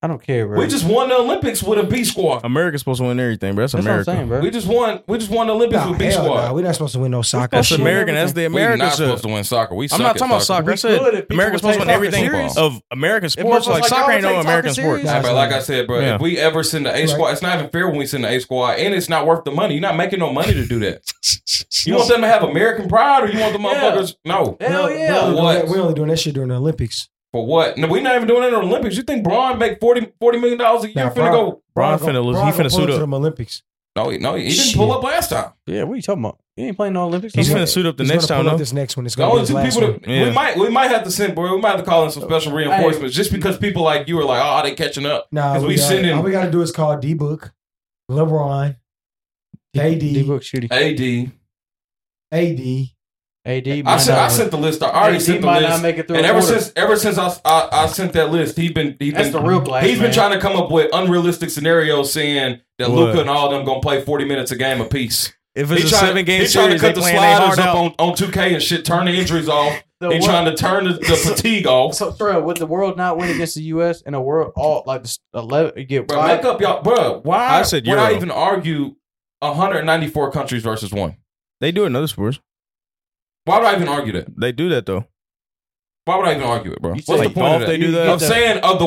Speaker 2: I don't care, bro.
Speaker 3: We just won the Olympics with a B squad.
Speaker 1: America's supposed to win everything, bro. That's,
Speaker 2: that's
Speaker 1: America.
Speaker 2: what I'm saying, bro.
Speaker 3: We just won. We just won the Olympics
Speaker 7: Nah,
Speaker 3: with B
Speaker 7: hell
Speaker 3: squad.
Speaker 7: nah, we're not supposed to win no soccer.
Speaker 1: That's
Speaker 7: shit.
Speaker 1: American. That's the
Speaker 3: We're
Speaker 1: American
Speaker 3: not supposed
Speaker 1: shit.
Speaker 3: to win soccer. We
Speaker 1: I'm
Speaker 3: suck
Speaker 1: not
Speaker 3: at
Speaker 1: talking about soccer. I
Speaker 2: We could
Speaker 1: said
Speaker 2: if people
Speaker 1: America's
Speaker 2: would
Speaker 1: supposed to win
Speaker 2: take
Speaker 1: everything
Speaker 2: soccer serious.
Speaker 1: of American sports.
Speaker 2: motherfuckers
Speaker 1: Like
Speaker 2: like
Speaker 1: soccer
Speaker 2: y'all
Speaker 1: ain't no
Speaker 2: take
Speaker 1: American
Speaker 2: soccer
Speaker 1: sport.
Speaker 2: serious.
Speaker 3: Nah, but like I said, bro,
Speaker 1: Yeah.
Speaker 3: if we ever send the A
Speaker 7: Right.
Speaker 3: squad, it's not even fair when we send the A squad, and it's not worth the money. You're not making no money to do that. You want them to have American pride, or you want the
Speaker 2: Yeah.
Speaker 3: motherfuckers? No,
Speaker 7: No,
Speaker 2: Hell
Speaker 7: we
Speaker 2: yeah.
Speaker 7: only do
Speaker 3: What?
Speaker 7: that- We're only doing that shit during the Olympics.
Speaker 3: for what? No, we're not even doing it in the Olympics. You think Braun make 40, 40 million dollars a year?
Speaker 7: Nah,
Speaker 3: finna
Speaker 7: Bron-
Speaker 3: go?
Speaker 1: Bron
Speaker 7: Bron
Speaker 1: finna
Speaker 7: gon-
Speaker 1: lose.
Speaker 7: Bron
Speaker 1: He
Speaker 7: gon' pull
Speaker 1: finna suit
Speaker 7: up to
Speaker 1: up.
Speaker 7: them Olympics.
Speaker 3: No, he, no, he didn't
Speaker 7: Shit.
Speaker 3: pull up last time.
Speaker 2: yeah, what are you talking about? You ain't playing no Olympics.
Speaker 1: He's
Speaker 2: no more.
Speaker 1: finna suit up the
Speaker 7: He's
Speaker 1: next
Speaker 7: gonna
Speaker 1: time
Speaker 7: pull up
Speaker 1: though.
Speaker 7: This next one, it's
Speaker 3: The
Speaker 7: gonna be
Speaker 3: only
Speaker 7: his
Speaker 3: two
Speaker 7: last
Speaker 3: people
Speaker 7: one.
Speaker 3: that
Speaker 1: Yeah.
Speaker 3: we might we might have to send, boy. We might have to call in some special reinforcements just because people like you are like, oh, they catching up.
Speaker 7: Nah,
Speaker 3: 'Cause
Speaker 7: we,
Speaker 3: we
Speaker 7: got,
Speaker 3: sending-
Speaker 7: all we got to do is call D Book, LeBron,
Speaker 2: D
Speaker 7: AD,
Speaker 2: book shooting.
Speaker 3: AD,
Speaker 7: AD.
Speaker 2: AD.
Speaker 3: I
Speaker 2: might
Speaker 3: sent I
Speaker 2: not-
Speaker 3: sent the list. I already
Speaker 2: AD
Speaker 3: sent the
Speaker 2: might not
Speaker 3: list.
Speaker 2: make it through.
Speaker 3: And
Speaker 2: a
Speaker 3: ever
Speaker 2: quarter.
Speaker 3: since ever since I, I I sent that list, he been he
Speaker 2: that's
Speaker 3: been
Speaker 2: the real glass.
Speaker 3: He's been
Speaker 2: man.
Speaker 3: trying to come up with unrealistic scenarios, saying that
Speaker 1: What?
Speaker 3: Luca and all them gonna play forty minutes a game apiece.
Speaker 1: If
Speaker 3: He's
Speaker 1: it's a seven game series, they
Speaker 3: cut the
Speaker 1: playing their
Speaker 3: sliders
Speaker 1: heart
Speaker 3: up
Speaker 1: out.
Speaker 3: on on two K and shit, turn the injuries off.
Speaker 2: The
Speaker 3: He's
Speaker 2: world-
Speaker 3: trying to turn the, the fatigue off.
Speaker 2: So, bro, would the world not win against the U.S. and the world all like the eleven get
Speaker 3: Bro, make up y'all, bro. Why
Speaker 1: I said
Speaker 3: would I
Speaker 1: Euro.
Speaker 3: even argue one hundred ninety four countries versus one?
Speaker 1: They do it in other sports.
Speaker 3: Why would I even argue that?
Speaker 1: They do that though.
Speaker 3: Why would I even argue it, bro?
Speaker 2: You
Speaker 3: What's
Speaker 2: said
Speaker 3: the
Speaker 1: Like
Speaker 3: point of
Speaker 1: golf,
Speaker 3: that?
Speaker 1: they do
Speaker 3: I'm
Speaker 1: that.
Speaker 3: saying of the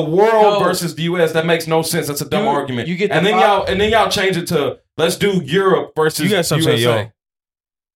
Speaker 2: No.
Speaker 3: world versus the U.S. That makes no sense. That's a dumb
Speaker 2: You-
Speaker 3: argument.
Speaker 2: you get
Speaker 3: and
Speaker 2: the
Speaker 3: then
Speaker 2: five-
Speaker 3: y'all and then y'all change it to let's do Europe versus
Speaker 1: You got something to say,
Speaker 3: USA.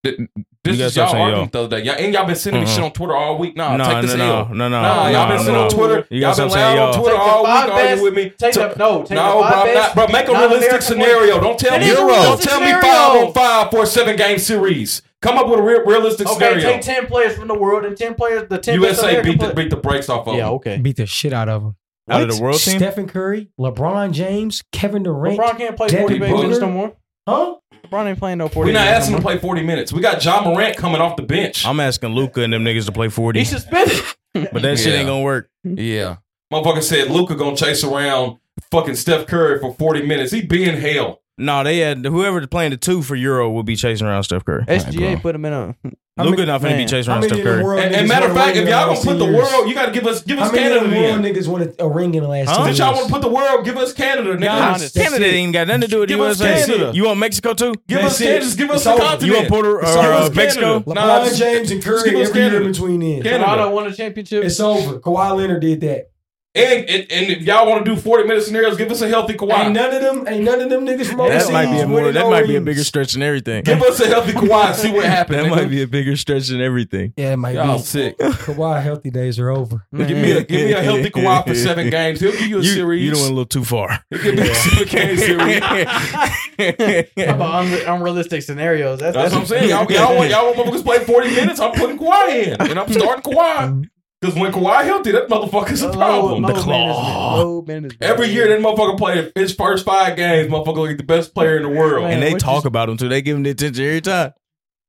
Speaker 3: Th- This
Speaker 1: You got
Speaker 3: is
Speaker 1: something
Speaker 3: y'all
Speaker 1: to say,
Speaker 3: argument the other day. Y'all, and y'all been sending me
Speaker 1: Uh-uh.
Speaker 3: shit on Twitter all week. Nah,
Speaker 1: No,
Speaker 3: take
Speaker 1: no,
Speaker 3: this
Speaker 1: no,
Speaker 3: L.
Speaker 1: no, no,
Speaker 3: Nah, y'all been
Speaker 1: no,
Speaker 3: sitting on
Speaker 1: no.
Speaker 3: Twitter.
Speaker 1: You
Speaker 3: y'all
Speaker 1: got
Speaker 3: been
Speaker 1: something to say,
Speaker 3: loud on
Speaker 1: y'all.
Speaker 3: Twitter
Speaker 2: Take the
Speaker 3: all week
Speaker 2: five
Speaker 3: arguing
Speaker 2: best-
Speaker 3: with me.
Speaker 2: Take
Speaker 3: So-
Speaker 2: the, no, take
Speaker 3: no,
Speaker 2: the five
Speaker 3: bro,
Speaker 2: best,
Speaker 3: not, bro, make a
Speaker 2: not
Speaker 3: realistic
Speaker 2: American
Speaker 3: scenario.
Speaker 2: players.
Speaker 3: Don't tell
Speaker 2: That
Speaker 3: me
Speaker 2: is a
Speaker 3: Don't
Speaker 2: realistic
Speaker 3: tell me
Speaker 2: scenario.
Speaker 3: five on five for a seven game series. Come up with a real, realistic
Speaker 2: Okay,
Speaker 3: scenario.
Speaker 2: take ten players from the world and ten players. The ten best
Speaker 3: USA
Speaker 2: American
Speaker 3: beat the,
Speaker 2: players.
Speaker 3: beat the brakes off of
Speaker 2: Yeah,
Speaker 3: them.
Speaker 2: okay.
Speaker 7: Beat the shit out of them.
Speaker 1: Out of the world team?
Speaker 7: Stephen Curry, LeBron James, Kevin Durant.
Speaker 2: LeBron can't play
Speaker 7: Devin
Speaker 2: forty
Speaker 3: Booker.
Speaker 2: minutes no more.
Speaker 7: Huh?
Speaker 2: LeBron ain't playing no forty.
Speaker 3: We're not
Speaker 2: minutes
Speaker 3: asking
Speaker 2: no
Speaker 3: him to
Speaker 2: more.
Speaker 3: play 40 minutes. We got John Morant coming off the bench.
Speaker 1: I'm asking Luca and them niggas to play forty,
Speaker 2: He suspended.
Speaker 1: but that shit
Speaker 3: Yeah.
Speaker 1: ain't gonna work.
Speaker 3: yeah. Motherfucker said Luca gonna chase around fucking Steph Curry for 40 minutes. He be in hell.
Speaker 1: No, they had whoever playing the two for Euro will be chasing around Steph Curry.
Speaker 2: SGA put him in a.
Speaker 1: Luca not finna be
Speaker 2: man,
Speaker 1: chasing
Speaker 7: How
Speaker 1: around
Speaker 7: many
Speaker 1: Steph
Speaker 7: in the
Speaker 1: Curry.
Speaker 7: world
Speaker 3: And,
Speaker 7: niggas
Speaker 3: and matter of
Speaker 7: wanna
Speaker 3: fact,
Speaker 7: win
Speaker 3: if
Speaker 7: in
Speaker 3: y'all gonna
Speaker 7: last
Speaker 3: put the
Speaker 7: ten years?
Speaker 3: world, you gotta give us give us
Speaker 7: How many
Speaker 3: Canada
Speaker 7: in the world
Speaker 3: then.
Speaker 7: niggas want a ring in the last
Speaker 1: Huh?
Speaker 7: ten
Speaker 3: Since y'all wanna
Speaker 7: years?
Speaker 3: put the world, give us Canada, nigga.
Speaker 7: Nah,
Speaker 2: That's
Speaker 1: Canada
Speaker 7: it.
Speaker 1: ain't got nothing to do with
Speaker 3: Give us
Speaker 1: USA.
Speaker 3: Canada.
Speaker 1: You want Mexico too?
Speaker 3: give us
Speaker 7: that's it.
Speaker 3: Canada, just give us
Speaker 7: It's
Speaker 3: the
Speaker 7: over.
Speaker 1: You
Speaker 3: continent.
Speaker 1: want Puerto or
Speaker 3: It's over.
Speaker 1: uh,
Speaker 3: It's
Speaker 1: Mexico?
Speaker 3: Canada.
Speaker 7: LeBron
Speaker 3: Nah, just-
Speaker 7: James and
Speaker 3: just
Speaker 7: Curry
Speaker 3: give us
Speaker 7: every year
Speaker 3: Canada.
Speaker 7: between then.
Speaker 3: Canada.
Speaker 2: Toronto won a championship.
Speaker 7: It's over. Kawhi Leonard did that.
Speaker 3: And, and and if y'all wanna do 40 minute scenarios, give us a healthy
Speaker 7: Ain't
Speaker 3: Kawhi.
Speaker 7: none of them. Ain't none of them niggas from overseas.
Speaker 1: That might be a more.
Speaker 7: winning
Speaker 1: That
Speaker 7: no
Speaker 1: might be a
Speaker 7: rings.
Speaker 1: bigger stretch than everything.
Speaker 3: Give us a healthy Kawhi and see what happens.
Speaker 1: That
Speaker 3: nigga.
Speaker 1: might be a bigger stretch than everything.
Speaker 7: Yeah, it might
Speaker 1: Oh,
Speaker 3: y'all
Speaker 7: be.
Speaker 3: sick.
Speaker 7: Kawhi healthy days are over.
Speaker 3: Give me a give me a healthy Kawhi for seven games. He'll give you a series.
Speaker 1: You done went a little too far.
Speaker 3: He'll give you a seven game series.
Speaker 2: How about unre- unrealistic scenarios? That's,
Speaker 3: That's what I'm saying. Y'all, y'all, want, y'all want motherfuckers play 40 minutes? I'm putting Kawhi in. And I'm starting Kawhi. Because when Kawhi healthy, that motherfucker's
Speaker 2: Oh,
Speaker 3: a problem.
Speaker 2: Low,
Speaker 1: The
Speaker 2: low
Speaker 1: claw.
Speaker 2: management, low management.
Speaker 3: Every year that motherfucker played his first five games, motherfucker like the best player in the world.
Speaker 2: Man,
Speaker 1: and they
Speaker 2: what
Speaker 1: talk
Speaker 2: you-
Speaker 1: about him too. They give him the attention every time.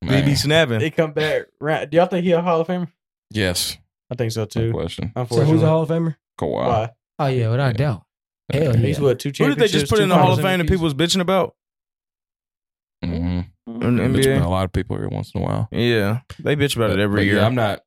Speaker 1: They be snapping.
Speaker 2: they come back. Right. Do y'all think he a Hall of Famer?
Speaker 3: Yes.
Speaker 2: I think so
Speaker 3: Good
Speaker 2: too.
Speaker 3: question.
Speaker 7: So
Speaker 2: Unfortunately,
Speaker 7: who's a Hall of Famer?
Speaker 3: Kawhi.
Speaker 2: why?
Speaker 7: Oh yeah, without a doubt. Hell yeah.
Speaker 2: He's what two
Speaker 1: Who did they
Speaker 2: championships?
Speaker 1: just put
Speaker 2: two
Speaker 1: in the Hall
Speaker 2: finals
Speaker 1: of Fame that
Speaker 2: MVPs?
Speaker 1: people was bitching about?
Speaker 3: Mm-hmm.
Speaker 1: In the NBA?
Speaker 3: lot of people every once in a while.
Speaker 1: Yeah, they bitch about it every year.
Speaker 3: I'm not.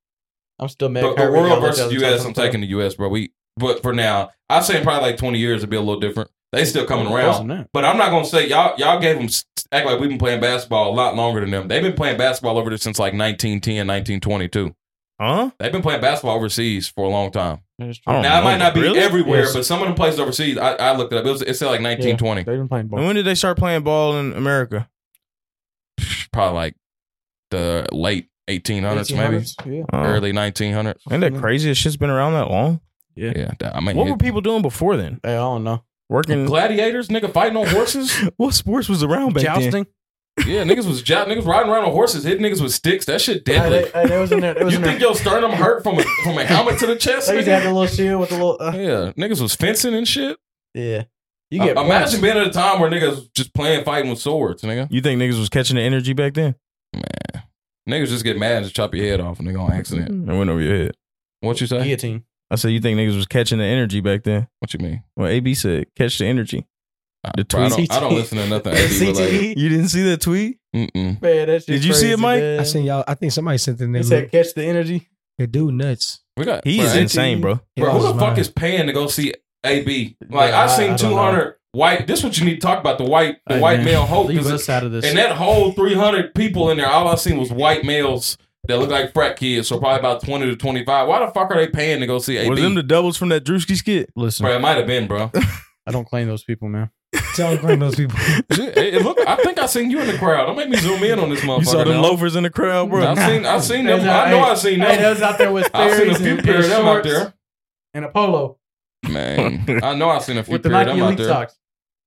Speaker 2: I'm still mad.
Speaker 3: But the
Speaker 2: Kyrie
Speaker 3: world
Speaker 2: Irving
Speaker 3: versus
Speaker 2: doesn't
Speaker 3: US,
Speaker 2: touch
Speaker 3: I'm
Speaker 2: them.
Speaker 3: taking the US, bro. We, but for now, I say in probably like 20 years, it'll be a little different. They still coming around.
Speaker 2: Wasn't it?
Speaker 3: But I'm not gonna say y'all y'all gave them act like we've been playing basketball a lot longer than them. They've been playing basketball over there since like 1910, 1922.
Speaker 1: Huh?
Speaker 3: They've been playing basketball overseas for a long time.
Speaker 2: That's
Speaker 1: I
Speaker 2: true.
Speaker 1: don't
Speaker 3: Now it
Speaker 1: know.
Speaker 3: might not be
Speaker 1: Really?
Speaker 3: everywhere,
Speaker 2: Yes.
Speaker 3: but some of them places overseas, I, I looked it up. It, was, it said like 1920,
Speaker 2: They've been playing
Speaker 1: And
Speaker 2: ball.
Speaker 1: when did they start playing ball in America?
Speaker 3: probably like the late 1800s, maybe
Speaker 2: 1800s? Yeah.
Speaker 1: Oh.
Speaker 3: early 1900s.
Speaker 1: Ain't that crazy? This shit's been around that long.
Speaker 2: Mm-hmm. Yeah.
Speaker 3: Yeah, that- I mean,
Speaker 1: What
Speaker 3: it-
Speaker 1: were people doing before then?
Speaker 2: Hey, I don't know.
Speaker 1: Working.
Speaker 3: gladiators, nigga, fighting on horses.
Speaker 1: What sports was around back then?
Speaker 2: Jousting.
Speaker 3: yeah, niggas was jou- niggas riding around on horses, hitting niggas with sticks. That shit
Speaker 2: Hey,
Speaker 3: deadly.
Speaker 2: they, hey, they was in there. They was
Speaker 3: you
Speaker 2: in
Speaker 3: think
Speaker 2: there.
Speaker 3: your sternum hurt from a, from a helmet to the chest?
Speaker 2: They used to
Speaker 3: nigga?
Speaker 2: have the little shield with the little. Uh,
Speaker 3: Yeah, niggas was fencing and shit.
Speaker 2: yeah. You get
Speaker 3: I-
Speaker 2: points.
Speaker 3: imagine being at a time where niggas just playing fighting with swords, nigga.
Speaker 1: You think niggas was catching the energy back then?
Speaker 3: Niggas just get mad and just chop your head off, nigga, on accident.
Speaker 1: It went over your head.
Speaker 3: What you say?
Speaker 2: guillotine.
Speaker 1: I said you think niggas was catching the energy back then?
Speaker 3: What you mean?
Speaker 1: Well, AB said catch the energy.
Speaker 3: Uh,
Speaker 1: The
Speaker 3: bro, I,
Speaker 1: tweet.
Speaker 3: don't, I don't listen to nothing. AB
Speaker 2: E.
Speaker 3: related.
Speaker 1: You didn't see that tweet?
Speaker 3: Mm-mm.
Speaker 2: Man, that shit
Speaker 1: Did you see it,
Speaker 2: crazy,
Speaker 1: Mike?
Speaker 2: man.
Speaker 7: I seen y'all. I think somebody sent the
Speaker 2: He
Speaker 7: name.
Speaker 2: said, "Catch the energy."
Speaker 7: The dude nuts.
Speaker 3: We got
Speaker 1: He
Speaker 3: bro,
Speaker 1: is
Speaker 3: ain't-
Speaker 1: insane, bro.
Speaker 7: He
Speaker 3: Bro,
Speaker 7: lost
Speaker 3: who the
Speaker 7: his
Speaker 3: fuck
Speaker 7: mind.
Speaker 3: is paying to go see AB? Like I,
Speaker 2: I-
Speaker 3: seen
Speaker 2: I don't
Speaker 3: two
Speaker 2: know.
Speaker 3: hundred white. This what you need to talk about the white the
Speaker 2: Hey,
Speaker 3: white
Speaker 2: man,
Speaker 3: male hope.
Speaker 2: Leave
Speaker 3: 'cause
Speaker 2: us out of this.
Speaker 3: And that whole 300 people in there, all I seen was white males that look like frat kids, so probably about 20 to 25. Why the fuck are they paying to go see AB?
Speaker 1: Was them the doubles from that Drewski skit?
Speaker 2: Listen,
Speaker 3: bro, it might have been, bro. it,
Speaker 2: I don't claim those people, man.
Speaker 7: Don't bring those people.
Speaker 3: it look, I think I seen you in the crowd. Don't make me zoom in on this motherfucker.
Speaker 1: You saw them
Speaker 3: dog.
Speaker 1: loafers in the crowd, bro.
Speaker 3: I seen, I seen them.
Speaker 2: Hey,
Speaker 3: I know
Speaker 2: hey,
Speaker 3: I seen
Speaker 2: Hey,
Speaker 3: them.
Speaker 2: those out there with
Speaker 3: I seen a
Speaker 2: berries
Speaker 3: few
Speaker 2: and,
Speaker 3: pair
Speaker 2: and
Speaker 3: of them out
Speaker 2: shorts
Speaker 3: there.
Speaker 2: and a polo
Speaker 3: Man, I know I seen a few
Speaker 2: with the
Speaker 3: pair of
Speaker 2: Nike
Speaker 3: them out
Speaker 2: Elite
Speaker 3: there.
Speaker 2: socks.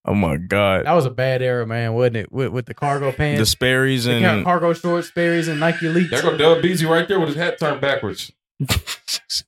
Speaker 1: Oh my god,
Speaker 2: That was a bad era, man, wasn't it? With, with the cargo
Speaker 1: the
Speaker 2: pants,
Speaker 1: Sperry's
Speaker 2: the car-
Speaker 1: and
Speaker 2: cargo shorts, Sperry's, and Nike Elite.
Speaker 3: There go Dub Beezy right there with his hat turned backwards.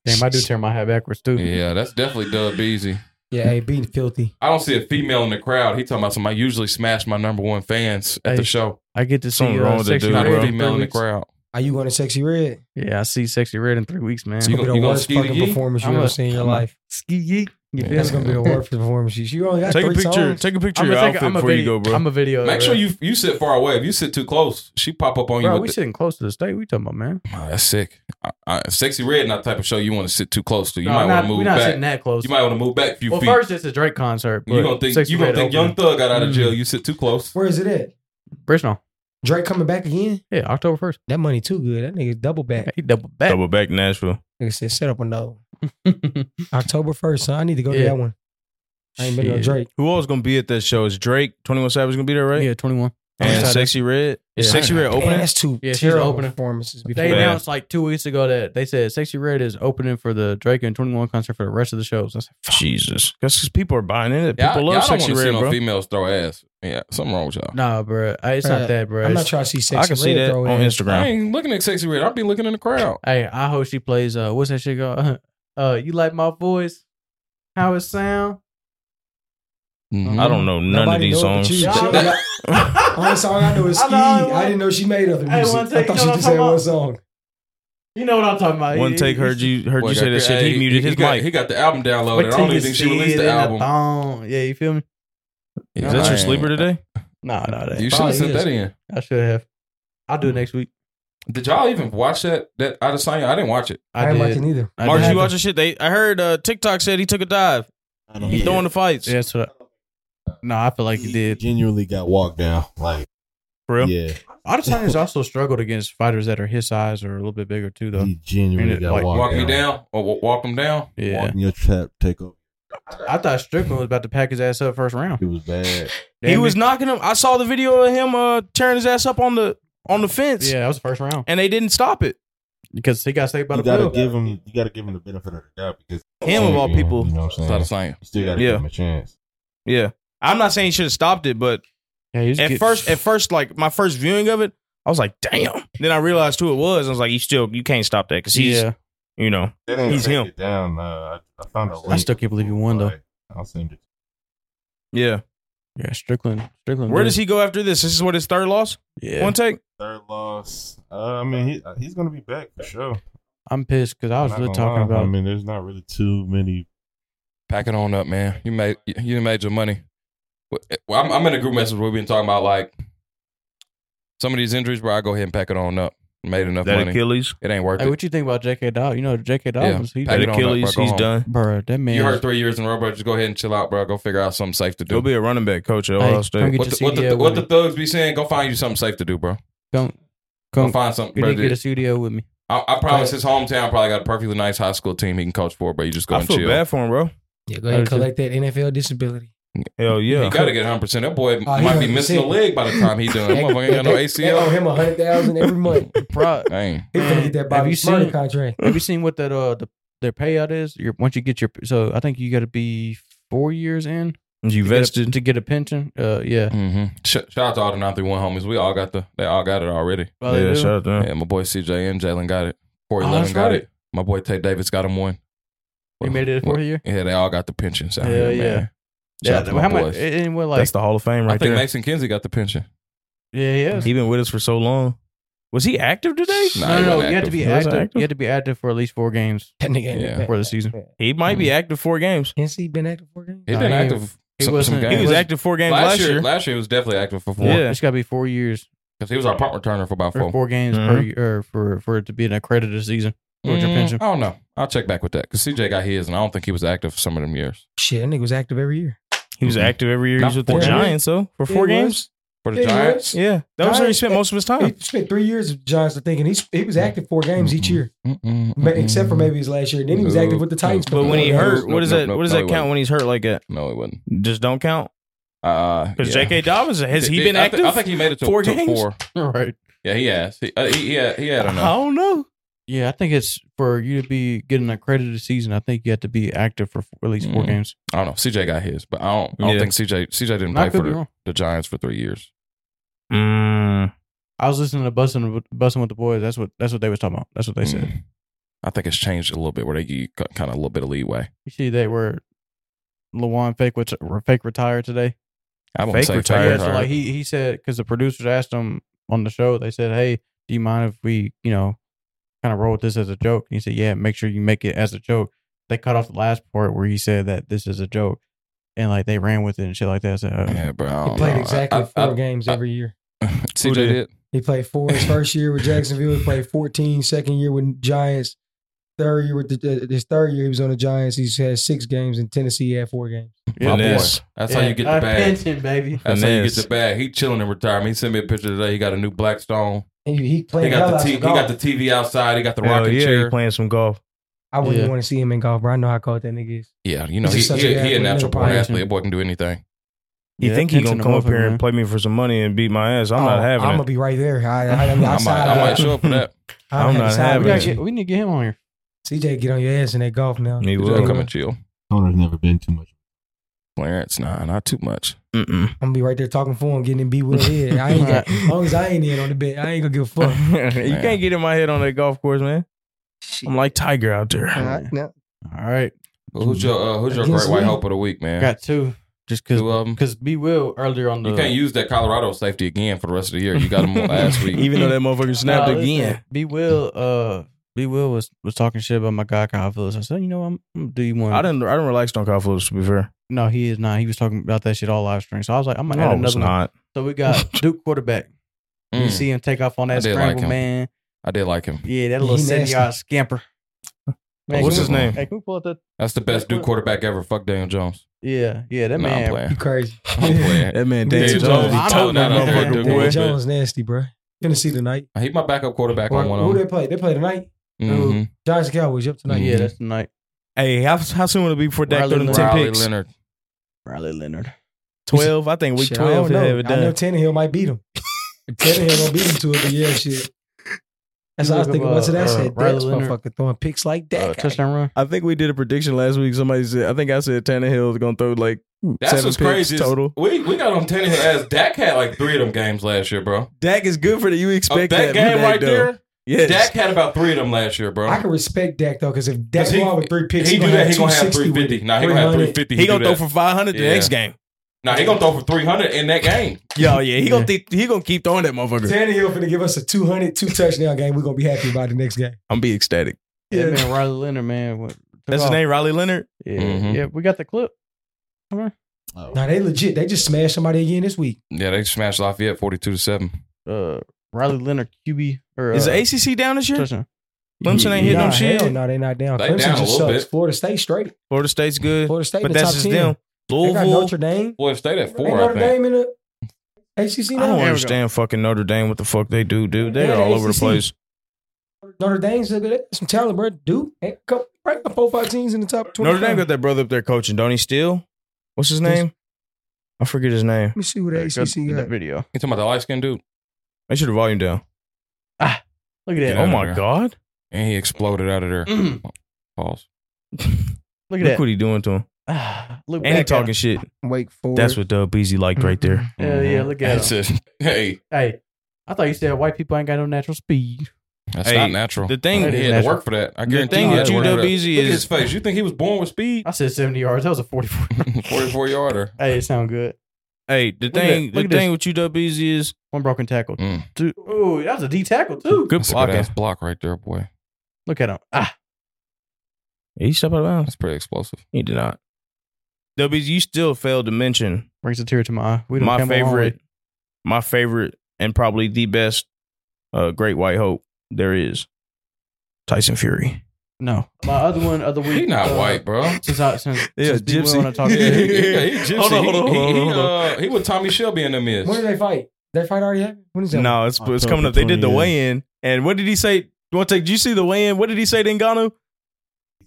Speaker 2: Damn, I do tear my hat backwards too.
Speaker 3: Yeah, that's definitely Dub Beezy.
Speaker 7: Yeah, AB filthy.
Speaker 3: I don't see a female in the crowd. He talking about somebody usually smash my number one fans at
Speaker 2: Hey,
Speaker 3: the show.
Speaker 2: I get to see
Speaker 1: Something wrong
Speaker 2: uh,
Speaker 1: with the
Speaker 2: sexy
Speaker 1: dude,
Speaker 3: Not
Speaker 2: red.
Speaker 3: a
Speaker 1: bro.
Speaker 2: in
Speaker 3: female
Speaker 2: three
Speaker 3: in the
Speaker 2: weeks.
Speaker 3: crowd.
Speaker 7: Are you going to sexy red?
Speaker 2: Yeah, I see sexy red in three weeks, man.
Speaker 7: It's gonna
Speaker 3: You
Speaker 7: be
Speaker 3: gon- you
Speaker 7: the
Speaker 3: gonna
Speaker 7: worst
Speaker 3: ski the
Speaker 7: fucking
Speaker 3: yeet?
Speaker 7: performance you
Speaker 2: I'm
Speaker 7: ever
Speaker 2: a-
Speaker 7: seen in your
Speaker 2: I'm a-
Speaker 7: life.
Speaker 2: Ski yeet. You
Speaker 3: Yeah.
Speaker 2: feel
Speaker 7: That's
Speaker 2: me?
Speaker 7: gonna be the worst performance you. You only got
Speaker 1: take a
Speaker 7: three
Speaker 1: picture.
Speaker 7: songs.
Speaker 1: Take a picture
Speaker 2: I'm
Speaker 1: of your
Speaker 2: gonna take
Speaker 1: outfit
Speaker 2: a, I'm a
Speaker 1: before you
Speaker 2: video.
Speaker 1: go, bro.
Speaker 2: I'm a video.
Speaker 3: Make
Speaker 2: bro.
Speaker 3: sure you you sit far away. If you sit too close, she pop up on you.
Speaker 2: Bro,
Speaker 3: with
Speaker 2: we
Speaker 3: the-
Speaker 2: sitting close to the state. We talking about, man.
Speaker 3: Oh, that's sick. I, I, sexy red, not the type of show you want to sit too close to. You
Speaker 2: No,
Speaker 3: might
Speaker 2: we're
Speaker 3: want
Speaker 2: not-
Speaker 3: to move
Speaker 2: We're not sitting
Speaker 3: back.
Speaker 2: that close.
Speaker 3: You might want to move back a few
Speaker 2: Well,
Speaker 3: feet.
Speaker 2: first it's a Drake concert.
Speaker 3: you gonna think you gonna think Young Thug got out of
Speaker 2: Mm.
Speaker 3: jail? You sit too close.
Speaker 7: Mm-hmm. Where is it at?
Speaker 2: Briscoe?
Speaker 7: Drake coming back again?
Speaker 2: Yeah, October first.
Speaker 7: That money too good. That nigga's double back.
Speaker 2: He double back.
Speaker 1: Double back Nashville.
Speaker 7: Nigga said, set up a no. October first, son. I need to go to
Speaker 2: Yeah.
Speaker 7: that one. I ain't been to
Speaker 2: Shit.
Speaker 7: Drake.
Speaker 1: Who else gonna be at that show? Is Drake Twenty One Savage gonna be there, right?
Speaker 2: Yeah, twenty one.
Speaker 1: And
Speaker 2: Yeah.
Speaker 1: Sexy Red. Is
Speaker 2: Yeah.
Speaker 1: Sexy Red
Speaker 7: Man,
Speaker 1: opening?
Speaker 7: that's two
Speaker 2: Yeah, she's the
Speaker 7: terrible
Speaker 2: opener.
Speaker 7: performances. Before.
Speaker 2: They
Speaker 1: Yeah.
Speaker 2: announced like two weeks ago that they said Sexy Red is opening for the Drake and Twenty One concert for the rest of the shows. I said,
Speaker 1: Jesus, that's because people are buying in it. People
Speaker 3: Y'all- y'all
Speaker 1: love
Speaker 3: don't
Speaker 1: Sexy
Speaker 3: wanna
Speaker 1: Red,
Speaker 3: see no
Speaker 1: bro.
Speaker 3: females throw ass. Yeah, something wrong with y'all.
Speaker 2: Nah, bro, it's
Speaker 7: Bruh,
Speaker 2: not that, bro.
Speaker 7: I'm not trying to see sexy
Speaker 1: I can see
Speaker 7: red
Speaker 1: that
Speaker 7: throw
Speaker 1: on
Speaker 7: in.
Speaker 3: I
Speaker 1: Instagram.
Speaker 3: ain't looking at sexy red. I'll be looking in the crowd.
Speaker 2: Hey, I hope she plays. Uh, what's that shit called? Uh, you like my voice? How it sound?
Speaker 3: Mhm.
Speaker 2: Mm-hmm.
Speaker 1: I don't know none
Speaker 7: Nobody
Speaker 1: of these
Speaker 7: know but
Speaker 1: songs.
Speaker 7: you.
Speaker 2: Y'all-
Speaker 7: Only song I know is
Speaker 2: I
Speaker 7: Ski.
Speaker 2: know, I know.
Speaker 7: I didn't know she made other
Speaker 2: Hey,
Speaker 7: music.
Speaker 2: one
Speaker 7: I
Speaker 2: take,
Speaker 7: thought
Speaker 2: you
Speaker 7: she
Speaker 2: know
Speaker 7: just
Speaker 2: what I'm
Speaker 7: had one
Speaker 2: talking
Speaker 7: song.
Speaker 2: You know what I'm talking about?
Speaker 1: One take heard you heard you say that shit. He muted his
Speaker 3: got,
Speaker 1: mic.
Speaker 3: He got the album downloaded. I don't even think she released the album.
Speaker 2: Yeah, you feel me?
Speaker 1: Is that your sleeper today?
Speaker 2: Nah, nah, that.
Speaker 3: You should
Speaker 7: Probably
Speaker 3: have sent
Speaker 7: is.
Speaker 3: that in.
Speaker 2: I should have. I'll do it next week.
Speaker 3: Did y'all even watch that? That I just I didn't watch it.
Speaker 7: I,
Speaker 2: I,
Speaker 7: didn't
Speaker 2: did.
Speaker 7: like it either.
Speaker 2: I
Speaker 1: Mark,
Speaker 2: did.
Speaker 1: you watching shit? They I heard uh, TikTok said he took a dive.
Speaker 9: I
Speaker 1: He throwing the fights.
Speaker 2: Yeah, that's what. I, no, I feel like he did.
Speaker 9: Genuinely got walked down. Like,
Speaker 1: For real?
Speaker 9: yeah,
Speaker 2: Adesanya's also struggled against fighters that are his size or a little bit bigger too, though.
Speaker 9: he genuinely
Speaker 2: Ain't it
Speaker 9: got
Speaker 2: like-
Speaker 9: walked
Speaker 3: Walk
Speaker 9: down.
Speaker 3: me down or wa- walk them down.
Speaker 2: Yeah,
Speaker 9: Walk in your trap, take up.
Speaker 2: I thought Strickland was about to pack his ass up first round.
Speaker 9: It was bad.
Speaker 1: He was knocking him. I saw the video of him uh, tearing his ass up on the on the fence,
Speaker 2: Yeah, that was the first round
Speaker 1: and they didn't stop it.
Speaker 2: because he got saved by
Speaker 9: You
Speaker 2: the
Speaker 9: gotta
Speaker 2: bell.
Speaker 9: give him. You gotta give him the benefit of the doubt because
Speaker 1: Him of all
Speaker 9: champion,
Speaker 1: people.
Speaker 9: You know what I'm
Speaker 3: It's not
Speaker 9: saying?
Speaker 3: the same.
Speaker 9: You still gotta
Speaker 1: Yeah.
Speaker 9: give him a chance.
Speaker 1: Yeah, I'm not saying he should have stopped it, but
Speaker 2: Yeah, he was
Speaker 1: at
Speaker 2: get-
Speaker 1: first, at first, like my first viewing of it, I was like, damn. Then I realized who it was. I was like, you still you can't stop that because he's
Speaker 2: yeah,
Speaker 1: you know
Speaker 9: That ain't
Speaker 1: He's
Speaker 9: take
Speaker 1: him.
Speaker 9: it Down. Uh, I, I found a
Speaker 2: I
Speaker 9: link.
Speaker 2: still can't believe he won though.
Speaker 9: I'll send it.
Speaker 1: yeah.
Speaker 2: Yeah, Strickland. Strickland.
Speaker 1: Where does he go after this? This is what his third loss.
Speaker 2: Yeah,
Speaker 1: One take.
Speaker 9: Third loss. Uh, I mean, he, he's gonna be back for sure.
Speaker 2: I'm pissed because I was
Speaker 9: Not
Speaker 2: really
Speaker 9: gonna
Speaker 2: talking
Speaker 9: lie.
Speaker 2: about.
Speaker 9: I mean, there's not really too many.
Speaker 3: Pack it on up, man. You made you done made your money. Well, I'm, I'm in a group message where we've been talking about like some of these injuries, bro. I go ahead and pack it on up. Made enough
Speaker 1: That
Speaker 3: money.
Speaker 1: Achilles.
Speaker 3: It ain't worth
Speaker 2: hey,
Speaker 3: it.
Speaker 2: what you think about J.K. Dow? You know J.K. Dobbins. He,
Speaker 3: Pack
Speaker 1: That
Speaker 3: it on up,
Speaker 1: Achilles.
Speaker 3: bro. Go
Speaker 1: He's
Speaker 3: home.
Speaker 1: done.
Speaker 2: bro, that man.
Speaker 3: you
Speaker 2: is-
Speaker 3: heard three years in a row, bro. Just go ahead and chill out, bro. Go figure out something safe to do.
Speaker 1: He'll be a running back coach at Ohio
Speaker 2: Hey,
Speaker 1: State.
Speaker 2: don't get
Speaker 3: what
Speaker 2: to
Speaker 3: the,
Speaker 2: see
Speaker 3: what, the,
Speaker 2: that
Speaker 3: what the
Speaker 2: woman.
Speaker 3: thugs be saying? Go find you something safe to do, bro.
Speaker 2: Don't
Speaker 3: Go
Speaker 2: come.
Speaker 3: find something,
Speaker 2: You
Speaker 3: bro.
Speaker 2: didn't get a studio with me.
Speaker 3: I, I promise his hometown probably got a perfectly nice high school team he can coach for, but you just go
Speaker 1: I
Speaker 3: and
Speaker 1: feel
Speaker 3: chill.
Speaker 1: bad for him, bro.
Speaker 7: Yeah, go ahead and
Speaker 2: Okay.
Speaker 7: collect that NFL disability.
Speaker 1: Hell yeah.
Speaker 3: You gotta get 100. percent That boy
Speaker 7: Oh, he
Speaker 3: might be
Speaker 7: done
Speaker 3: missing a
Speaker 7: sick.
Speaker 3: leg by the time he done. That motherfucker ain't got no
Speaker 7: They owe
Speaker 3: ACL.
Speaker 7: him a hundred thousand every month.
Speaker 2: Bro,
Speaker 3: Dang.
Speaker 7: He's gonna get that
Speaker 2: Have
Speaker 7: Bobby
Speaker 2: you seen
Speaker 7: Smurda
Speaker 2: it?
Speaker 7: contract.
Speaker 2: Have you seen what that uh the, their payout is? Your, once you get your so I think you got to be four years in
Speaker 1: You
Speaker 2: to get a-
Speaker 1: vested.
Speaker 2: to get a pension. Uh, yeah.
Speaker 9: Mm-hmm.
Speaker 3: hmm Shout out to all the 931 homies. We all got the. They all got it already.
Speaker 2: Oh, they
Speaker 1: yeah,
Speaker 2: do?
Speaker 1: shout out to him.
Speaker 3: Yeah, my boy CJ and Jalen got it. Corey
Speaker 2: Oh,
Speaker 3: Levin
Speaker 2: that's
Speaker 3: got
Speaker 2: right.
Speaker 3: it. My boy Tate Davis got him one.
Speaker 2: He made it a fourth year?
Speaker 3: Yeah, they all got the pensions out
Speaker 2: Hell
Speaker 3: here, man. Shout out to
Speaker 2: well,
Speaker 3: my
Speaker 2: how much?
Speaker 3: boys.
Speaker 2: And what like?
Speaker 1: That's the Hall of Fame
Speaker 3: I
Speaker 1: right
Speaker 3: think
Speaker 1: there.
Speaker 3: Mason Kinsey got the pension.
Speaker 2: yeah, yeah.
Speaker 1: he been with us for so long. Was he active today?
Speaker 3: Nah,
Speaker 2: no,
Speaker 3: he
Speaker 2: no,
Speaker 3: wasn't
Speaker 2: no. You had to
Speaker 3: active.
Speaker 2: be
Speaker 1: He wasn't
Speaker 2: active.
Speaker 1: active?
Speaker 2: You had to be active for at least four games
Speaker 7: That nigga ain't
Speaker 3: Yeah.
Speaker 7: been
Speaker 2: for the season. Mm-hmm.
Speaker 1: He might be active four games.
Speaker 7: Can he been active for games?
Speaker 3: He
Speaker 2: Nah,
Speaker 3: been
Speaker 2: he ain't-
Speaker 3: active.
Speaker 2: he
Speaker 3: some,
Speaker 2: wasn't-
Speaker 3: some games.
Speaker 1: He was active four games
Speaker 3: last,
Speaker 1: last,
Speaker 3: year.
Speaker 1: year.
Speaker 3: Last year he was definitely active for four.
Speaker 1: Yeah.
Speaker 2: It's got to be four years
Speaker 3: Because he was our punt returner for about
Speaker 2: or
Speaker 3: four.
Speaker 2: four games
Speaker 1: Mm-hmm.
Speaker 2: per year for for it to be an accredited season. What's your
Speaker 3: Mm,
Speaker 2: pension?
Speaker 3: I don't know. I'll check back with that because CJ got his, and I don't think he was active for some of them years
Speaker 7: Shit, that nigga was active every year.
Speaker 1: He was
Speaker 3: Mhm.
Speaker 1: active every year.
Speaker 3: Not
Speaker 1: he was with the
Speaker 3: four games.
Speaker 1: Giants, though, for four
Speaker 7: He was.
Speaker 1: games.
Speaker 3: for the
Speaker 7: Yeah, he
Speaker 3: Giants.
Speaker 1: Yeah, that was where he
Speaker 7: Giants-
Speaker 1: spent most of his time.
Speaker 7: He spent three years with Giants, I think, and he, sp- he was active four games each year,
Speaker 3: Mm-mm,
Speaker 7: ma-
Speaker 3: mm-mm.
Speaker 7: except for maybe his last year. And then he was active with the Titans. for
Speaker 1: But when he
Speaker 7: four
Speaker 1: hurt,
Speaker 7: games.
Speaker 1: what does
Speaker 3: Nope,
Speaker 1: that?
Speaker 3: nope,
Speaker 1: what does
Speaker 3: nope,
Speaker 1: that count
Speaker 3: he wasn't.
Speaker 1: when he's hurt like that?
Speaker 3: No, he wasn't.
Speaker 1: Just don't count
Speaker 3: Uh,
Speaker 1: because
Speaker 3: yeah.
Speaker 1: J.K. Dobbins has he
Speaker 3: Did-
Speaker 1: been
Speaker 3: I thi-
Speaker 1: active?
Speaker 3: I think he made it to
Speaker 1: four
Speaker 3: four. To
Speaker 1: games?
Speaker 3: four.
Speaker 2: Right.
Speaker 3: Yeah, he has. He, uh, he, he, had, he had
Speaker 1: I
Speaker 3: enough.
Speaker 1: don't know.
Speaker 2: Yeah, I think it's for you to be getting an accredited season. I think you have to be active for four, at least four
Speaker 3: Mm.
Speaker 2: games.
Speaker 3: I don't know. CJ got his, but I don't. I don't
Speaker 1: Yeah.
Speaker 3: think CJ. CJ didn't
Speaker 2: I
Speaker 3: play
Speaker 2: could
Speaker 3: for
Speaker 2: be
Speaker 3: the,
Speaker 2: wrong.
Speaker 3: the Giants for three years.
Speaker 1: Mm,
Speaker 2: I was listening to busting with- busting with the boys. That's what that's what they was talking about. That's what they said.
Speaker 3: Mm. I think it's changed a little bit where they give you kind of a little bit of leeway.
Speaker 2: You see, they were Lawan fake which fake retired today.
Speaker 3: I won't
Speaker 1: Fake
Speaker 3: say
Speaker 1: retired.
Speaker 2: Yeah,
Speaker 3: retired.
Speaker 2: so like he he said because the producers asked him on the show, they said, "Hey, do you mind if we you know kind of roll with this as a joke?" And he said, "Yeah, make sure you make it as a joke." They cut off the last part where he said that this is a joke, and like they ran with it and shit like that. So uh,
Speaker 3: yeah, bro. I
Speaker 7: He
Speaker 3: don't
Speaker 7: played
Speaker 3: know.
Speaker 7: exactly
Speaker 3: I- I-
Speaker 7: four
Speaker 3: I-
Speaker 7: games every year.
Speaker 3: CJ
Speaker 1: Who did?
Speaker 3: did.
Speaker 7: He played four his first year with Jacksonville. He played 14 second year with Giants. Third year with the uh, his third year he was on the Giants. He's had six games in Tennessee. He had four games.
Speaker 3: My boy.
Speaker 1: Finesse.
Speaker 3: That's how you get the bag.
Speaker 2: pension, baby.
Speaker 3: That's how you get
Speaker 1: Finesse.
Speaker 3: the bag. He chilling in retirement. He sent me a picture today. He got a new Blackstone.
Speaker 7: He, he played
Speaker 3: He got
Speaker 7: hell
Speaker 3: the
Speaker 7: out of
Speaker 3: t- he got the
Speaker 7: golf.
Speaker 3: TV outside. He got the
Speaker 1: hell
Speaker 3: rocking
Speaker 1: yeah, he
Speaker 3: chair.
Speaker 1: playing some golf.
Speaker 7: I wouldn't
Speaker 2: Yeah.
Speaker 7: want to see him in golf, bro. I know how cold that nigga is.
Speaker 3: Yeah, you know he
Speaker 7: He's
Speaker 3: he,
Speaker 7: such a
Speaker 3: he,
Speaker 7: good
Speaker 3: a
Speaker 7: athlete,
Speaker 3: natural
Speaker 7: never
Speaker 3: born
Speaker 7: played.
Speaker 3: athlete. That boy can do anything.
Speaker 1: You
Speaker 2: Yeah,
Speaker 1: think he
Speaker 2: pension
Speaker 1: gonna come up
Speaker 2: above him,
Speaker 1: here
Speaker 2: man.
Speaker 1: and play me for some money and beat my ass? I'm not having
Speaker 7: I'm
Speaker 1: it.
Speaker 7: gonna Oh, be right there. I, I, I'm
Speaker 3: I might,
Speaker 7: outside.
Speaker 3: I might show up for that.
Speaker 1: I'm not
Speaker 2: We,
Speaker 1: having
Speaker 2: gotta
Speaker 1: it.
Speaker 2: get, we need to get him on here.
Speaker 7: CJ, get on your ass in that golf now.
Speaker 1: He
Speaker 3: He's gonna come
Speaker 1: will.
Speaker 3: and chill.
Speaker 9: Connor's never been too much.
Speaker 3: Clarence, nah, not too much.
Speaker 1: Mm-mm.
Speaker 7: I'm gonna be right there talking for him, getting in beat with his head. I ain't got, as long as I ain't in on the bed, I ain't gonna give a
Speaker 1: you
Speaker 7: fuck.
Speaker 1: can't get in my head on that golf course, man. I'm like Tiger out
Speaker 7: All
Speaker 1: there.
Speaker 7: right, now,
Speaker 2: All right,
Speaker 3: Well, who's your uh, who's your
Speaker 7: Against
Speaker 3: great white
Speaker 7: me?
Speaker 3: hope of the week, man?
Speaker 2: got two. um, Just because
Speaker 3: Two of 'em.
Speaker 2: because B will earlier on the
Speaker 3: You can't use that Colorado safety again for the rest of the year. You got him last week.
Speaker 1: Even though that motherfucker snapped
Speaker 2: No, listen,
Speaker 1: again.
Speaker 2: B Will, uh, B Will was was talking shit about my guy Kyle Phillips. I said, you know, I'm, I'm gonna do you one.
Speaker 1: I didn't. I didn't relax on golf Phillips to be fair.
Speaker 2: No, he is not. He was talking about that shit all live stream. So I was like, I'm gonna add
Speaker 1: No, it's
Speaker 2: another one.
Speaker 1: not.
Speaker 2: So we got Duke quarterback. You
Speaker 3: Mm,
Speaker 2: see him take off on
Speaker 3: I
Speaker 2: that
Speaker 3: did
Speaker 2: scramble,
Speaker 3: like him.
Speaker 2: man.
Speaker 3: I did like him.
Speaker 2: Yeah, that
Speaker 7: He
Speaker 2: little seventy
Speaker 7: nasty.
Speaker 2: yard scamper. Man,
Speaker 1: What's
Speaker 2: can
Speaker 1: his
Speaker 2: we-
Speaker 1: name?
Speaker 2: Hey, can we pull up that?
Speaker 3: That's the best Duke quarterback ever. Fuck Daniel Jones.
Speaker 2: Yeah, yeah, that
Speaker 3: nah, I'm
Speaker 2: man.
Speaker 7: you
Speaker 3: playing.
Speaker 7: crazy.
Speaker 3: I'm playing.
Speaker 1: That man,
Speaker 7: Daniel
Speaker 1: Daniel
Speaker 7: Jones
Speaker 1: Jones,
Speaker 2: be
Speaker 1: he
Speaker 2: toting
Speaker 1: told
Speaker 2: that
Speaker 1: that
Speaker 7: Damn,
Speaker 1: motherfucker,
Speaker 2: motherfucker,
Speaker 7: Daniel
Speaker 1: boy.
Speaker 7: Jones nasty, bro. Gonna see tonight.
Speaker 3: He my backup quarterback
Speaker 7: Or,
Speaker 3: on one of
Speaker 7: who
Speaker 3: them.
Speaker 7: they play? They play tonight.
Speaker 1: Mm-hmm.
Speaker 3: Mhm.
Speaker 7: Giants and Cowboys up tonight.
Speaker 2: Yeah, that's tonight.
Speaker 1: Hey, how, how soon will it be before Dak
Speaker 2: Riley
Speaker 1: throw them ten
Speaker 3: Riley
Speaker 1: picks?
Speaker 3: Leonard.
Speaker 2: Riley Leonard.
Speaker 1: Twelve, I think week
Speaker 7: Shit,
Speaker 1: twelve
Speaker 7: I
Speaker 1: to
Speaker 7: don't know.
Speaker 1: have it
Speaker 7: I know
Speaker 1: done.
Speaker 7: Tannehill might beat him. Tannehill gonna beat him to it, but yeah, shit. That's
Speaker 2: You
Speaker 7: what I was
Speaker 2: look
Speaker 7: thinking.
Speaker 2: up,
Speaker 7: Once of that
Speaker 2: uh,
Speaker 7: said,
Speaker 2: Riley
Speaker 7: Dak's
Speaker 2: Leonard.
Speaker 7: motherfucker throwing picks like
Speaker 2: Uh,
Speaker 7: that.
Speaker 2: touchdown run.
Speaker 1: I think we did a prediction last week. Somebody said, I think I said Tannehill is gonna throw like
Speaker 3: That's
Speaker 1: Hmm. seven
Speaker 3: what's
Speaker 1: picks
Speaker 3: crazy. is
Speaker 1: total.
Speaker 3: We we got on Tannehill as Dak had like three of them games last year, bro.
Speaker 1: Dak is good for that. You
Speaker 3: Uh, that,
Speaker 1: expect that,
Speaker 3: game right there,
Speaker 1: Yes.
Speaker 3: Dak had about three of them last year, bro.
Speaker 7: I can respect Dak though, because if Dak
Speaker 3: 'Cause he-
Speaker 7: go out with three picks,
Speaker 3: he, do that, he gonna have
Speaker 7: 260
Speaker 3: three
Speaker 7: with it.
Speaker 3: fifty. Nah, he gonna have
Speaker 7: 300.
Speaker 3: three fifty.
Speaker 1: he gonna throw for five hundred the
Speaker 3: Yeah.
Speaker 1: next game.
Speaker 3: Nah, he gonna throw for three hundred in that game.
Speaker 1: Yo, yeah, he gonna th- he gonna keep throwing that motherfucker.
Speaker 7: Tannehill finna give us a 200, two touchdown game. We're gonna be happy about the next game.
Speaker 1: I'm be ecstatic.
Speaker 2: That man, Riley Leonard, man. What, took
Speaker 1: That's his
Speaker 2: off.
Speaker 1: name, Riley Leonard.
Speaker 2: Yeah,
Speaker 3: Mhm.
Speaker 2: yeah. We got the clip. Come on.
Speaker 3: Oh.
Speaker 7: Nah, they legit. They just smashed somebody again this week.
Speaker 3: Yeah, they smashed Lafayette forty-two to seven.
Speaker 2: Uh, Riley Leonard, QB or
Speaker 1: Is
Speaker 2: uh,
Speaker 1: the ACC down this year?
Speaker 2: touchdown.
Speaker 1: Clemson ain't
Speaker 2: Yeah.
Speaker 1: hitting
Speaker 7: nah,
Speaker 1: them shit.
Speaker 7: hell No, they not down.
Speaker 3: They
Speaker 7: Clemson
Speaker 3: down a
Speaker 7: just
Speaker 3: little
Speaker 7: sucks.
Speaker 3: bit.
Speaker 7: Florida State straight.
Speaker 1: Florida State's good,
Speaker 7: Florida State
Speaker 1: but
Speaker 7: in the
Speaker 1: that's
Speaker 7: top
Speaker 1: just
Speaker 7: 10.
Speaker 1: them.
Speaker 7: They got
Speaker 1: Louisville.
Speaker 7: Notre Dame.
Speaker 3: Boy, if stayed at
Speaker 7: Ain't
Speaker 3: four, I
Speaker 7: Notre
Speaker 3: think.
Speaker 7: Dame in the ACC
Speaker 1: I
Speaker 7: now.
Speaker 1: don't
Speaker 2: we go.
Speaker 1: understand fucking Notre Dame. What the fuck they do, dude? They're
Speaker 7: They're
Speaker 1: all
Speaker 7: the
Speaker 1: over the
Speaker 7: ACC.
Speaker 1: place.
Speaker 7: Notre Dame's a good, some talent, bro. Dude, hey, come right up four five teams in the top twenty.
Speaker 1: Notre Dame got that brother up there coaching, don't he? Still, what's his name? I forget his name.
Speaker 7: Let me see what the
Speaker 2: Hey, go
Speaker 7: ACC
Speaker 2: to
Speaker 7: got.
Speaker 2: that video.
Speaker 3: You talking about the light-skinned dude?
Speaker 1: Make sure the volume down.
Speaker 2: Look at that.
Speaker 3: Yeah.
Speaker 1: oh my
Speaker 3: yeah.
Speaker 1: god!
Speaker 3: And he exploded out of there.
Speaker 2: Mm.
Speaker 3: Pause.
Speaker 2: Look at
Speaker 1: Look,
Speaker 2: that.
Speaker 1: what he doing to him.
Speaker 2: Ah, Look
Speaker 1: And he
Speaker 2: back at
Speaker 1: talking
Speaker 2: him.
Speaker 1: shit.
Speaker 7: Wake Forest.
Speaker 1: That's what Dub Beasy liked right there.
Speaker 2: Hell yeah, look at
Speaker 3: That's it. Hey,
Speaker 2: Hey, I thought you said white people ain't got no natural speed.
Speaker 3: That's
Speaker 1: Hey,
Speaker 3: not natural.
Speaker 1: the thing-
Speaker 3: he had to
Speaker 2: natural.
Speaker 3: work for that. I
Speaker 1: The
Speaker 3: guarantee
Speaker 1: thing
Speaker 3: you,
Speaker 1: with
Speaker 3: he had to work for that.
Speaker 1: UWBZ
Speaker 3: Look at
Speaker 1: is-
Speaker 3: his face. You think he was born with speed?
Speaker 2: I said 70 yards. That was a 44.
Speaker 3: Forty-four yarder.
Speaker 2: hey, it sound good.
Speaker 1: Hey, the
Speaker 2: at
Speaker 1: thing,
Speaker 2: that. Look
Speaker 1: the
Speaker 2: at this.
Speaker 1: thing with UWBZ is
Speaker 2: One broken tackle.
Speaker 3: Mm.
Speaker 2: Dude, ooh, that was a D tackle too.
Speaker 1: good
Speaker 3: That's a good
Speaker 1: blocking.
Speaker 3: ass block right there, boy.
Speaker 2: Look at him. Ah,
Speaker 1: He stepped out of bounds.
Speaker 3: That's pretty explosive.
Speaker 1: He did not. WBZ, you still failed to mention
Speaker 2: brings a tear to my eye. We done
Speaker 1: my
Speaker 2: come a long
Speaker 1: favorite,
Speaker 2: way.
Speaker 1: my favorite, and probably the best uh, Great White Hope there is, Tyson Fury.
Speaker 2: No, my other one of the week.
Speaker 3: He not
Speaker 2: uh,
Speaker 3: white, bro.
Speaker 2: Since I since,
Speaker 8: Yeah,
Speaker 2: since D Will
Speaker 8: gypsy.
Speaker 2: and I talked
Speaker 3: Yeah,
Speaker 2: to
Speaker 3: he, yeah, he gypsy.
Speaker 8: Hold on, hold on,
Speaker 3: He- he-
Speaker 8: hold on,
Speaker 3: he,
Speaker 8: hold
Speaker 3: uh, he with Tommy Shelby in them is.
Speaker 7: When did they fight? That fight already happened? When is that?
Speaker 1: No, it's it's coming up. They did the
Speaker 2: uh,
Speaker 1: weigh in, and what did he say? You want to take? Did you see the weigh in? What did he say to Ngannou?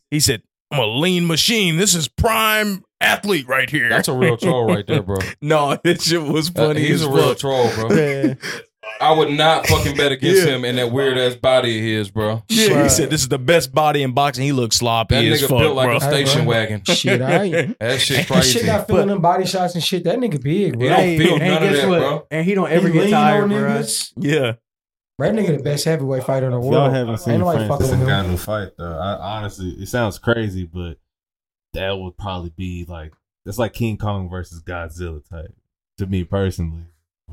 Speaker 1: He said, "I'm a lean machine. This is prime athlete right here."
Speaker 3: That's a real troll right there, bro.
Speaker 1: no, this shit was
Speaker 3: That-
Speaker 1: funny.
Speaker 3: Uh, he's
Speaker 1: as
Speaker 3: a real
Speaker 1: fuck.
Speaker 3: troll, bro.
Speaker 2: Yeah.
Speaker 3: I would not fucking bet against him and that weird ass body of his, bro.
Speaker 1: Yeah, he
Speaker 2: Bruh.
Speaker 1: said this is the best body in boxing. He looked sloppy
Speaker 3: That
Speaker 1: as
Speaker 3: nigga
Speaker 1: fuck,
Speaker 3: built like
Speaker 1: bro.
Speaker 3: a station wagon.
Speaker 7: Shit, all right.
Speaker 3: That
Speaker 7: That shit
Speaker 3: shit crazy.
Speaker 7: got feeling them body shots and shit. That nigga big, bro.
Speaker 3: He don't feel
Speaker 2: and
Speaker 3: none of
Speaker 2: guess
Speaker 3: that,
Speaker 2: what?
Speaker 3: bro.
Speaker 2: And he don't
Speaker 7: He
Speaker 2: ever get
Speaker 7: lean
Speaker 2: tired,
Speaker 7: on
Speaker 2: bro.
Speaker 7: niggas.
Speaker 1: yeah,
Speaker 7: Bro, that nigga the best heavyweight fighter in the
Speaker 9: Y'all
Speaker 7: world.
Speaker 9: haven't
Speaker 7: Ain't
Speaker 9: seen
Speaker 7: nobody
Speaker 9: Francis
Speaker 7: fucking with him.
Speaker 9: Ngannou fight though. I honestly, it sounds crazy, but that would probably be like that's like King Kong versus Godzilla type to me personally.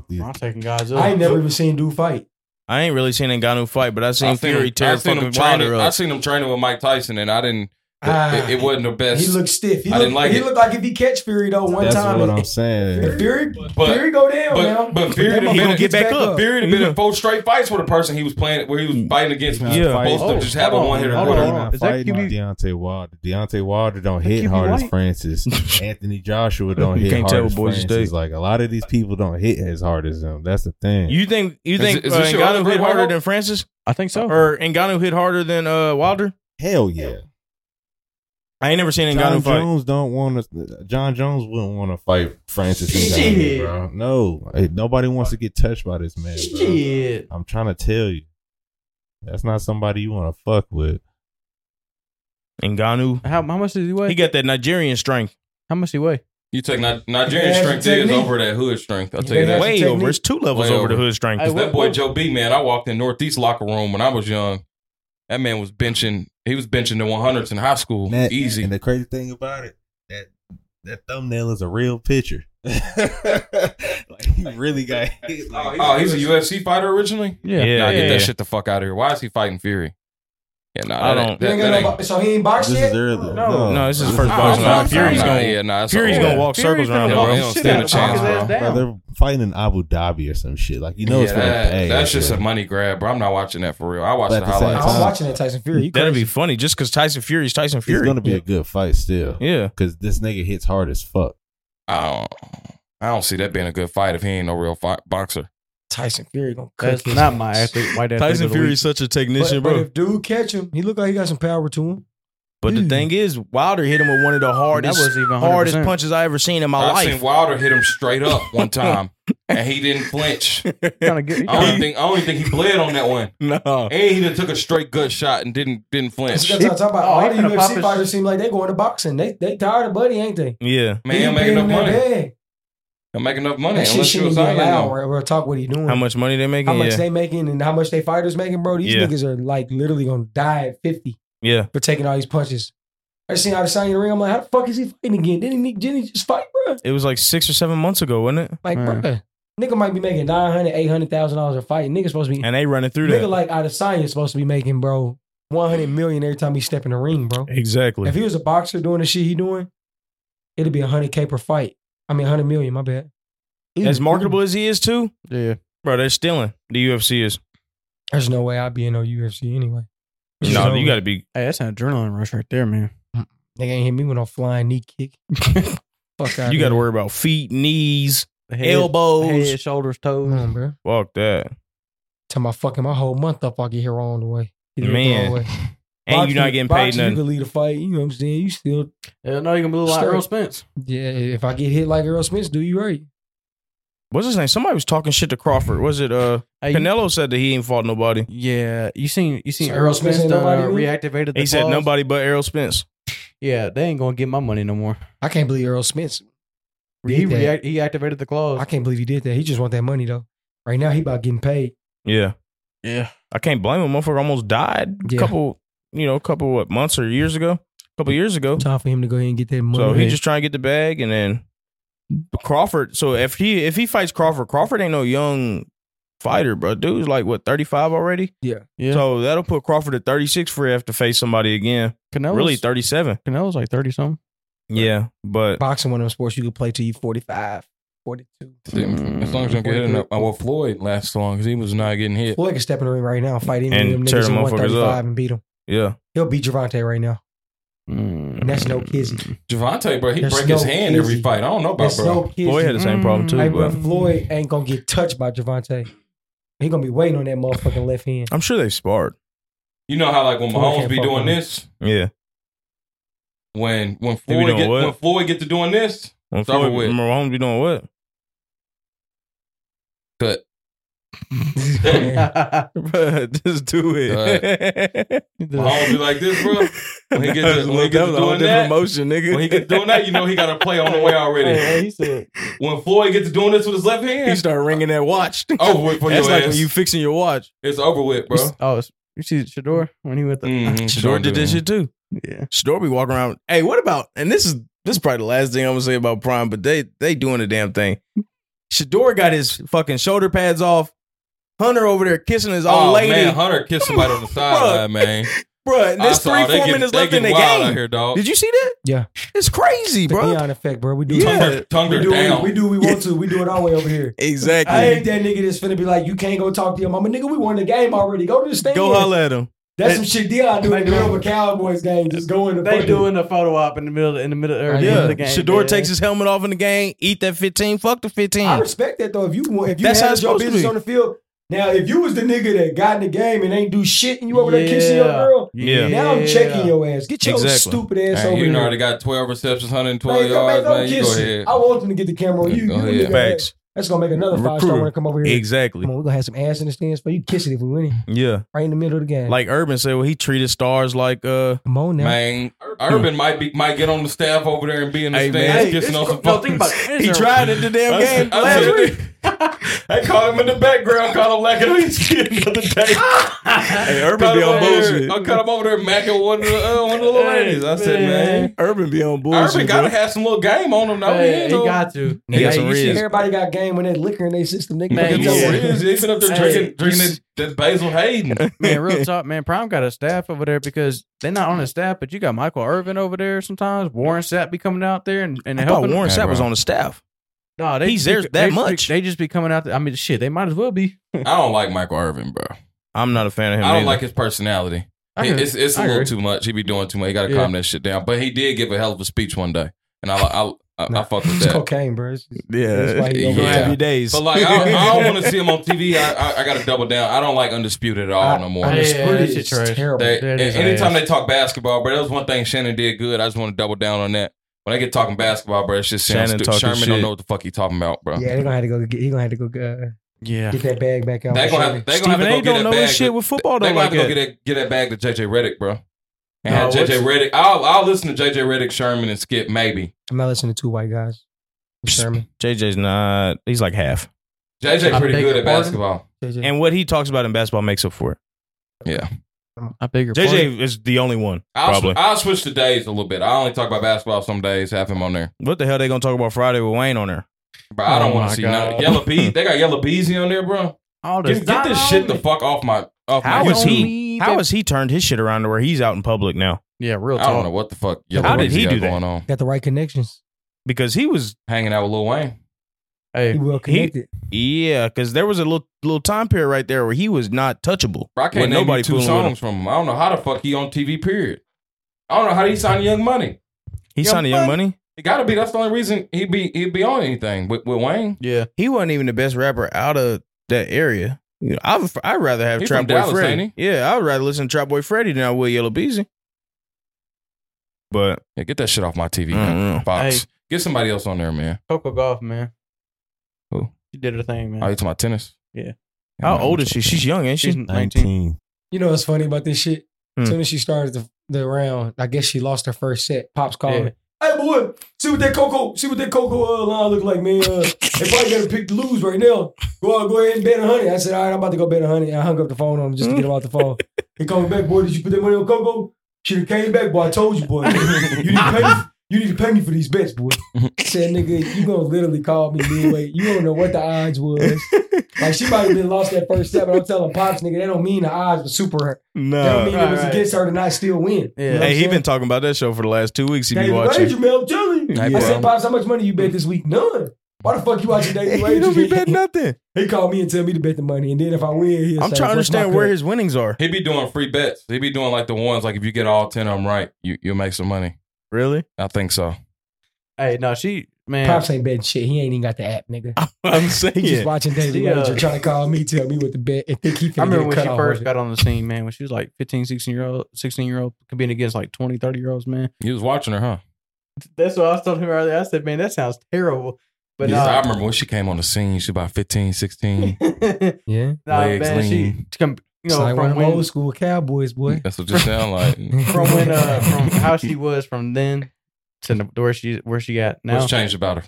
Speaker 9: These-
Speaker 2: I'm taking Godzilla.
Speaker 7: I ain't never even seen dude fight.
Speaker 1: I ain't really seen Ngannou fight, but I seen
Speaker 3: I seen
Speaker 1: Fury
Speaker 3: him-
Speaker 1: tear
Speaker 3: I seen him
Speaker 1: fucking
Speaker 3: training.
Speaker 1: Wilder
Speaker 3: I
Speaker 1: up.
Speaker 3: seen him training with Mike Tyson, and I didn't.
Speaker 7: Ah.
Speaker 3: it, it wasn't the best.
Speaker 7: He looked stiff. He
Speaker 3: I
Speaker 7: looked,
Speaker 3: didn't like
Speaker 7: he
Speaker 3: it.
Speaker 7: looked like if he catch Fury though one
Speaker 9: That's
Speaker 7: time.
Speaker 9: what I'm
Speaker 7: if- if
Speaker 9: saying.
Speaker 7: Fury,
Speaker 3: But-
Speaker 7: Fury go down,
Speaker 3: but-
Speaker 7: now.
Speaker 3: but Fury
Speaker 7: that
Speaker 3: done
Speaker 7: motherfucker
Speaker 3: been-
Speaker 7: gets back up.
Speaker 3: Fury had been in four straight fights with a person he was playing, where he was fighting against.
Speaker 9: He's
Speaker 3: He was
Speaker 9: not
Speaker 3: supposed to
Speaker 9: fighting-
Speaker 3: just have a
Speaker 2: Hold on,
Speaker 3: one hitter
Speaker 2: hold
Speaker 9: He's
Speaker 2: on,
Speaker 3: quarter.
Speaker 2: hold on.
Speaker 9: not
Speaker 2: Is that
Speaker 9: fighting
Speaker 2: QB?
Speaker 9: Deontay Wilder. Deontay Wilder don't
Speaker 2: That
Speaker 9: hit
Speaker 2: QB
Speaker 9: hard as
Speaker 2: white?
Speaker 9: Francis. Anthony Joshua don't
Speaker 1: You
Speaker 9: hit
Speaker 1: can't
Speaker 9: hard
Speaker 1: tell
Speaker 9: as
Speaker 1: boys
Speaker 9: Francis.
Speaker 1: these days.
Speaker 9: Like a lot of these people don't hit as hard as him. That's the thing.
Speaker 1: You think you
Speaker 3: Is
Speaker 1: think
Speaker 3: it- is
Speaker 1: uh,
Speaker 3: this your
Speaker 1: Ngannou
Speaker 3: other
Speaker 1: hit
Speaker 3: Great White
Speaker 1: harder
Speaker 3: Hope?
Speaker 1: than Francis,
Speaker 2: I think so.
Speaker 1: or Ngannou hit harder than uh, Wilder?
Speaker 9: Hell yeah.
Speaker 1: I ain't never seen
Speaker 9: John
Speaker 1: Ngannou fight.
Speaker 9: Jones don't want to. John Jones wouldn't want to fight Francis Ngannou, bro. No, Hey, nobody wants to get touched by this man. bro.
Speaker 2: Shit.
Speaker 9: I'm trying to tell you, that's not somebody you want to fuck with.
Speaker 1: Ngannou,
Speaker 2: How, how much does he weigh?
Speaker 1: he got that Nigerian strength.
Speaker 2: how much he weigh?
Speaker 3: You take Ni- Nigerian
Speaker 7: Yeah,
Speaker 3: strength is
Speaker 7: technique.
Speaker 3: over that hood strength. I'll tell you
Speaker 7: Yeah,
Speaker 3: that.
Speaker 7: that's-
Speaker 1: Way
Speaker 7: technique.
Speaker 1: over. It's two levels
Speaker 3: Way
Speaker 1: over the
Speaker 3: over.
Speaker 1: hood strength.
Speaker 2: Hey,
Speaker 3: That boy Joe B, man, I walked in Northeast locker room when I was young. That man was benching. He was benching the 100s in high school.
Speaker 9: Matt,
Speaker 3: Easy.
Speaker 9: And the crazy thing about it, that that thumbnail is a real picture. like he really got hit. Like,
Speaker 3: oh, he's a UFC fighter originally.
Speaker 2: Yeah.
Speaker 1: Yeah,
Speaker 3: nah,
Speaker 1: yeah,
Speaker 3: get
Speaker 1: yeah.
Speaker 3: that shit the fuck out of here. Why is he fighting Fury? Yeah, nah,
Speaker 1: I
Speaker 3: that
Speaker 1: don't-
Speaker 3: ain't-
Speaker 7: He
Speaker 3: That,
Speaker 7: ain't
Speaker 3: that
Speaker 7: got
Speaker 3: ain't.
Speaker 7: no, so he ain't boxed
Speaker 9: This is
Speaker 7: yet.
Speaker 9: early.
Speaker 2: No.
Speaker 1: No, this is his first
Speaker 3: Nah,
Speaker 1: boxing
Speaker 3: nah,
Speaker 1: round.
Speaker 3: nah,
Speaker 1: Fury's
Speaker 3: nah,
Speaker 1: gonna-
Speaker 3: yeah, nah, that's
Speaker 1: Fury's
Speaker 3: over.
Speaker 1: gonna walk
Speaker 2: Fury's
Speaker 1: circles around,
Speaker 2: gonna
Speaker 1: him, bro.
Speaker 2: walk
Speaker 3: He
Speaker 2: the
Speaker 3: don't
Speaker 2: shit
Speaker 3: stand
Speaker 2: out of
Speaker 3: a
Speaker 2: him.
Speaker 3: chance,
Speaker 2: Knock his
Speaker 3: bro.
Speaker 2: ass down.
Speaker 9: Bro, they're fighting Abu Dhabi or some shit. Like you know, it's
Speaker 3: yeah,
Speaker 9: gonna
Speaker 3: that-
Speaker 9: pay.
Speaker 3: that's just
Speaker 9: bro.
Speaker 3: a money grab, bro. I'm not watching that for real. I watched
Speaker 9: But at
Speaker 3: the
Speaker 9: the same
Speaker 3: highlights.
Speaker 9: time,
Speaker 7: I'm watching that Tyson Fury. You
Speaker 1: That'd
Speaker 7: crazy.
Speaker 1: be funny, just because Tyson Fury's Tyson
Speaker 9: It's
Speaker 1: Fury.
Speaker 9: gonna be a good fight still.
Speaker 1: yeah,
Speaker 9: Cause this nigga hits hard as fuck.
Speaker 3: I don't, I don't see that being a good fight if he ain't no real fight, boxer.
Speaker 7: Tyson Fury gonna cook
Speaker 2: That's
Speaker 7: his
Speaker 2: not
Speaker 7: ass.
Speaker 2: my athlete. White athlete
Speaker 1: Tyson
Speaker 2: of the week.
Speaker 1: Fury's such a technician,
Speaker 7: But,
Speaker 1: bro.
Speaker 7: but if dude catch him, he look like he got some power to him.
Speaker 1: But the thing is, Wilder hit him with one of the hardest,
Speaker 2: was even 100%.
Speaker 1: hardest punches I ever seen in my
Speaker 3: I've
Speaker 1: life.
Speaker 3: seen Wilder hit him straight up one time, and he didn't flinch.
Speaker 2: Kinda get- he
Speaker 3: I don't
Speaker 2: kinda-
Speaker 3: think I don't even think he bled on that one.
Speaker 1: no,
Speaker 3: And he done took a straight gut shot and didn't didn't flinch.
Speaker 7: That's what I'm talking about.
Speaker 2: oh,
Speaker 7: All
Speaker 2: he
Speaker 7: the
Speaker 2: finna pop
Speaker 7: UFC
Speaker 2: his-
Speaker 7: fighters seem like they going to boxing. They they tired of Buddy, ain't they?
Speaker 1: yeah.
Speaker 3: Man, I'm
Speaker 7: He
Speaker 3: making
Speaker 7: been
Speaker 3: enough
Speaker 7: in
Speaker 3: money.
Speaker 7: that bag.
Speaker 3: I'm making enough money.
Speaker 7: That shit
Speaker 3: Unless you
Speaker 7: shouldn't
Speaker 3: was
Speaker 7: even
Speaker 3: out
Speaker 7: allow
Speaker 3: now.
Speaker 7: or, or talk what he doing.
Speaker 1: How much money they making?
Speaker 7: how much
Speaker 1: yeah.
Speaker 7: they making and how much they fighters making, bro? These
Speaker 1: Yeah.
Speaker 7: niggas are like literally gonna die at fifty
Speaker 1: yeah.
Speaker 7: for taking all these punches. I seen Adesanya in the ring. I'm like, how the fuck is he fighting again? Didn't he, didn't he just fight, bro?
Speaker 1: It was like six or seven months ago, wasn't it?
Speaker 7: Like,
Speaker 2: Man.
Speaker 7: bro, nigga might be making nine hundred, eight hundred thousand dollars a fight. Nigga supposed to be
Speaker 1: And they running through
Speaker 7: nigga
Speaker 1: that.
Speaker 7: like Adesanya supposed to be making, bro, one hundred million every time he step in the ring, bro.
Speaker 1: exactly.
Speaker 7: If he was a boxer doing the shit he doing, it'd be hundred k per fight. I mean, hundred million. My bad.
Speaker 1: as marketable as he is too,
Speaker 2: Yeah.
Speaker 1: bro, they're stealing. The UFC is.
Speaker 7: There's no way I'd be in no UFC anyway. It's
Speaker 1: No,
Speaker 7: over.
Speaker 1: you got to be.
Speaker 2: Hey, that's an adrenaline rush right there, man.
Speaker 7: Nigga ain't hit me with no flying knee kick. Fuck out.
Speaker 1: You got to worry about feet, knees,
Speaker 2: The head-
Speaker 1: elbows.
Speaker 2: head, shoulders, toes.
Speaker 7: Come on, bro.
Speaker 1: Fuck that.
Speaker 7: Tell my fucking my whole month up. I get here on the way. Get here
Speaker 1: Man.
Speaker 7: wrong way.
Speaker 1: And you're not getting paid
Speaker 7: Boxing, You
Speaker 1: nothing.
Speaker 7: can lead a fight. You know what I'm saying? You still,
Speaker 2: Yeah, no, you can move like
Speaker 7: Straight.
Speaker 2: Earl Spence.
Speaker 7: yeah. If I get hit like Earl Smith, do you right?
Speaker 1: What's his name? Somebody was talking shit to Crawford. Was it uh
Speaker 2: Hey, you-
Speaker 1: Canelo said that he ain't fought nobody.
Speaker 2: yeah, you seen you seen
Speaker 7: So
Speaker 2: Earl Spence
Speaker 7: ain't
Speaker 2: done, uh,
Speaker 7: nobody
Speaker 2: reactivated. The
Speaker 1: He said
Speaker 2: claws?
Speaker 1: nobody but Errol Spence.
Speaker 2: Yeah, they ain't gonna get my money no more.
Speaker 7: I can't believe Earl Smith.
Speaker 2: He
Speaker 7: Did that.
Speaker 2: react, he activated the claws.
Speaker 7: I can't believe he did that. He just want that money though. Right now, he about getting paid.
Speaker 1: Yeah.
Speaker 2: yeah,
Speaker 1: I can't blame him. Motherfucker almost died a
Speaker 7: Yeah.
Speaker 1: couple, you know, a couple what months or years ago, a couple years ago.
Speaker 7: Time for him to go ahead and get that money.
Speaker 1: So he just trying to get the bag, and then Crawford. So if he if he fights Crawford, Crawford ain't no young fighter, bro. Dude's like what thirty five already.
Speaker 2: Yeah,
Speaker 1: So that'll put Crawford at thirty six for have to face somebody again.
Speaker 2: Canelo's,
Speaker 1: really thirty seven.
Speaker 2: Canelo's like thirty something.
Speaker 1: Yeah, but
Speaker 7: boxing one of them sports you could play till you 45, 42.
Speaker 3: As long as you don't get hit enough. Well, Floyd lasts long because he was not getting hit.
Speaker 7: Floyd can step in the ring right now, and fight any
Speaker 1: And
Speaker 7: of them
Speaker 1: tear
Speaker 7: niggas
Speaker 1: them
Speaker 7: at
Speaker 1: motherfuckers up.
Speaker 7: 135 and beat him.
Speaker 1: yeah,
Speaker 7: He'll beat Javante right now.
Speaker 2: Mm.
Speaker 7: And that's no kizzy.
Speaker 3: Javante, bro, he
Speaker 7: There's
Speaker 3: break his
Speaker 7: no
Speaker 3: hand every
Speaker 7: easy-
Speaker 3: fight. I don't know about
Speaker 7: That's
Speaker 3: bro.
Speaker 7: no kizzy.
Speaker 1: Floyd had the same problem too.
Speaker 7: Hey, bro,
Speaker 1: but
Speaker 7: Floyd ain't gonna get touched by Javante. He gonna be waiting on that motherfucking left hand.
Speaker 1: I'm sure they sparred.
Speaker 3: You know how like when
Speaker 7: Floyd
Speaker 3: Mahomes
Speaker 7: can't
Speaker 3: be
Speaker 7: fuck
Speaker 3: doing
Speaker 7: with him.
Speaker 3: this,
Speaker 1: Yeah,
Speaker 3: when when
Speaker 1: be
Speaker 3: Floyd
Speaker 1: doing
Speaker 3: get
Speaker 1: what?
Speaker 3: when Floyd get to doing this,
Speaker 1: when
Speaker 3: Start
Speaker 1: Floyd,
Speaker 3: with-
Speaker 1: Mahomes be doing what?
Speaker 3: cut.
Speaker 1: Bruh, just do it.
Speaker 3: Mahomes be like this, bro. When he
Speaker 1: That
Speaker 3: gets
Speaker 1: was
Speaker 3: to, when he
Speaker 1: that
Speaker 3: gets
Speaker 1: was
Speaker 3: to
Speaker 1: a whole different
Speaker 3: doing that,
Speaker 1: motion, nigga.
Speaker 3: when he gets doing that, you know he got a play on the way already.
Speaker 2: he said,
Speaker 3: When Floyd gets to doing this with his left
Speaker 1: he
Speaker 3: hand,
Speaker 1: start ringing that watch.
Speaker 3: over with for
Speaker 1: That's
Speaker 3: your
Speaker 1: like
Speaker 3: ass.
Speaker 1: when you fixing your watch.
Speaker 3: it's over with, bro.
Speaker 2: "Oh, it's- you see Shador when he went the
Speaker 3: Mhm,
Speaker 1: Shador did this
Speaker 3: do.
Speaker 1: shit too.
Speaker 2: yeah."
Speaker 1: Shador be walking around. Hey, what about? And this is this is probably the last thing I'm gonna say about Prime, but they they doing the damn thing. Shador got his fucking shoulder pads off. Hunter over there kissing his old
Speaker 3: Oh
Speaker 1: lady,
Speaker 3: man, Hunter kissed somebody on the sideline, man.
Speaker 1: Bruh, and
Speaker 3: I
Speaker 1: There's
Speaker 3: saw
Speaker 1: three
Speaker 3: they
Speaker 1: four
Speaker 3: get-
Speaker 1: minutes
Speaker 3: they
Speaker 1: left
Speaker 3: get
Speaker 1: in the
Speaker 3: wild out
Speaker 1: game.
Speaker 3: here, dog.
Speaker 1: Did you see that?
Speaker 7: Yeah.
Speaker 1: it's crazy,
Speaker 7: The
Speaker 1: bro.
Speaker 7: Neon effect, bro. We do
Speaker 1: Yeah.
Speaker 3: Tongue her- tongue
Speaker 7: we
Speaker 3: her
Speaker 7: do,
Speaker 3: down.
Speaker 7: we do what we want to. We do it our way over here.
Speaker 1: Exactly.
Speaker 7: I ain't that nigga that's finna be like, you can't go talk to your mama. Nigga, we won the game already. Go to the stand.
Speaker 1: Go holler at him.
Speaker 7: That's some shit Dion do in the middle of a Cowboys game. Just go in the
Speaker 2: They
Speaker 7: fucking-
Speaker 2: doing a photo op in the middle in the middle or in the, middle
Speaker 1: Yeah,
Speaker 2: of the game.
Speaker 1: Shador
Speaker 2: yeah.
Speaker 1: takes his helmet off in the game. Eat that fifteen. Fuck the fifteen.
Speaker 7: I respect that though. If you want, if you
Speaker 1: That's how
Speaker 7: had
Speaker 1: it's
Speaker 7: your
Speaker 1: supposed to
Speaker 7: business
Speaker 1: be.
Speaker 7: on the field. Now, if you was the nigga that got in the game and ain't do shit and you over there kissing your
Speaker 2: Yeah.
Speaker 7: girl,
Speaker 1: Yeah.
Speaker 7: now I'm checking your ass. Get your
Speaker 1: Exactly.
Speaker 7: stupid ass
Speaker 3: Man,
Speaker 7: over
Speaker 3: you
Speaker 7: here.
Speaker 3: already got 12 receptions, 112
Speaker 7: Man, come back,
Speaker 3: yards,
Speaker 7: don't
Speaker 3: man. You go
Speaker 7: kiss it.
Speaker 3: ahead.
Speaker 7: I want them to get the camera on you.
Speaker 3: Go
Speaker 7: you the
Speaker 3: ahead.
Speaker 7: nigga
Speaker 1: Facts.
Speaker 7: that- That's gonna make another five star
Speaker 1: Recruiter.
Speaker 7: want to come over here.
Speaker 1: Exactly.
Speaker 7: Come on, we're gonna have some ass in the stands for you. Kiss it if we win it.
Speaker 1: Yeah.
Speaker 7: Right in the middle of the game.
Speaker 1: Like Urban said, well, he treated stars like uh
Speaker 7: come on now.
Speaker 3: Man, Urban might be might get on the staff over there and be in the
Speaker 1: Hey, man.
Speaker 3: stands
Speaker 1: Hey,
Speaker 3: kissing
Speaker 2: It's
Speaker 3: on
Speaker 2: cr-
Speaker 3: some
Speaker 2: no,
Speaker 3: fucking.
Speaker 2: think about it. It's a-
Speaker 1: in the damn
Speaker 3: I said- I caught him in the background, caught him lacking on his kid the other day.
Speaker 1: Hey,
Speaker 3: Caught
Speaker 1: Urban
Speaker 3: him
Speaker 1: be on
Speaker 3: over there-
Speaker 1: bullshit.
Speaker 3: I caught him over there macking one of the, uh, one of the little
Speaker 2: Hey,
Speaker 3: ladies. I said,
Speaker 2: man.
Speaker 3: man,
Speaker 1: Urban be on bullshit.
Speaker 3: Urban got to have some little game on him now.
Speaker 2: Hey, he
Speaker 3: you know.
Speaker 2: got to.
Speaker 1: He got some
Speaker 7: you see,
Speaker 1: ribs.
Speaker 7: everybody got game when that liquor in their system. Nigga,
Speaker 2: Man,
Speaker 7: Get
Speaker 3: Look
Speaker 2: you
Speaker 7: your
Speaker 3: at
Speaker 2: see-
Speaker 7: ass.
Speaker 3: the Riz. He's been up there
Speaker 2: Hey,
Speaker 3: drinking,
Speaker 2: you
Speaker 3: drinking
Speaker 2: see-
Speaker 3: that, that Basil Hayden.
Speaker 2: Man, real talk, man. Prime got a staff over there because they're not on the staff, but you got Michael Irvin over there sometimes. Warren Sapp be coming out there and, and
Speaker 1: I thought
Speaker 2: helping.
Speaker 1: Warren
Speaker 3: Yeah,
Speaker 1: Sapp was
Speaker 3: bro.
Speaker 1: on the staff.
Speaker 2: No, they
Speaker 1: He's
Speaker 2: just
Speaker 1: there
Speaker 2: be- they
Speaker 1: that
Speaker 2: just be-
Speaker 1: much.
Speaker 2: they just be coming out there. I mean, shit, they might as well be.
Speaker 3: I don't like Michael Irvin, bro.
Speaker 1: I'm not a fan of him.
Speaker 3: I don't
Speaker 1: either.
Speaker 3: like his personality.
Speaker 2: I
Speaker 3: It-
Speaker 2: heard-
Speaker 3: it's it's a
Speaker 2: I
Speaker 3: little
Speaker 2: heard.
Speaker 3: too much. He be doing too much. He got to
Speaker 2: Yeah.
Speaker 3: calm that shit down. But he did give a hell of a speech one day, and I I I, I
Speaker 7: Nah.
Speaker 3: fuck with
Speaker 7: It's
Speaker 3: that.
Speaker 7: cocaine, bro. It's- That's
Speaker 1: Yeah.
Speaker 7: why he over
Speaker 1: Gonna
Speaker 3: Yeah.
Speaker 1: have your days.
Speaker 3: But like I, I don't want to see him on TV. I I, I got to double down. I don't like undisputed at all no more.
Speaker 2: I-
Speaker 7: It's
Speaker 2: Yeah,
Speaker 7: pretty-
Speaker 2: that shit
Speaker 7: it's
Speaker 2: trash.
Speaker 7: terrible.
Speaker 3: They-
Speaker 2: that is
Speaker 3: anytime
Speaker 2: ass.
Speaker 3: they talk basketball, bro, that was one thing Shannon did good. I just want to double down on that. When they get talking basketball, bro, it's just sounds
Speaker 1: Shannon
Speaker 3: stu-
Speaker 1: talking
Speaker 3: Sherman don't
Speaker 1: shit.
Speaker 3: know what the fuck he talking about, bro.
Speaker 7: yeah, they're gonna have to go. Get, he gonna have to go uh,
Speaker 2: Yeah.
Speaker 7: get that bag back out.
Speaker 3: They gonna have, they gonna
Speaker 1: Stephen
Speaker 3: have to go
Speaker 1: A.
Speaker 3: get
Speaker 1: don't
Speaker 3: that
Speaker 1: know
Speaker 3: bag.
Speaker 1: his shit with football.
Speaker 3: they
Speaker 1: Don't
Speaker 3: gonna
Speaker 1: like
Speaker 3: have to go
Speaker 1: that.
Speaker 3: get that get that bag to JJ Reddick, bro. And
Speaker 2: No,
Speaker 3: have JJ
Speaker 2: what's-
Speaker 3: Reddick. I'll I'll listen to JJ Reddick, Sherman, and Skip maybe.
Speaker 7: I'm not listening to two white guys. Sherman,
Speaker 1: JJ's not. He's like half.
Speaker 3: JJ
Speaker 2: I
Speaker 3: pretty
Speaker 2: beg
Speaker 3: good
Speaker 2: your pardon?
Speaker 3: at basketball.
Speaker 7: JJ.
Speaker 1: And what he talks about in basketball makes up for it.
Speaker 2: I bigger.
Speaker 1: JJ is the only one.
Speaker 3: I'll,
Speaker 1: probably.
Speaker 3: sw- I'll switch the days a little bit. I only talk about basketball some days. Have him on there,
Speaker 1: what the hell they gonna talk about Friday with Wayne on there?
Speaker 3: bro. I don't
Speaker 2: Oh
Speaker 3: want
Speaker 2: my
Speaker 3: to see
Speaker 2: God.
Speaker 3: none. Yellow Beezy. They got Yellow Beezy on there, bro.
Speaker 2: all
Speaker 3: Get, get this shit the fuck off my off
Speaker 1: How
Speaker 3: my.
Speaker 1: is he- How
Speaker 2: How is?
Speaker 1: has he turned his shit around to where he's out in public now?
Speaker 2: Yeah, real
Speaker 3: I don't know
Speaker 2: talk.
Speaker 3: what the fuck. Yellow
Speaker 1: How did
Speaker 3: Beezy
Speaker 1: he
Speaker 3: got
Speaker 1: do that?
Speaker 3: Going on,
Speaker 7: got the right connections.
Speaker 1: Because he was
Speaker 3: hanging out with Lil Wayne.
Speaker 2: Hey,
Speaker 7: He well connected.
Speaker 1: Yeah, because there was a little little time period right there where he was not touchable.
Speaker 3: Bro, I can't
Speaker 1: Wasn't
Speaker 3: name you two
Speaker 1: fooling with him.
Speaker 3: songs from him. I don't know how the fuck he on TV. Period. I don't know how he signed Young Money.
Speaker 1: He
Speaker 3: Young
Speaker 1: signed a Young
Speaker 3: Money.
Speaker 1: Money.
Speaker 3: It gotta be. That's the only reason he be he be on anything with, with Wayne.
Speaker 2: yeah.
Speaker 1: He wasn't even the best rapper out of that area. You know, I would, I'd rather have
Speaker 3: He
Speaker 1: Trap
Speaker 3: from
Speaker 1: Boy
Speaker 3: Dallas,
Speaker 1: Freddy.
Speaker 3: ain't
Speaker 1: Yeah, I would rather listen to Trap Boy Freddy than I would Yellow Beezy. But Mm-hmm.
Speaker 3: Yeah, get that shit off my TV,
Speaker 1: Mm-mm.
Speaker 3: Fox.
Speaker 2: Hey.
Speaker 3: Get somebody else on there, man.
Speaker 2: Coco Golf, man.
Speaker 3: Who?
Speaker 2: She did her thing, man.
Speaker 3: Oh, you talking about tennis?
Speaker 2: Yeah.
Speaker 1: how old is she? She's young, ain't
Speaker 2: She's
Speaker 1: she?
Speaker 2: 19.
Speaker 7: You know what's funny about this shit?
Speaker 1: Hmm.
Speaker 7: As soon as she started the, the round, I guess she lost her first set. Pops
Speaker 2: Yeah.
Speaker 7: calling. Hey boy, see what that cocoa, see what that cocoa uh, line look like, man. Uh, they probably gotta pick the lose right now. Go out, go ahead and bet a hundred. I said, all right, I'm about to go bet a hundred. I hung up the phone on him just to get him out the phone. He called me back, boy. Did you put that money on cocoa? Should have came back, boy. I told you, boy. You need to pay me. You need to pay me for these bets, boy. I said, nigga, you gonna literally call me midway. You don't know what the odds was. Like she might have been lost that first step, but I'm telling pops, nigga, that don't mean the odds were super her.
Speaker 1: No.
Speaker 7: That don't mean it
Speaker 2: right,
Speaker 7: was
Speaker 2: right.
Speaker 7: against her to not still win.
Speaker 2: Yeah.
Speaker 7: what
Speaker 1: Hey,
Speaker 7: I'm
Speaker 1: he
Speaker 7: saying?
Speaker 1: been talking about that show for the last two weeks. He be
Speaker 7: Daily
Speaker 1: watching.
Speaker 7: wager, man. I'm telling you.
Speaker 1: Hey,
Speaker 7: I
Speaker 1: bro.
Speaker 7: said, Pops, how much money you bet this week? None. Why the fuck you watching daily
Speaker 1: He
Speaker 7: wager?
Speaker 1: don't be betting nothing.
Speaker 7: he called me and tell me to bet the money, and then if I win, he'll
Speaker 1: I'm
Speaker 7: say,
Speaker 1: trying to
Speaker 7: "What's my
Speaker 1: understand where
Speaker 7: pick?"
Speaker 1: his winnings are.
Speaker 3: He be doing free bets. He be doing like the ones like if you get all ten of them right, you you'll make some money.
Speaker 1: Really?
Speaker 3: I think so.
Speaker 2: Hey, no, she man.
Speaker 7: Pops ain't betting shit. He ain't even got the app, nigga.
Speaker 1: I'm
Speaker 7: He just
Speaker 1: saying.
Speaker 7: watching daily
Speaker 2: See, uh,
Speaker 7: wager, trying to call me, tell me what to bet, and think he finna
Speaker 2: I remember
Speaker 7: get
Speaker 2: when
Speaker 7: cut
Speaker 2: she
Speaker 7: off
Speaker 2: first
Speaker 7: with
Speaker 2: got on the scene, man, when she was like 15, 16 year old, 16 year old, competing against like 20, 30 year olds, man.
Speaker 3: You was watching her, huh?
Speaker 2: That's what I was telling her earlier. I said, man, that sounds terrible. But uh,
Speaker 3: Yeah,
Speaker 2: nah,
Speaker 3: I remember when she came on the scene. She about 15, 16.
Speaker 2: nah,
Speaker 7: it. Yeah,
Speaker 3: Legs
Speaker 2: man, she,
Speaker 3: lean.
Speaker 2: to come, you
Speaker 7: it's
Speaker 2: know,
Speaker 7: like one
Speaker 2: from
Speaker 7: of them
Speaker 2: when,
Speaker 7: old school cowboys, boy.
Speaker 3: That's what you sound like.
Speaker 2: from when, uh, from how she was from then to the- where she, where she at now.
Speaker 3: What's changed about her?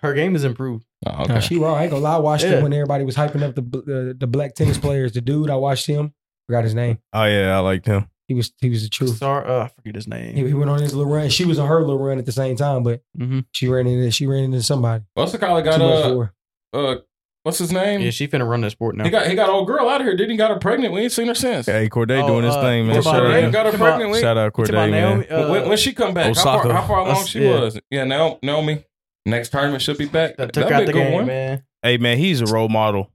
Speaker 2: Her game has improved.
Speaker 7: No,
Speaker 3: Oh, okay.
Speaker 7: she raw. I ain't gonna lie. I watched
Speaker 2: Yeah.
Speaker 7: him when everybody was hyping up the uh, the black tennis players. The dude, I watched him. Forgot his name.
Speaker 1: Oh yeah, I liked him.
Speaker 7: He was he was the truth.
Speaker 2: Sorry, uh, I forget his name.
Speaker 7: He, he went on his little run. She was on her little run at the same time, but
Speaker 2: hmm
Speaker 7: she ran into she ran into somebody.
Speaker 3: What's the guy that
Speaker 7: Too
Speaker 3: got
Speaker 7: much
Speaker 3: uh,
Speaker 7: for her.
Speaker 3: uh what's his name?
Speaker 2: Yeah, she finna run the sport now.
Speaker 3: He got he got old girl out of here. Didn't he got her pregnant. We ain't seen her since.
Speaker 1: Hey, Corday
Speaker 2: Oh,
Speaker 1: doing his
Speaker 2: uh,
Speaker 1: thing, man.
Speaker 2: Timon-
Speaker 3: Well,
Speaker 1: Shout
Speaker 3: Corday
Speaker 1: out,
Speaker 3: got her
Speaker 2: Timon-
Speaker 3: pregnant. We-
Speaker 1: shout out
Speaker 2: What you
Speaker 1: Corday,
Speaker 2: talking about,
Speaker 1: man.
Speaker 2: Naomi, uh,
Speaker 3: when, when she come back, how
Speaker 1: Osaka.
Speaker 3: far, how far along
Speaker 2: That's-
Speaker 3: she
Speaker 2: yeah.
Speaker 3: was? Yeah, Naomi, Naomi. Next tournament should be back.
Speaker 2: that
Speaker 3: That
Speaker 2: took
Speaker 3: would be
Speaker 2: out
Speaker 3: a
Speaker 2: the
Speaker 3: good
Speaker 2: game,
Speaker 3: one.
Speaker 2: man.
Speaker 1: Hey, man, he's a role model.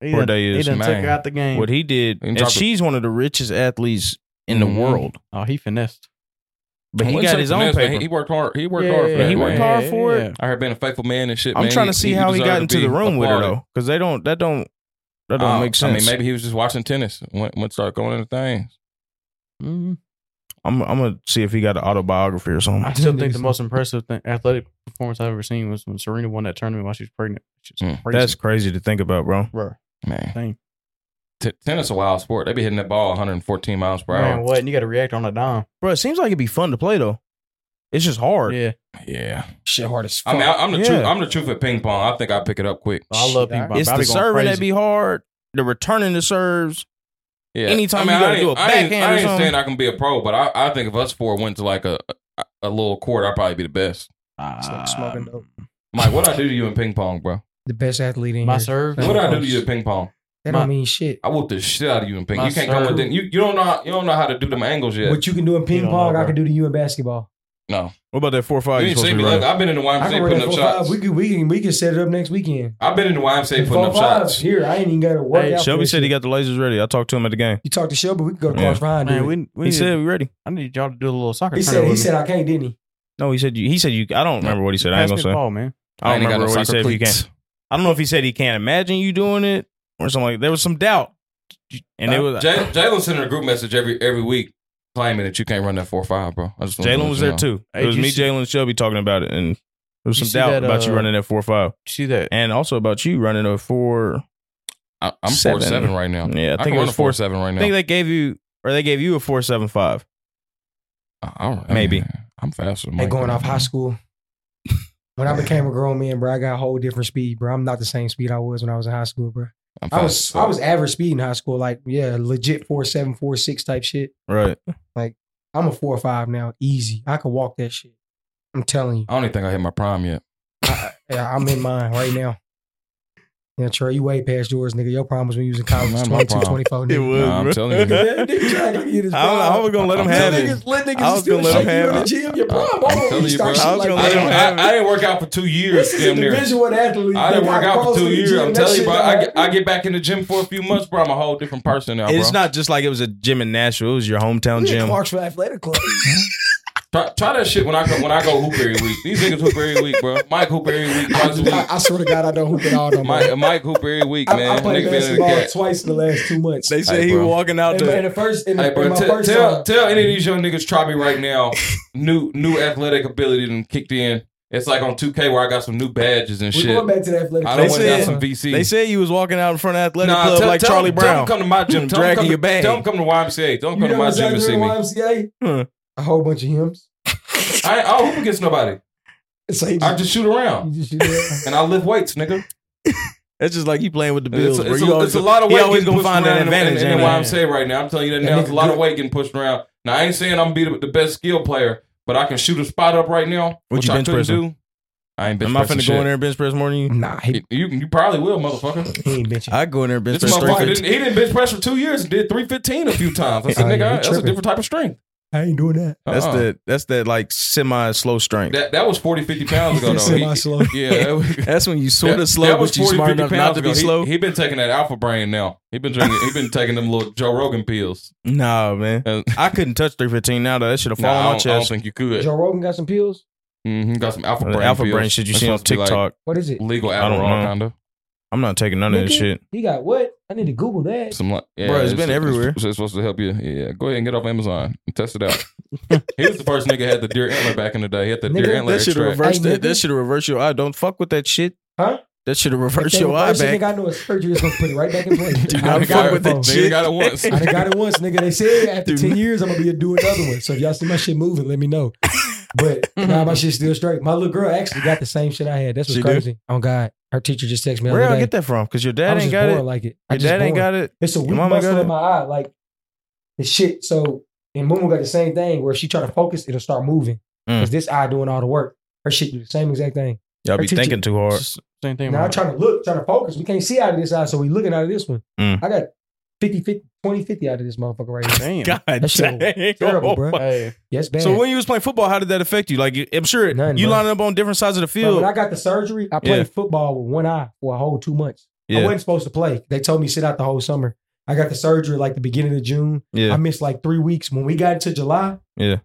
Speaker 2: He
Speaker 1: Poor
Speaker 2: done,
Speaker 1: day
Speaker 2: he
Speaker 1: is,
Speaker 2: done took
Speaker 3: man.
Speaker 2: her out the game.
Speaker 1: What he did,
Speaker 3: can
Speaker 1: and Mm-hmm.
Speaker 3: talk-
Speaker 1: she's one of the richest athletes in the
Speaker 3: Mhm.
Speaker 1: world.
Speaker 2: oh, he finessed.
Speaker 1: But he
Speaker 3: Wouldn't
Speaker 1: got
Speaker 3: say
Speaker 1: his own
Speaker 3: finesse, man.
Speaker 1: paper.
Speaker 3: He worked hard. He worked
Speaker 2: Yeah,
Speaker 3: hard for
Speaker 2: yeah,
Speaker 3: that.
Speaker 1: he worked
Speaker 3: man.
Speaker 1: hard for it.
Speaker 3: I heard being a faithful man and shit.
Speaker 1: I'm
Speaker 3: man,
Speaker 1: trying
Speaker 3: he-
Speaker 1: to see how he
Speaker 3: deserved
Speaker 1: got
Speaker 3: to
Speaker 1: into
Speaker 3: be
Speaker 1: the room with her
Speaker 3: applauded.
Speaker 1: though, because they don't. That don't. That don't
Speaker 3: Uh,
Speaker 1: make sense.
Speaker 3: I mean, maybe he was just watching tennis. Went, went started going into things.
Speaker 7: Mm-hmm.
Speaker 2: Mm.
Speaker 1: I'm. I'm gonna see if he got an autobiography or something.
Speaker 2: I still think the most impressive thing, athletic performance I've ever seen was when Serena won that tournament while she was pregnant. She was
Speaker 3: Mm.
Speaker 2: crazy.
Speaker 1: That's crazy to think about, bro.
Speaker 2: bro.
Speaker 3: Man,
Speaker 2: Dang.
Speaker 3: T- tennis a wild sport. They be hitting that ball 114 miles per hour.
Speaker 2: Man, what? And you got to react on a dime.
Speaker 1: Bro, it seems like it'd be fun to play though. It's just hard.
Speaker 2: Yeah,
Speaker 3: Yeah,
Speaker 7: Shit hard as
Speaker 3: I
Speaker 7: fuck.
Speaker 3: mean, I, am the
Speaker 1: Yeah.
Speaker 3: truth. I'm the truth at ping pong. I think I pick it up quick.
Speaker 2: I love
Speaker 7: Shit,
Speaker 2: people.
Speaker 1: It's the serving that be hard. The returning the serves.
Speaker 3: Yeah,
Speaker 1: Anytime
Speaker 3: I mean,
Speaker 1: you gotta
Speaker 3: I ain't-
Speaker 1: do a
Speaker 3: I ain't-
Speaker 1: backhand or
Speaker 3: I ain't
Speaker 1: something.
Speaker 3: saying I can be a pro, but I, I think if us four went to like a a- a little court, I'd probably be the best.
Speaker 7: It's
Speaker 2: Ah.
Speaker 7: like smoking dope.
Speaker 3: Mike, what I do to you in ping pong, bro?
Speaker 7: The best athlete in
Speaker 2: My
Speaker 7: here.
Speaker 2: serve?
Speaker 7: That
Speaker 3: What I do to
Speaker 7: don't-
Speaker 3: you in ping pong?
Speaker 7: That
Speaker 2: my-
Speaker 7: don't mean shit.
Speaker 3: I whoop the shit out of you in ping.
Speaker 2: My
Speaker 3: You can't come
Speaker 2: serve.
Speaker 3: within. You you don't know how, you don't know how to do them angles yet.
Speaker 7: What you can do in ping
Speaker 2: don't know,
Speaker 7: pong, I
Speaker 2: bro.
Speaker 7: can do to you in basketball.
Speaker 3: no,
Speaker 1: What about that four five?
Speaker 3: you ain't seen me. Look, I've been in the
Speaker 7: I can run
Speaker 3: YMCA putting
Speaker 7: a
Speaker 3: up
Speaker 7: four five.
Speaker 3: shots.
Speaker 7: We can we can we can set it up next weekend.
Speaker 3: I've been in the YMCA putting
Speaker 7: Four
Speaker 3: up
Speaker 7: fives
Speaker 3: shots.
Speaker 7: here. I ain't even got to work
Speaker 2: Hey,
Speaker 7: out. for
Speaker 1: Shelby
Speaker 7: this
Speaker 1: said he
Speaker 7: shit.
Speaker 1: got the lasers ready. I talked to him at the game.
Speaker 7: You talk to Shelby, we can go to
Speaker 1: Yeah.
Speaker 7: Cross Ryan.
Speaker 2: Man,
Speaker 7: Dude.
Speaker 2: we, we
Speaker 1: He
Speaker 2: need,
Speaker 1: said we ready.
Speaker 2: I need y'all to do a little soccer.
Speaker 7: he said he said I can't, didn't he?
Speaker 1: No, he said you. He said you. I don't remember what he said. I ain't gonna say.
Speaker 2: Ball, man.
Speaker 1: I
Speaker 3: ain't
Speaker 1: don't
Speaker 3: got
Speaker 1: remember
Speaker 3: no
Speaker 1: what he
Speaker 3: soccer
Speaker 1: said. If you
Speaker 3: cleats.
Speaker 1: can't. I don't know if he said he can't imagine you doing it or something like. There was some doubt, and it was
Speaker 3: Jay- Jalen sent in a group message every every week claiming that you can't run that four five, bro. I just wanna let
Speaker 1: Jalen was
Speaker 3: you
Speaker 1: there
Speaker 3: know.
Speaker 1: too. It
Speaker 2: Hey,
Speaker 1: was
Speaker 2: you
Speaker 1: me,
Speaker 2: see-
Speaker 1: Jalen, and Shelby talking about it, and there was
Speaker 2: You
Speaker 1: some
Speaker 2: see
Speaker 1: doubt
Speaker 2: that,
Speaker 1: about you
Speaker 2: uh,
Speaker 1: running that four five,
Speaker 2: See that?
Speaker 1: and also about you running a four.
Speaker 3: I, I'm
Speaker 1: Seven.
Speaker 3: four seven right now.
Speaker 1: Yeah, I
Speaker 3: I,
Speaker 1: think
Speaker 3: can
Speaker 1: it
Speaker 3: run
Speaker 1: was
Speaker 3: a four
Speaker 1: four-
Speaker 3: seven right
Speaker 1: I
Speaker 3: now.
Speaker 1: think they gave you, or they gave you a four seven five.
Speaker 3: I- I don't- I
Speaker 1: Maybe.
Speaker 3: mean, I'm faster. than
Speaker 7: Hey,
Speaker 3: Mike,
Speaker 7: going
Speaker 3: though.
Speaker 7: off high school. When I became a grown man, bro, I got a whole different speed, bro. I'm not the same speed I was when I was in high school, bro.
Speaker 3: I'm
Speaker 7: I
Speaker 3: fast
Speaker 7: was
Speaker 3: as
Speaker 7: I
Speaker 3: fuck.
Speaker 7: was average speed in high school, like yeah, legit four seven, four six type shit.
Speaker 1: Right.
Speaker 7: I'm a four five now, easy. I can walk that shit. I'm telling you,
Speaker 3: I don't even think I hit my prime yet.
Speaker 7: Yeah, I'm in mine right now. Yeah, Trey, you way past yours, nigga. Your problem was when you was in college,
Speaker 3: Not my
Speaker 7: 22,
Speaker 3: problem.
Speaker 7: 24.
Speaker 1: It
Speaker 7: nigga.
Speaker 1: was.
Speaker 3: Nah, I'm
Speaker 1: bro.
Speaker 3: telling you.
Speaker 7: That nigga tried to get his
Speaker 1: I, don't, know. I
Speaker 7: prime.
Speaker 1: was gonna let him
Speaker 3: I'm
Speaker 1: have
Speaker 3: telling
Speaker 1: it.
Speaker 7: Niggas, let niggas
Speaker 1: I
Speaker 7: is
Speaker 1: was
Speaker 7: still
Speaker 1: gonna let him
Speaker 7: shaking you in the
Speaker 1: have it.
Speaker 7: gym. Your prime.
Speaker 3: I'm
Speaker 7: over.
Speaker 3: telling
Speaker 7: You
Speaker 3: you,
Speaker 7: start
Speaker 3: bro.
Speaker 7: shit
Speaker 1: I was
Speaker 7: like
Speaker 1: gonna
Speaker 3: I
Speaker 1: let
Speaker 7: that.
Speaker 1: him
Speaker 3: didn't,
Speaker 1: have
Speaker 3: I, I didn't work out for two years.
Speaker 7: This is a
Speaker 3: damn near.
Speaker 7: Division One athlete.
Speaker 3: I didn't
Speaker 7: nigga.
Speaker 3: work out
Speaker 7: crossed
Speaker 3: for two
Speaker 7: the
Speaker 3: years.
Speaker 7: gym,
Speaker 3: I'm
Speaker 7: that
Speaker 3: telling you,
Speaker 7: shit
Speaker 3: bro.
Speaker 7: don't
Speaker 3: I get,
Speaker 7: happen.
Speaker 3: I get back in the gym for a few months, bro. I'm a whole different person now, bro.
Speaker 1: It's not just like it was a gym in Nashville. It was your
Speaker 7: We
Speaker 1: hometown
Speaker 7: at
Speaker 1: gym.
Speaker 7: Clarksville Athletic Club.
Speaker 3: try, try that shit when I go, when I go hoop every week. These niggas hoop every week, bro. Mike hoop every week, twice a
Speaker 7: I, I
Speaker 3: week.
Speaker 7: swear to God, I don't hoop at all no more.
Speaker 3: Mike, Mike hoop every week,
Speaker 7: I,
Speaker 3: man.
Speaker 7: I played
Speaker 3: Nigga been in the
Speaker 7: basketball
Speaker 3: cat.
Speaker 7: twice in the last two months.
Speaker 1: They said
Speaker 3: Hey,
Speaker 1: he
Speaker 3: bro.
Speaker 1: was walking out
Speaker 7: And, the, and
Speaker 1: there.
Speaker 7: the first, and, the,
Speaker 3: Hey,
Speaker 7: and
Speaker 3: bro,
Speaker 7: my
Speaker 3: tell,
Speaker 7: first
Speaker 3: tell,
Speaker 7: time-
Speaker 3: tell any of these young niggas try me right now. New new athletic ability done kicked in. It's like on 2K where I got some new badges and
Speaker 7: we
Speaker 3: shit.
Speaker 7: going back to the athletic
Speaker 3: I
Speaker 7: club.
Speaker 3: don't
Speaker 1: They
Speaker 3: want
Speaker 1: said-
Speaker 3: got some VC.
Speaker 1: They said you was walking out in front of athletic
Speaker 3: Nah,
Speaker 1: club
Speaker 3: tell-
Speaker 1: like
Speaker 3: tell
Speaker 1: Charlie
Speaker 3: him-
Speaker 1: Brown.
Speaker 3: Tell him to come to my gym. Tell him
Speaker 1: Dragging
Speaker 3: come
Speaker 1: your
Speaker 3: to,
Speaker 1: bag.
Speaker 3: Tell him come to YMCA. Tell him come to my gym and see me.
Speaker 7: YMCA?
Speaker 1: Huh.
Speaker 7: A whole bunch of hymns.
Speaker 3: I, I don't hoop against nobody.
Speaker 7: So you
Speaker 3: I
Speaker 7: just,
Speaker 3: just shoot around
Speaker 7: you just shoot it.
Speaker 3: and I lift weights, nigga.
Speaker 1: That's just like you playing with the
Speaker 3: It's,
Speaker 1: Bills.
Speaker 3: a,
Speaker 1: bro.
Speaker 3: it's,
Speaker 1: You
Speaker 3: a,
Speaker 1: always
Speaker 3: it's a lot of
Speaker 1: he
Speaker 3: weight
Speaker 1: always
Speaker 3: getting
Speaker 1: gonna
Speaker 3: pushed
Speaker 1: find an
Speaker 3: around, and-
Speaker 1: advantage,
Speaker 3: And, and
Speaker 1: ain't
Speaker 3: why
Speaker 1: he?
Speaker 3: I'm saying right now, I'm telling you that now, it's a lot of weight getting pushed around. Now I ain't saying I'm be the, the best skill player, but I can shoot a spot up right now.
Speaker 1: What
Speaker 3: which
Speaker 1: you
Speaker 3: I
Speaker 1: bench
Speaker 3: couldn't
Speaker 1: pressing?
Speaker 3: do. I ain't bench
Speaker 1: Am I
Speaker 3: pressing
Speaker 1: finna go
Speaker 3: shit.
Speaker 1: in there and bench press more than you?
Speaker 7: Nah, he,
Speaker 3: You you probably will, motherfucker.
Speaker 7: he ain't bitching.
Speaker 1: I go in there and bench
Speaker 3: This
Speaker 1: press
Speaker 3: motherfucker
Speaker 1: straight.
Speaker 3: didn't, he didn't bench press for two years and did three fifteen a few times. I said,
Speaker 7: Oh, yeah,
Speaker 3: nigga,
Speaker 7: you
Speaker 3: I- that's a
Speaker 7: tripping.
Speaker 3: different type of strength.
Speaker 7: I ain't doing that.
Speaker 1: That's
Speaker 3: Uh-uh.
Speaker 1: the that's that like semi slow strength.
Speaker 3: that that was 40, 50 pounds ago though. He-
Speaker 7: Semi-slow.
Speaker 3: yeah, that was,
Speaker 1: That's when you sort
Speaker 3: that-
Speaker 1: of slow,
Speaker 3: that was
Speaker 1: but you
Speaker 3: 40,
Speaker 1: smart
Speaker 3: 50
Speaker 1: enough not
Speaker 3: pounds
Speaker 1: to be
Speaker 3: ago. He-
Speaker 1: slow.
Speaker 3: He, been taking that alpha brain now. He been drinking. he been taking them little Joe Rogan pills.
Speaker 1: Nah, man.
Speaker 3: Uh,
Speaker 1: I couldn't touch 315 now, though. That should have
Speaker 3: nah,
Speaker 1: fallen
Speaker 3: I,
Speaker 1: on my
Speaker 3: don't, I don't
Speaker 1: chest.
Speaker 3: think you could.
Speaker 7: Joe Rogan got some pills.
Speaker 3: hmm Got some alpha brain.
Speaker 1: The alpha
Speaker 3: pills.
Speaker 1: brain shit you
Speaker 3: That's
Speaker 1: see on
Speaker 3: supposed to be like
Speaker 1: TikTok.
Speaker 7: What is it?
Speaker 3: legal
Speaker 1: I don't
Speaker 3: Adderall
Speaker 1: know.
Speaker 3: kind of.
Speaker 1: I'm not taking none of this
Speaker 7: Nigga,
Speaker 1: shit.
Speaker 7: He got what? I need to Google that.
Speaker 3: Some like, yeah,
Speaker 1: Bro, it's been everywhere.
Speaker 3: It's, it's supposed to help you. Yeah, go ahead and get off Amazon and test it out. he was the first nigga had the deer antler back in the day. He had the deer
Speaker 7: Nigga,
Speaker 3: antler
Speaker 1: That should have
Speaker 3: extract.
Speaker 1: reversed
Speaker 7: Hey,
Speaker 1: that. That
Speaker 7: nigga.
Speaker 1: should have reversed your eye. Don't fuck with that shit.
Speaker 7: Huh?
Speaker 1: That should have
Speaker 7: If
Speaker 1: reversed
Speaker 7: they
Speaker 1: your eye
Speaker 7: reverse it,
Speaker 1: back.
Speaker 7: Nigga, I know it's surgery. It's gonna put it right back in place.
Speaker 1: Do
Speaker 7: I
Speaker 1: not
Speaker 7: done
Speaker 1: fuck
Speaker 7: got
Speaker 1: with
Speaker 7: it
Speaker 1: that
Speaker 7: before.
Speaker 1: shit.
Speaker 3: Nigga got it once.
Speaker 7: I done got it once, nigga. They said after
Speaker 1: Dude.
Speaker 7: ten years I'm gonna be doing another one. So if y'all see my shit moving, let me know. But nah, my shit's still straight. My little girl actually got the same shit I had. That's what's
Speaker 1: She do?
Speaker 7: crazy. Oh God, her teacher just texted me. the
Speaker 1: Where
Speaker 7: other
Speaker 1: I
Speaker 7: day.
Speaker 1: get that from? Because
Speaker 7: I
Speaker 1: your dad
Speaker 7: was
Speaker 1: ain't
Speaker 7: just
Speaker 1: got
Speaker 7: born
Speaker 1: it.
Speaker 7: like it. I
Speaker 1: Your
Speaker 7: just
Speaker 1: dad ain't
Speaker 7: born.
Speaker 1: got it.
Speaker 7: It's a
Speaker 1: Your
Speaker 7: weak
Speaker 1: mama
Speaker 7: muscle
Speaker 1: got
Speaker 7: in
Speaker 1: it?
Speaker 7: my eye, like the shit. So and Momo got the same thing where if she try to focus, it'll start moving.
Speaker 1: Mm.
Speaker 7: Cause this eye doing all the work. Her shit do the same exact thing.
Speaker 1: Y'all be
Speaker 7: Her teacher-
Speaker 1: thinking too hard.
Speaker 2: It's the Same thing.
Speaker 7: Now I'm
Speaker 2: man.
Speaker 7: trying to look, trying to focus. We can't see out of this eye, so we looking out of this one.
Speaker 1: Mm.
Speaker 7: I got 50, 50, 20, 50 out of this motherfucker right here.
Speaker 2: Damn.
Speaker 1: God
Speaker 7: That shit
Speaker 1: dang.
Speaker 7: terrible,
Speaker 1: Oh,
Speaker 7: bruh.
Speaker 1: my-
Speaker 2: Hey,
Speaker 7: Yes, bad.
Speaker 1: So when you was playing football, how did that affect you? Like, you- I'm sure
Speaker 7: Nothing,
Speaker 1: you
Speaker 7: bruh.
Speaker 1: lining up on different sides of the
Speaker 7: But
Speaker 1: field.
Speaker 7: when I got the surgery, I played
Speaker 1: Yeah.
Speaker 7: football with one eye for a whole two months. I
Speaker 1: yeah,
Speaker 7: wasn't supposed to play. They told me sit out the whole summer. I got the surgery like the beginning of June. I
Speaker 1: yeah.
Speaker 7: missed like three weeks. When we got into July,
Speaker 1: Yeah.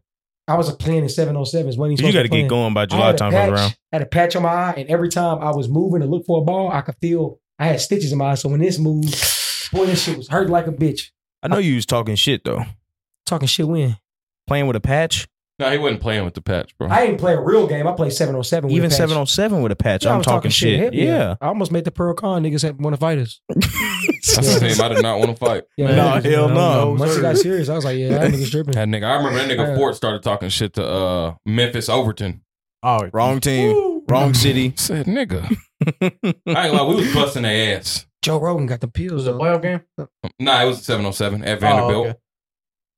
Speaker 7: I was playing in 707s. When
Speaker 1: You got to get going by
Speaker 7: I
Speaker 1: July
Speaker 7: had a
Speaker 1: time
Speaker 7: patch,
Speaker 1: comes around.
Speaker 7: I had a patch on my eye, and every time I was moving to look for a ball, I could feel I had stitches in my eye. So when this moved, boy, this shit was hurting like a bitch.
Speaker 1: I know you was talking shit though.
Speaker 7: Talking shit when.
Speaker 1: Playing with a patch,
Speaker 3: No, he wasn't playing with the patch, bro.
Speaker 7: I didn't play a real game. I played 707. With a
Speaker 1: even
Speaker 7: patch.
Speaker 1: seven on seven with a patch.
Speaker 7: Yeah, I
Speaker 1: I'm
Speaker 7: was
Speaker 1: talking, shit.
Speaker 7: Hell
Speaker 1: Yeah.
Speaker 7: I almost made the Pearl Con niggas have want to fight us.
Speaker 3: I said to him, I did not want to fight.
Speaker 7: Yeah,
Speaker 1: No,
Speaker 7: niggas,
Speaker 1: hell
Speaker 7: man,
Speaker 1: no.
Speaker 7: I- Once it got serious, I was like, yeah, that nigga's tripping.
Speaker 3: That nigga, I remember that nigga
Speaker 7: Yeah.
Speaker 3: Fort started talking shit to uh, Memphis Overton.
Speaker 2: oh,
Speaker 1: Wrong team, wrong city.
Speaker 3: Said nigga, I ain't like we was busting their ass.
Speaker 7: Joe Rogan got the pills. though.
Speaker 2: playoff game.
Speaker 3: Nah, it was 707 at Vanderbilt.
Speaker 2: Oh, okay.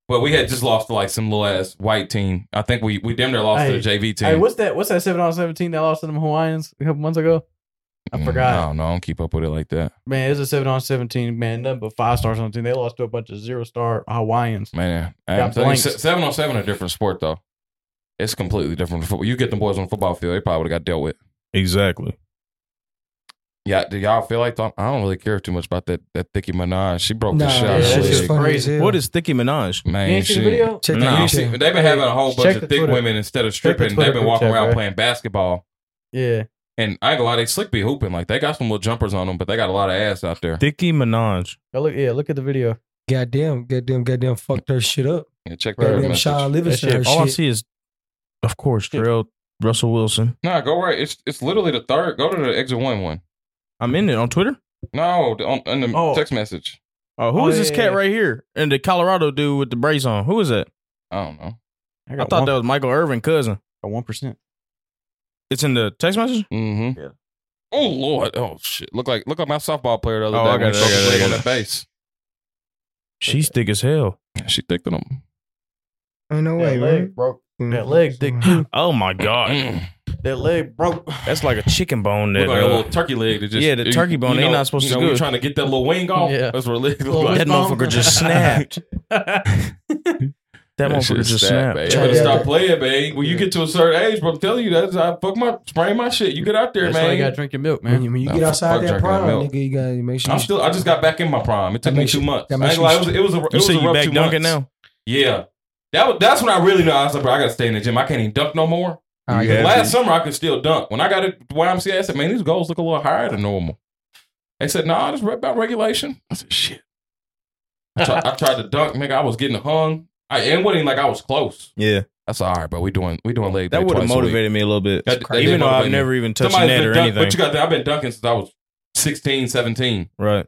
Speaker 3: But we had just lost to like some little ass white team. I think we we damn near lost
Speaker 2: Hey,
Speaker 3: to the JV team.
Speaker 2: Hey, what's that? What's that seven on seventeen that lost to them Hawaiians a couple months ago?
Speaker 3: Mm,
Speaker 2: I forgot.
Speaker 3: I don't know. I don't keep up with it like that.
Speaker 2: Man, it's a seven on seventeen. Man, nothing but five stars on the team. They lost to a bunch of zero star Hawaiians.
Speaker 3: Man,
Speaker 2: Got
Speaker 3: I'm telling you,
Speaker 2: blanks.
Speaker 3: se- seven on seven a different sport though. It's completely different from football. You get them boys on the football field, they probably would have got dealt with.
Speaker 1: Exactly.
Speaker 3: Yeah, do y'all feel like th- I don't really care too much about that that Thicky Minaj? She broke
Speaker 7: Nah,
Speaker 3: the shit out
Speaker 2: yeah,
Speaker 3: of
Speaker 2: that's
Speaker 3: the
Speaker 2: just
Speaker 3: league.
Speaker 2: fun- crazy.
Speaker 7: hell.
Speaker 1: What is Thicky Minaj?
Speaker 3: Man,
Speaker 2: You ain't see the
Speaker 3: shit.
Speaker 2: video?
Speaker 7: Check
Speaker 1: No.
Speaker 7: the
Speaker 3: You see-
Speaker 7: YouTube.
Speaker 3: they've been having a whole
Speaker 2: Check
Speaker 3: bunch
Speaker 2: the
Speaker 3: of thick
Speaker 2: Twitter.
Speaker 3: women instead
Speaker 2: Check
Speaker 3: of
Speaker 2: the
Speaker 3: stripping. They've
Speaker 2: Twitter
Speaker 3: been walking
Speaker 2: group chat,
Speaker 3: around
Speaker 2: bro.
Speaker 3: playing basketball.
Speaker 2: Yeah,
Speaker 3: And I ain't gonna lie, they slick be hooping. Like they got some little jumpers on them, but they got a lot of ass out there.
Speaker 1: Thicky Minaj.
Speaker 2: Now look. Yeah, look at the video.
Speaker 7: Goddamn, goddamn, goddamn, fucked her shit up.
Speaker 3: Yeah, check that Oh,
Speaker 7: Goddamn,
Speaker 3: out.
Speaker 7: Sean
Speaker 2: That
Speaker 7: Livingston.
Speaker 2: shit-
Speaker 7: her
Speaker 1: All I
Speaker 7: shit.
Speaker 1: see is, of course, Terrell Russell Wilson.
Speaker 3: Nah, go right. It's it's literally the third. Go to the exit one one.
Speaker 1: I'm in it on Twitter.
Speaker 3: No, the- on, on the
Speaker 2: Oh.
Speaker 3: text message.
Speaker 1: Oh, who
Speaker 2: Oh,
Speaker 1: is this
Speaker 2: yeah,
Speaker 1: cat
Speaker 2: yeah.
Speaker 1: right here? And the Colorado dude with the brace on. Who is that?
Speaker 3: I don't know.
Speaker 1: I thought that was Michael Irvin cousin.
Speaker 2: one percent.
Speaker 1: It's in the text message.
Speaker 3: Mm-hmm.
Speaker 1: Yeah.
Speaker 3: Oh lord. Oh shit. Look like look like my softball player the other
Speaker 1: Oh,
Speaker 3: day.
Speaker 1: I
Speaker 3: when
Speaker 1: got
Speaker 3: he
Speaker 1: it, I
Speaker 3: broke
Speaker 1: got
Speaker 3: his
Speaker 1: it,
Speaker 3: leg
Speaker 1: I
Speaker 3: on
Speaker 1: got
Speaker 3: that
Speaker 1: it.
Speaker 3: base.
Speaker 1: She's thick as hell.
Speaker 3: She thick than him.
Speaker 7: Ain't no way, Mm-hmm.
Speaker 2: that leg
Speaker 7: man.
Speaker 2: broke. That leg dick.
Speaker 1: Oh my god,
Speaker 3: Mm.
Speaker 2: That leg broke.
Speaker 1: that's like a chicken bone.
Speaker 3: Look
Speaker 1: That
Speaker 3: like a
Speaker 1: uh,
Speaker 3: little turkey leg. That just
Speaker 1: Yeah, the turkey bone, they
Speaker 3: know-
Speaker 1: not supposed
Speaker 3: you
Speaker 1: to
Speaker 3: know, we
Speaker 1: do it.
Speaker 3: Trying to get that little wing off.
Speaker 2: Yeah.
Speaker 3: That's what it looked
Speaker 2: Little
Speaker 3: like.
Speaker 1: that
Speaker 2: wrist bone.
Speaker 1: motherfucker just snapped. That motherfucker
Speaker 3: shit's
Speaker 1: just snapped.
Speaker 3: sad, babe. You
Speaker 7: Check
Speaker 3: better
Speaker 7: it
Speaker 3: stop
Speaker 7: out.
Speaker 3: playing, babe. When you get to a certain age, bro, I'm telling you, that's I fuck my sprain my shit. You get out there,
Speaker 2: That's why
Speaker 3: man.
Speaker 2: you gotta drink your milk,
Speaker 7: When
Speaker 2: man.
Speaker 7: you, when you
Speaker 3: Nah,
Speaker 7: get
Speaker 3: fuck
Speaker 7: outside that
Speaker 3: drinking that
Speaker 7: prime,
Speaker 3: milk.
Speaker 7: nigga, you gotta make sure.
Speaker 3: I'm
Speaker 7: you-
Speaker 3: still. I just got back in my prime. It
Speaker 7: That
Speaker 3: took me
Speaker 7: makes
Speaker 3: two
Speaker 7: you-
Speaker 3: months.
Speaker 7: that
Speaker 3: I
Speaker 7: makes
Speaker 3: ain't gonna lie,
Speaker 7: you-
Speaker 3: it was. It was a. It
Speaker 1: You
Speaker 3: was
Speaker 1: see,
Speaker 3: a
Speaker 1: you
Speaker 3: rough
Speaker 1: back
Speaker 3: two
Speaker 1: dunking
Speaker 3: months.
Speaker 1: now?
Speaker 3: Yeah, that was. That's when I really know. I was like, bro, I gotta stay in the gym. I can't even dunk no more.
Speaker 7: All right,
Speaker 1: You had
Speaker 3: Last summer, I could still dunk. When I got it, YMCA, I said, man, these goals look a little higher than normal. They said, nah, that's about regulation. I said, shit. I, tried, I tried to dunk, nigga. I was getting hung. I and wasn't even like I was close.
Speaker 1: Yeah,
Speaker 3: That's all right, but we doing we doing leg.
Speaker 1: that
Speaker 3: day
Speaker 1: would have
Speaker 3: twice a week.
Speaker 1: motivated me a little bit.
Speaker 3: That- that did
Speaker 1: Even though
Speaker 3: motivate
Speaker 1: I've
Speaker 3: me.
Speaker 1: never even touched
Speaker 3: Somebody's
Speaker 1: net
Speaker 3: been
Speaker 1: or
Speaker 3: dunk-
Speaker 1: anything.
Speaker 3: But you got that? I've been dunking since I was 16, 17.
Speaker 1: right.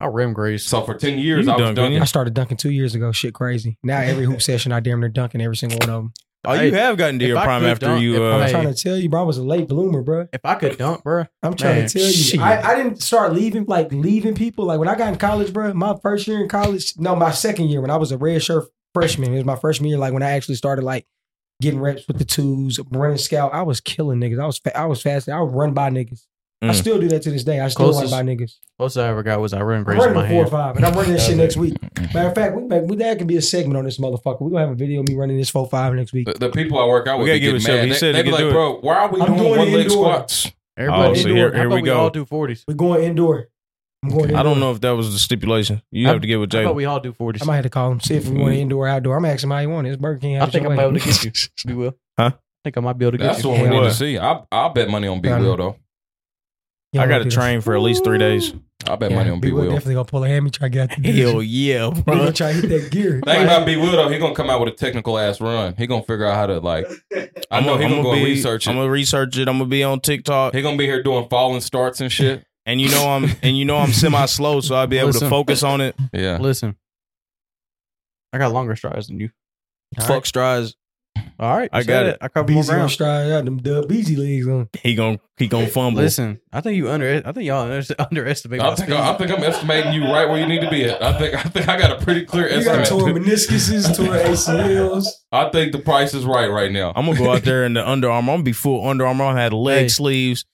Speaker 2: I rim grace.
Speaker 3: So for 10 years,
Speaker 1: You
Speaker 3: I was
Speaker 1: dunk, didn't
Speaker 3: dunking.
Speaker 7: I started dunking two years ago. Shit, crazy. Now every hoop session, I damn near dunking every single one of them.
Speaker 1: Oh, you
Speaker 2: Hey,
Speaker 1: have gotten to
Speaker 2: if
Speaker 1: your
Speaker 2: I
Speaker 1: prime
Speaker 2: could
Speaker 1: after
Speaker 2: dunk-
Speaker 1: you.
Speaker 2: if
Speaker 1: Uh,
Speaker 2: I-
Speaker 7: I'm trying to tell you, bro. I was a late bloomer, bro.
Speaker 2: If I could dunk, bro,
Speaker 7: I'm trying
Speaker 2: Man,
Speaker 7: to tell
Speaker 2: shit.
Speaker 7: you. I, I didn't start leaving, like leaving people. Like when I got in college, bro, my first year in college, no, my second year when I was a red shirt freshman, it was my freshman year, like when I actually started like getting reps with the twos, running scout. I was killing niggas. I was fa- I was fast. I would run by niggas. I
Speaker 1: Mm.
Speaker 7: still do that to this day. I still
Speaker 2: Closest-
Speaker 7: run by niggas.
Speaker 2: closest I ever got was I ran
Speaker 7: I'm
Speaker 2: grace in
Speaker 7: running
Speaker 2: my
Speaker 7: a four or
Speaker 2: hand.
Speaker 7: five, and I'm running that shit next week. Matter of fact, we, make, we that could be a segment on this motherfucker. We're gonna have a video of me running this four five next week.
Speaker 3: The, the people I work out
Speaker 1: We
Speaker 3: with
Speaker 1: gotta
Speaker 3: they
Speaker 1: give
Speaker 3: get
Speaker 1: it to him.
Speaker 3: mad.
Speaker 1: He
Speaker 3: They,
Speaker 1: said
Speaker 3: they
Speaker 1: he
Speaker 3: be
Speaker 1: can
Speaker 3: like,
Speaker 1: do it.
Speaker 3: bro, why are we
Speaker 7: I'm
Speaker 3: doing,
Speaker 7: doing it
Speaker 3: one leg
Speaker 7: indoor.
Speaker 3: squats?
Speaker 2: Everybody
Speaker 1: Oh,
Speaker 2: did
Speaker 1: so
Speaker 2: do
Speaker 1: here-
Speaker 2: it. I
Speaker 1: here
Speaker 2: thought
Speaker 1: we
Speaker 2: we
Speaker 1: go.
Speaker 2: all do forties.
Speaker 7: We're going indoor. I'm going. Indoor.
Speaker 1: I don't know if that was the stipulation. You have to get with
Speaker 2: I
Speaker 1: Jay.
Speaker 2: thought we all do forties.
Speaker 7: I might have to call him see if we
Speaker 1: Mm-hmm.
Speaker 7: want indoor or outdoor. I'm asking him how he want it. It's Burger King.
Speaker 2: I
Speaker 7: Have it
Speaker 2: think
Speaker 7: your
Speaker 2: I'm
Speaker 7: way.
Speaker 2: able to get you. We will.
Speaker 1: Huh?
Speaker 2: I think I might be able to get
Speaker 3: That's
Speaker 2: you.
Speaker 3: what we need
Speaker 7: Hell.
Speaker 3: to see. I I bet money on B
Speaker 7: Um,
Speaker 3: Will though.
Speaker 7: You
Speaker 1: I
Speaker 7: don't
Speaker 1: got
Speaker 7: wanna
Speaker 1: to
Speaker 7: do this.
Speaker 1: train for at least three days.
Speaker 3: I bet
Speaker 7: Yeah,
Speaker 3: money on B
Speaker 7: B-Will
Speaker 3: Will.
Speaker 7: definitely gonna pull a hammy try to get out the division.
Speaker 1: Hell yeah,
Speaker 7: He
Speaker 1: bro.
Speaker 7: gonna try to hit that gear.
Speaker 3: Thing about B Will though, he gonna come out with a technical ass run. He gonna figure out how to like. I know he gonna go and research
Speaker 1: I'm
Speaker 3: it.
Speaker 1: gonna research it. I'm gonna be on TikTok,
Speaker 3: He gonna be here doing falling starts and shit.
Speaker 1: and you know I'm and you know I'm semi slow, so I'll be able to
Speaker 2: Listen.
Speaker 1: focus on it.
Speaker 3: Yeah,
Speaker 2: Listen, I got longer strides than you.
Speaker 7: All
Speaker 1: Fuck strides.
Speaker 2: All right,
Speaker 1: I
Speaker 2: you
Speaker 1: got
Speaker 2: said
Speaker 1: it.
Speaker 2: I covered more
Speaker 7: BZ gonna
Speaker 2: ground.
Speaker 7: stride out them dub BZ legs on.
Speaker 1: He gonna he gonna fumble.
Speaker 2: Listen, I think you under. I think y'all under, underestimate my
Speaker 3: I think
Speaker 2: speed.
Speaker 3: I, think I'm estimating you right where you need to be at. I think I think I got a pretty clear
Speaker 7: You got torn
Speaker 3: estimate.
Speaker 7: meniscuses, torn ACLs.
Speaker 3: I think the price is right right now.
Speaker 1: I'm gonna go out there in the Under Armour. I'm gonna be full Under Armour. I'm gonna have leg
Speaker 2: Hey.
Speaker 1: sleeves,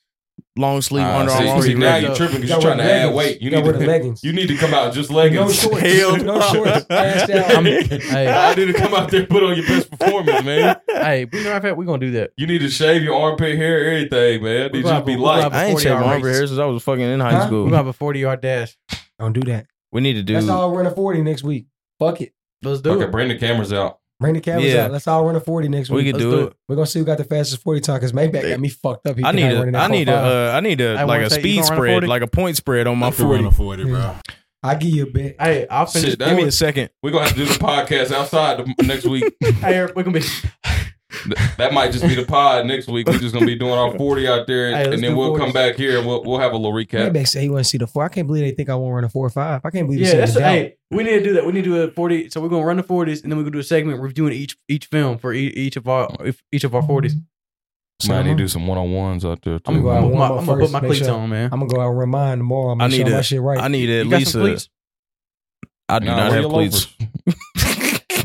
Speaker 1: long sleeve
Speaker 3: Ah,
Speaker 1: Under
Speaker 3: see-
Speaker 1: Armour.
Speaker 3: see, now
Speaker 2: ripped
Speaker 3: you're
Speaker 2: up.
Speaker 3: tripping because
Speaker 7: Got
Speaker 3: you're trying to
Speaker 7: rid of
Speaker 3: add
Speaker 7: leggings.
Speaker 3: weight. You
Speaker 7: Got
Speaker 3: need
Speaker 7: rid of
Speaker 3: to
Speaker 7: leggings.
Speaker 3: you need to come out just
Speaker 7: No
Speaker 3: leggings.
Speaker 7: shorts.
Speaker 1: Hell
Speaker 7: no
Speaker 1: no.
Speaker 7: shorts. Passed out.
Speaker 2: I'm-
Speaker 3: I
Speaker 2: hey,
Speaker 3: need to come out there and put on your best performance, man.
Speaker 2: hey, we know fact we're gonna do that.
Speaker 3: You need to shave your armpit hair, everything, man. It
Speaker 2: We
Speaker 3: needs you to
Speaker 2: gonna
Speaker 3: be
Speaker 2: have a-
Speaker 3: light.
Speaker 2: have a
Speaker 1: I ain't
Speaker 2: 40
Speaker 1: shaved
Speaker 2: yard
Speaker 1: my over
Speaker 2: race.
Speaker 1: here since I was fucking in high
Speaker 7: Huh?
Speaker 2: We're
Speaker 1: school.
Speaker 2: gonna have a forty yard dash.
Speaker 7: Don't do that.
Speaker 1: We need to do.
Speaker 7: Let's all run a 40 next week. Fuck it.
Speaker 2: Let's do
Speaker 3: Okay,
Speaker 2: it.
Speaker 3: bring the cameras out.
Speaker 7: Bring the cameras
Speaker 1: Yeah.
Speaker 7: out. Let's all run a 40 next
Speaker 1: we
Speaker 7: week.
Speaker 1: could
Speaker 2: Let's
Speaker 1: do,
Speaker 2: do
Speaker 1: it.
Speaker 2: it.
Speaker 7: We're gonna see who got the fastest 40 time because Maybach got me fucked up. He
Speaker 1: I
Speaker 7: cannot
Speaker 1: need
Speaker 7: run in
Speaker 1: a,
Speaker 7: that
Speaker 1: I need a,
Speaker 7: 45.
Speaker 1: uh, I need
Speaker 2: Hey,
Speaker 1: a like
Speaker 2: wanna
Speaker 1: a
Speaker 2: take- you
Speaker 1: speed
Speaker 2: gonna run a
Speaker 1: spread,
Speaker 2: 40?
Speaker 1: like a point spread on my
Speaker 9: I could run
Speaker 1: forty.
Speaker 9: a 40, bro.
Speaker 7: I give you a bet.
Speaker 2: Hey, I'll finish.
Speaker 3: Shit,
Speaker 1: Give me
Speaker 3: that,
Speaker 1: a second.
Speaker 3: we're gonna have to do the podcast outside the, next week.
Speaker 2: Hey, Eric, we're gonna be.
Speaker 3: Th- that might just be the pod next week. We're just gonna be doing our forty out there,
Speaker 2: Hey, let's
Speaker 3: and then
Speaker 2: do
Speaker 3: we'll
Speaker 2: 40s.
Speaker 3: come back here and we'll we'll have a little recap.
Speaker 7: Maybach said he wants to see the four. I can't believe they think I won't run a four or five. I can't believe
Speaker 2: Yeah,
Speaker 7: they
Speaker 2: that's
Speaker 7: said that.
Speaker 2: hey. We need to do that. We need to do a forty. So we're gonna run the forties, and then we're gonna do a segment reviewing each each film for each, each of our if- each of our forties.
Speaker 3: Man, they do some one on ones out there too.
Speaker 2: I'm gonna,
Speaker 7: go out
Speaker 2: I'm
Speaker 7: and
Speaker 2: gonna,
Speaker 7: warm up
Speaker 2: I'm gonna put
Speaker 7: first,
Speaker 2: my
Speaker 7: make
Speaker 2: cleats
Speaker 7: sure.
Speaker 2: on, man.
Speaker 7: I'm gonna go out and run mine tomorrow. I'm
Speaker 1: I
Speaker 7: gonna
Speaker 1: need
Speaker 7: show my
Speaker 1: a-
Speaker 7: shit right.
Speaker 1: I need at
Speaker 2: You got
Speaker 1: least
Speaker 2: some
Speaker 1: a.
Speaker 2: cleats?
Speaker 1: I do
Speaker 3: Nah,
Speaker 1: not
Speaker 3: wear
Speaker 1: have
Speaker 3: your
Speaker 1: cleats.
Speaker 7: we,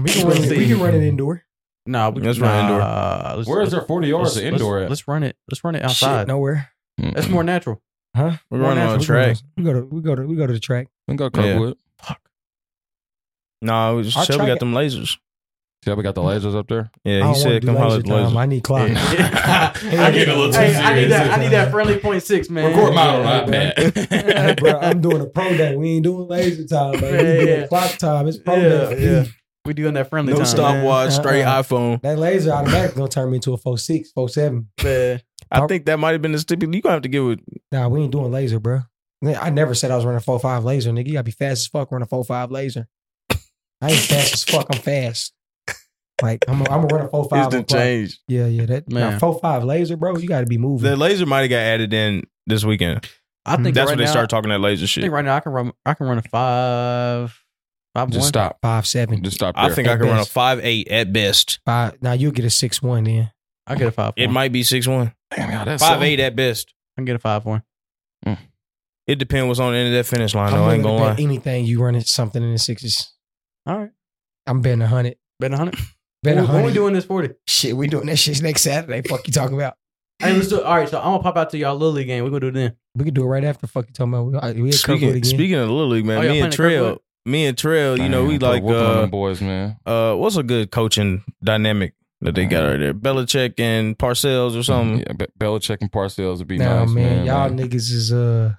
Speaker 7: can run it, we can run it indoor.
Speaker 2: Nah, we,
Speaker 1: Let's
Speaker 2: nah,
Speaker 1: run indoor.
Speaker 2: Let's,
Speaker 3: Where is
Speaker 2: let's-
Speaker 3: there forty yards of
Speaker 2: let's-
Speaker 3: indoor
Speaker 2: Let's,
Speaker 3: at?
Speaker 2: let's run it. Let's run it
Speaker 7: Shit,
Speaker 2: outside. Hmm.
Speaker 7: nowhere,
Speaker 2: That's more natural.
Speaker 7: huh?
Speaker 1: We're
Speaker 7: More
Speaker 1: running on a
Speaker 7: natural.
Speaker 1: track.
Speaker 7: We go to we go to we go to the track.
Speaker 3: We got
Speaker 1: Yeah.
Speaker 3: Kirkwood.
Speaker 1: No, nah,
Speaker 7: I'll
Speaker 1: Shelby
Speaker 7: try
Speaker 1: got
Speaker 7: it.
Speaker 1: them lasers.
Speaker 3: See how we got the lasers up there.
Speaker 7: I
Speaker 1: Yeah, he
Speaker 7: don't wanna
Speaker 1: said,
Speaker 7: do
Speaker 1: "Come holler
Speaker 7: laser
Speaker 1: at the lasers."
Speaker 7: time. I need clock.
Speaker 2: I
Speaker 7: get a little too
Speaker 2: hey, I need
Speaker 7: serious.
Speaker 2: that. I need that friendly point six, man.
Speaker 3: Record mine on
Speaker 7: Yeah,
Speaker 3: iPad.
Speaker 7: hey, bro, I'm doing a pro day. We ain't doing laser time, man.
Speaker 2: Yeah,
Speaker 7: we doing
Speaker 2: yeah.
Speaker 7: clock time. It's pro
Speaker 2: Yeah,
Speaker 7: day.
Speaker 2: yeah. We doing that friendly
Speaker 1: No
Speaker 2: time.
Speaker 1: stopwatch,
Speaker 7: man.
Speaker 1: straight
Speaker 7: Uh-uh.
Speaker 1: iPhone.
Speaker 7: That laser automatic gonna turn me into a four six, four seven.
Speaker 2: man.
Speaker 1: I think that might have been the stipulation. You gonna have to give it.
Speaker 7: Nah, we ain't doing laser, bro. Man, I never said I was running four five laser, nigga. You gotta be fast as fuck running four five laser. I ain't fast as fuck. I'm fast. Like I'm, a, I'm gonna run a four
Speaker 1: It's
Speaker 7: five.
Speaker 1: the change.
Speaker 7: Yeah, yeah. That
Speaker 2: Man.
Speaker 7: Nah, four five laser, bro. You gotta be moving.
Speaker 1: The laser might have got added in this weekend.
Speaker 2: I think
Speaker 1: That's
Speaker 2: right
Speaker 1: when they
Speaker 2: now-
Speaker 1: start talking that laser
Speaker 2: I
Speaker 1: shit.
Speaker 2: think right now I can run. I can run a five, five
Speaker 3: Just
Speaker 2: one.
Speaker 3: stop.
Speaker 7: five seven.
Speaker 3: Just stop. There.
Speaker 1: I think I
Speaker 7: At
Speaker 1: can run a
Speaker 7: best.
Speaker 1: five eight at best.
Speaker 7: Five. Now you'll get a six one then.
Speaker 2: I get a five.
Speaker 1: It
Speaker 2: one.
Speaker 1: might be six one.
Speaker 3: Damn, y'all, that's
Speaker 1: Five
Speaker 3: something.
Speaker 1: eight at best.
Speaker 2: I can get a five one.
Speaker 1: Mm. It depends what's on the end of that finish line.
Speaker 7: I'm
Speaker 1: though. I
Speaker 7: willing
Speaker 1: ain't
Speaker 7: to
Speaker 1: gonna
Speaker 7: bet
Speaker 1: lie.
Speaker 7: anything you running something in the sixes.
Speaker 2: All right,
Speaker 7: I'm betting a hundred.
Speaker 2: bet a hundred.
Speaker 7: Bet a
Speaker 2: When- When we
Speaker 7: hundred.
Speaker 2: doing this forty?
Speaker 7: Shit, we doing that shit next Saturday. Fuck you talking about?
Speaker 2: Hey, let's do. All right, so I'm gonna pop out to y'all little league game. We gonna do it then.
Speaker 7: We could do it right after. Fuck you talking about? We, I- we had Kirkwood
Speaker 1: Speaking,
Speaker 7: again.
Speaker 1: speaking of Little League, man,
Speaker 2: Oh, y'all
Speaker 1: me
Speaker 2: playing
Speaker 1: and
Speaker 2: at
Speaker 1: Trail,
Speaker 2: Kirkwood?
Speaker 1: me and Trail, you know,
Speaker 3: Damn,
Speaker 1: we
Speaker 3: put a
Speaker 1: like
Speaker 3: whoop on
Speaker 1: uh,
Speaker 3: them boys, man.
Speaker 1: uh, what's a good coaching dynamic that they got right there? Belichick and Parcells or something.
Speaker 3: Yeah, Be- Belichick and Parcells would be
Speaker 7: Nah,
Speaker 3: nice,
Speaker 7: man,
Speaker 3: man.
Speaker 7: y'all
Speaker 3: man.
Speaker 7: niggas is uh,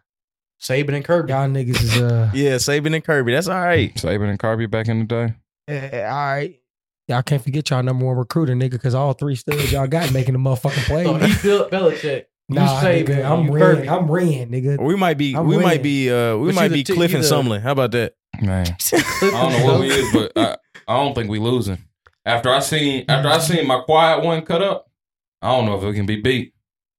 Speaker 2: Saban and Kirby.
Speaker 7: y'all niggas is uh,
Speaker 1: Yeah, Saban and Kirby. That's all right.
Speaker 3: Saban and Kirby back in the day.
Speaker 7: eh, eh, all right. Y'all can't forget y'all number one recruiter, nigga, because all three studs y'all got making the motherfucking play.
Speaker 2: So he built Belichick. You
Speaker 7: nah,
Speaker 2: Saban,
Speaker 7: nigga, I'm
Speaker 2: you
Speaker 7: Ren,
Speaker 2: Kirby.
Speaker 7: I'm Ren, nigga.
Speaker 1: We might be,
Speaker 7: I'm
Speaker 1: we might
Speaker 7: winning.
Speaker 1: be, uh, we
Speaker 2: But
Speaker 1: might
Speaker 2: you the
Speaker 1: be
Speaker 2: t-
Speaker 1: Cliff
Speaker 2: you
Speaker 1: and
Speaker 2: the-
Speaker 1: Sumlin. How about that?
Speaker 3: Man, I don't know what we is, but I, I don't think we losing. After I seen after I seen my quiet one cut up, I don't know if it can be beat.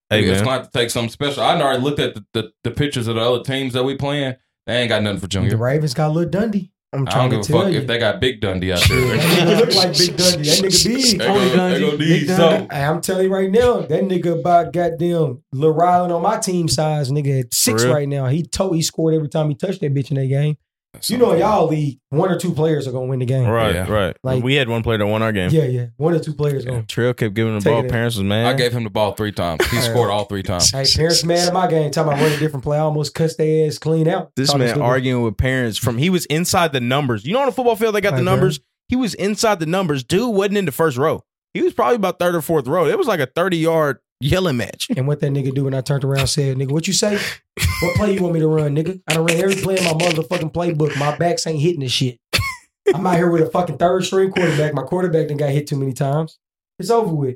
Speaker 1: Hey
Speaker 3: it's
Speaker 1: man,
Speaker 3: going to take something special. I done already looked at the, the, the pictures of the other teams that we playing. They ain't got nothing for
Speaker 7: The
Speaker 3: Junior.
Speaker 7: Ravens got Lil Dundee. I'm
Speaker 3: I don't
Speaker 7: trying
Speaker 3: give
Speaker 7: to
Speaker 3: a
Speaker 7: tell
Speaker 3: fuck
Speaker 7: you.
Speaker 3: if they got Big Dundee out there.
Speaker 7: He look like Big Dundee. That nigga big.
Speaker 3: They go- they go D's, so.
Speaker 7: Hey, I'm telling you right now, that nigga about goddamn Lil Rylan on my team size, nigga at six
Speaker 1: For real?
Speaker 7: right now. He to- he scored every time he touched that bitch in that game. You know, in y'all league, one or two players are gonna win the game.
Speaker 1: Right,
Speaker 3: Yeah.
Speaker 1: right.
Speaker 7: Like-
Speaker 1: we had one player that won our game.
Speaker 7: Yeah, yeah. One or two players gonna
Speaker 1: Trill kept giving the
Speaker 7: Take
Speaker 1: ball.
Speaker 7: it in.
Speaker 1: Parents was mad.
Speaker 3: I gave him the ball three times. He scored all three times.
Speaker 7: Hey, parents mad at my game. Time I run a different play, I almost cussed their ass clean out.
Speaker 1: this
Speaker 7: Talking
Speaker 1: man
Speaker 7: stupid.
Speaker 1: arguing with parents from he was inside the numbers. You know on the football field they got
Speaker 7: I
Speaker 1: the
Speaker 7: agree.
Speaker 1: numbers. He was inside the numbers. Dude wasn't in the first row. He was probably about third or fourth row. It was like a thirty yard yelling match.
Speaker 7: And what that nigga do when I turned around and said, nigga, what you say? What play you want me to run, nigga? I done ran every play in my motherfucking playbook. My backs ain't hitting this shit. I'm out here with a fucking third string quarterback. My quarterback done got hit too many times. It's over with.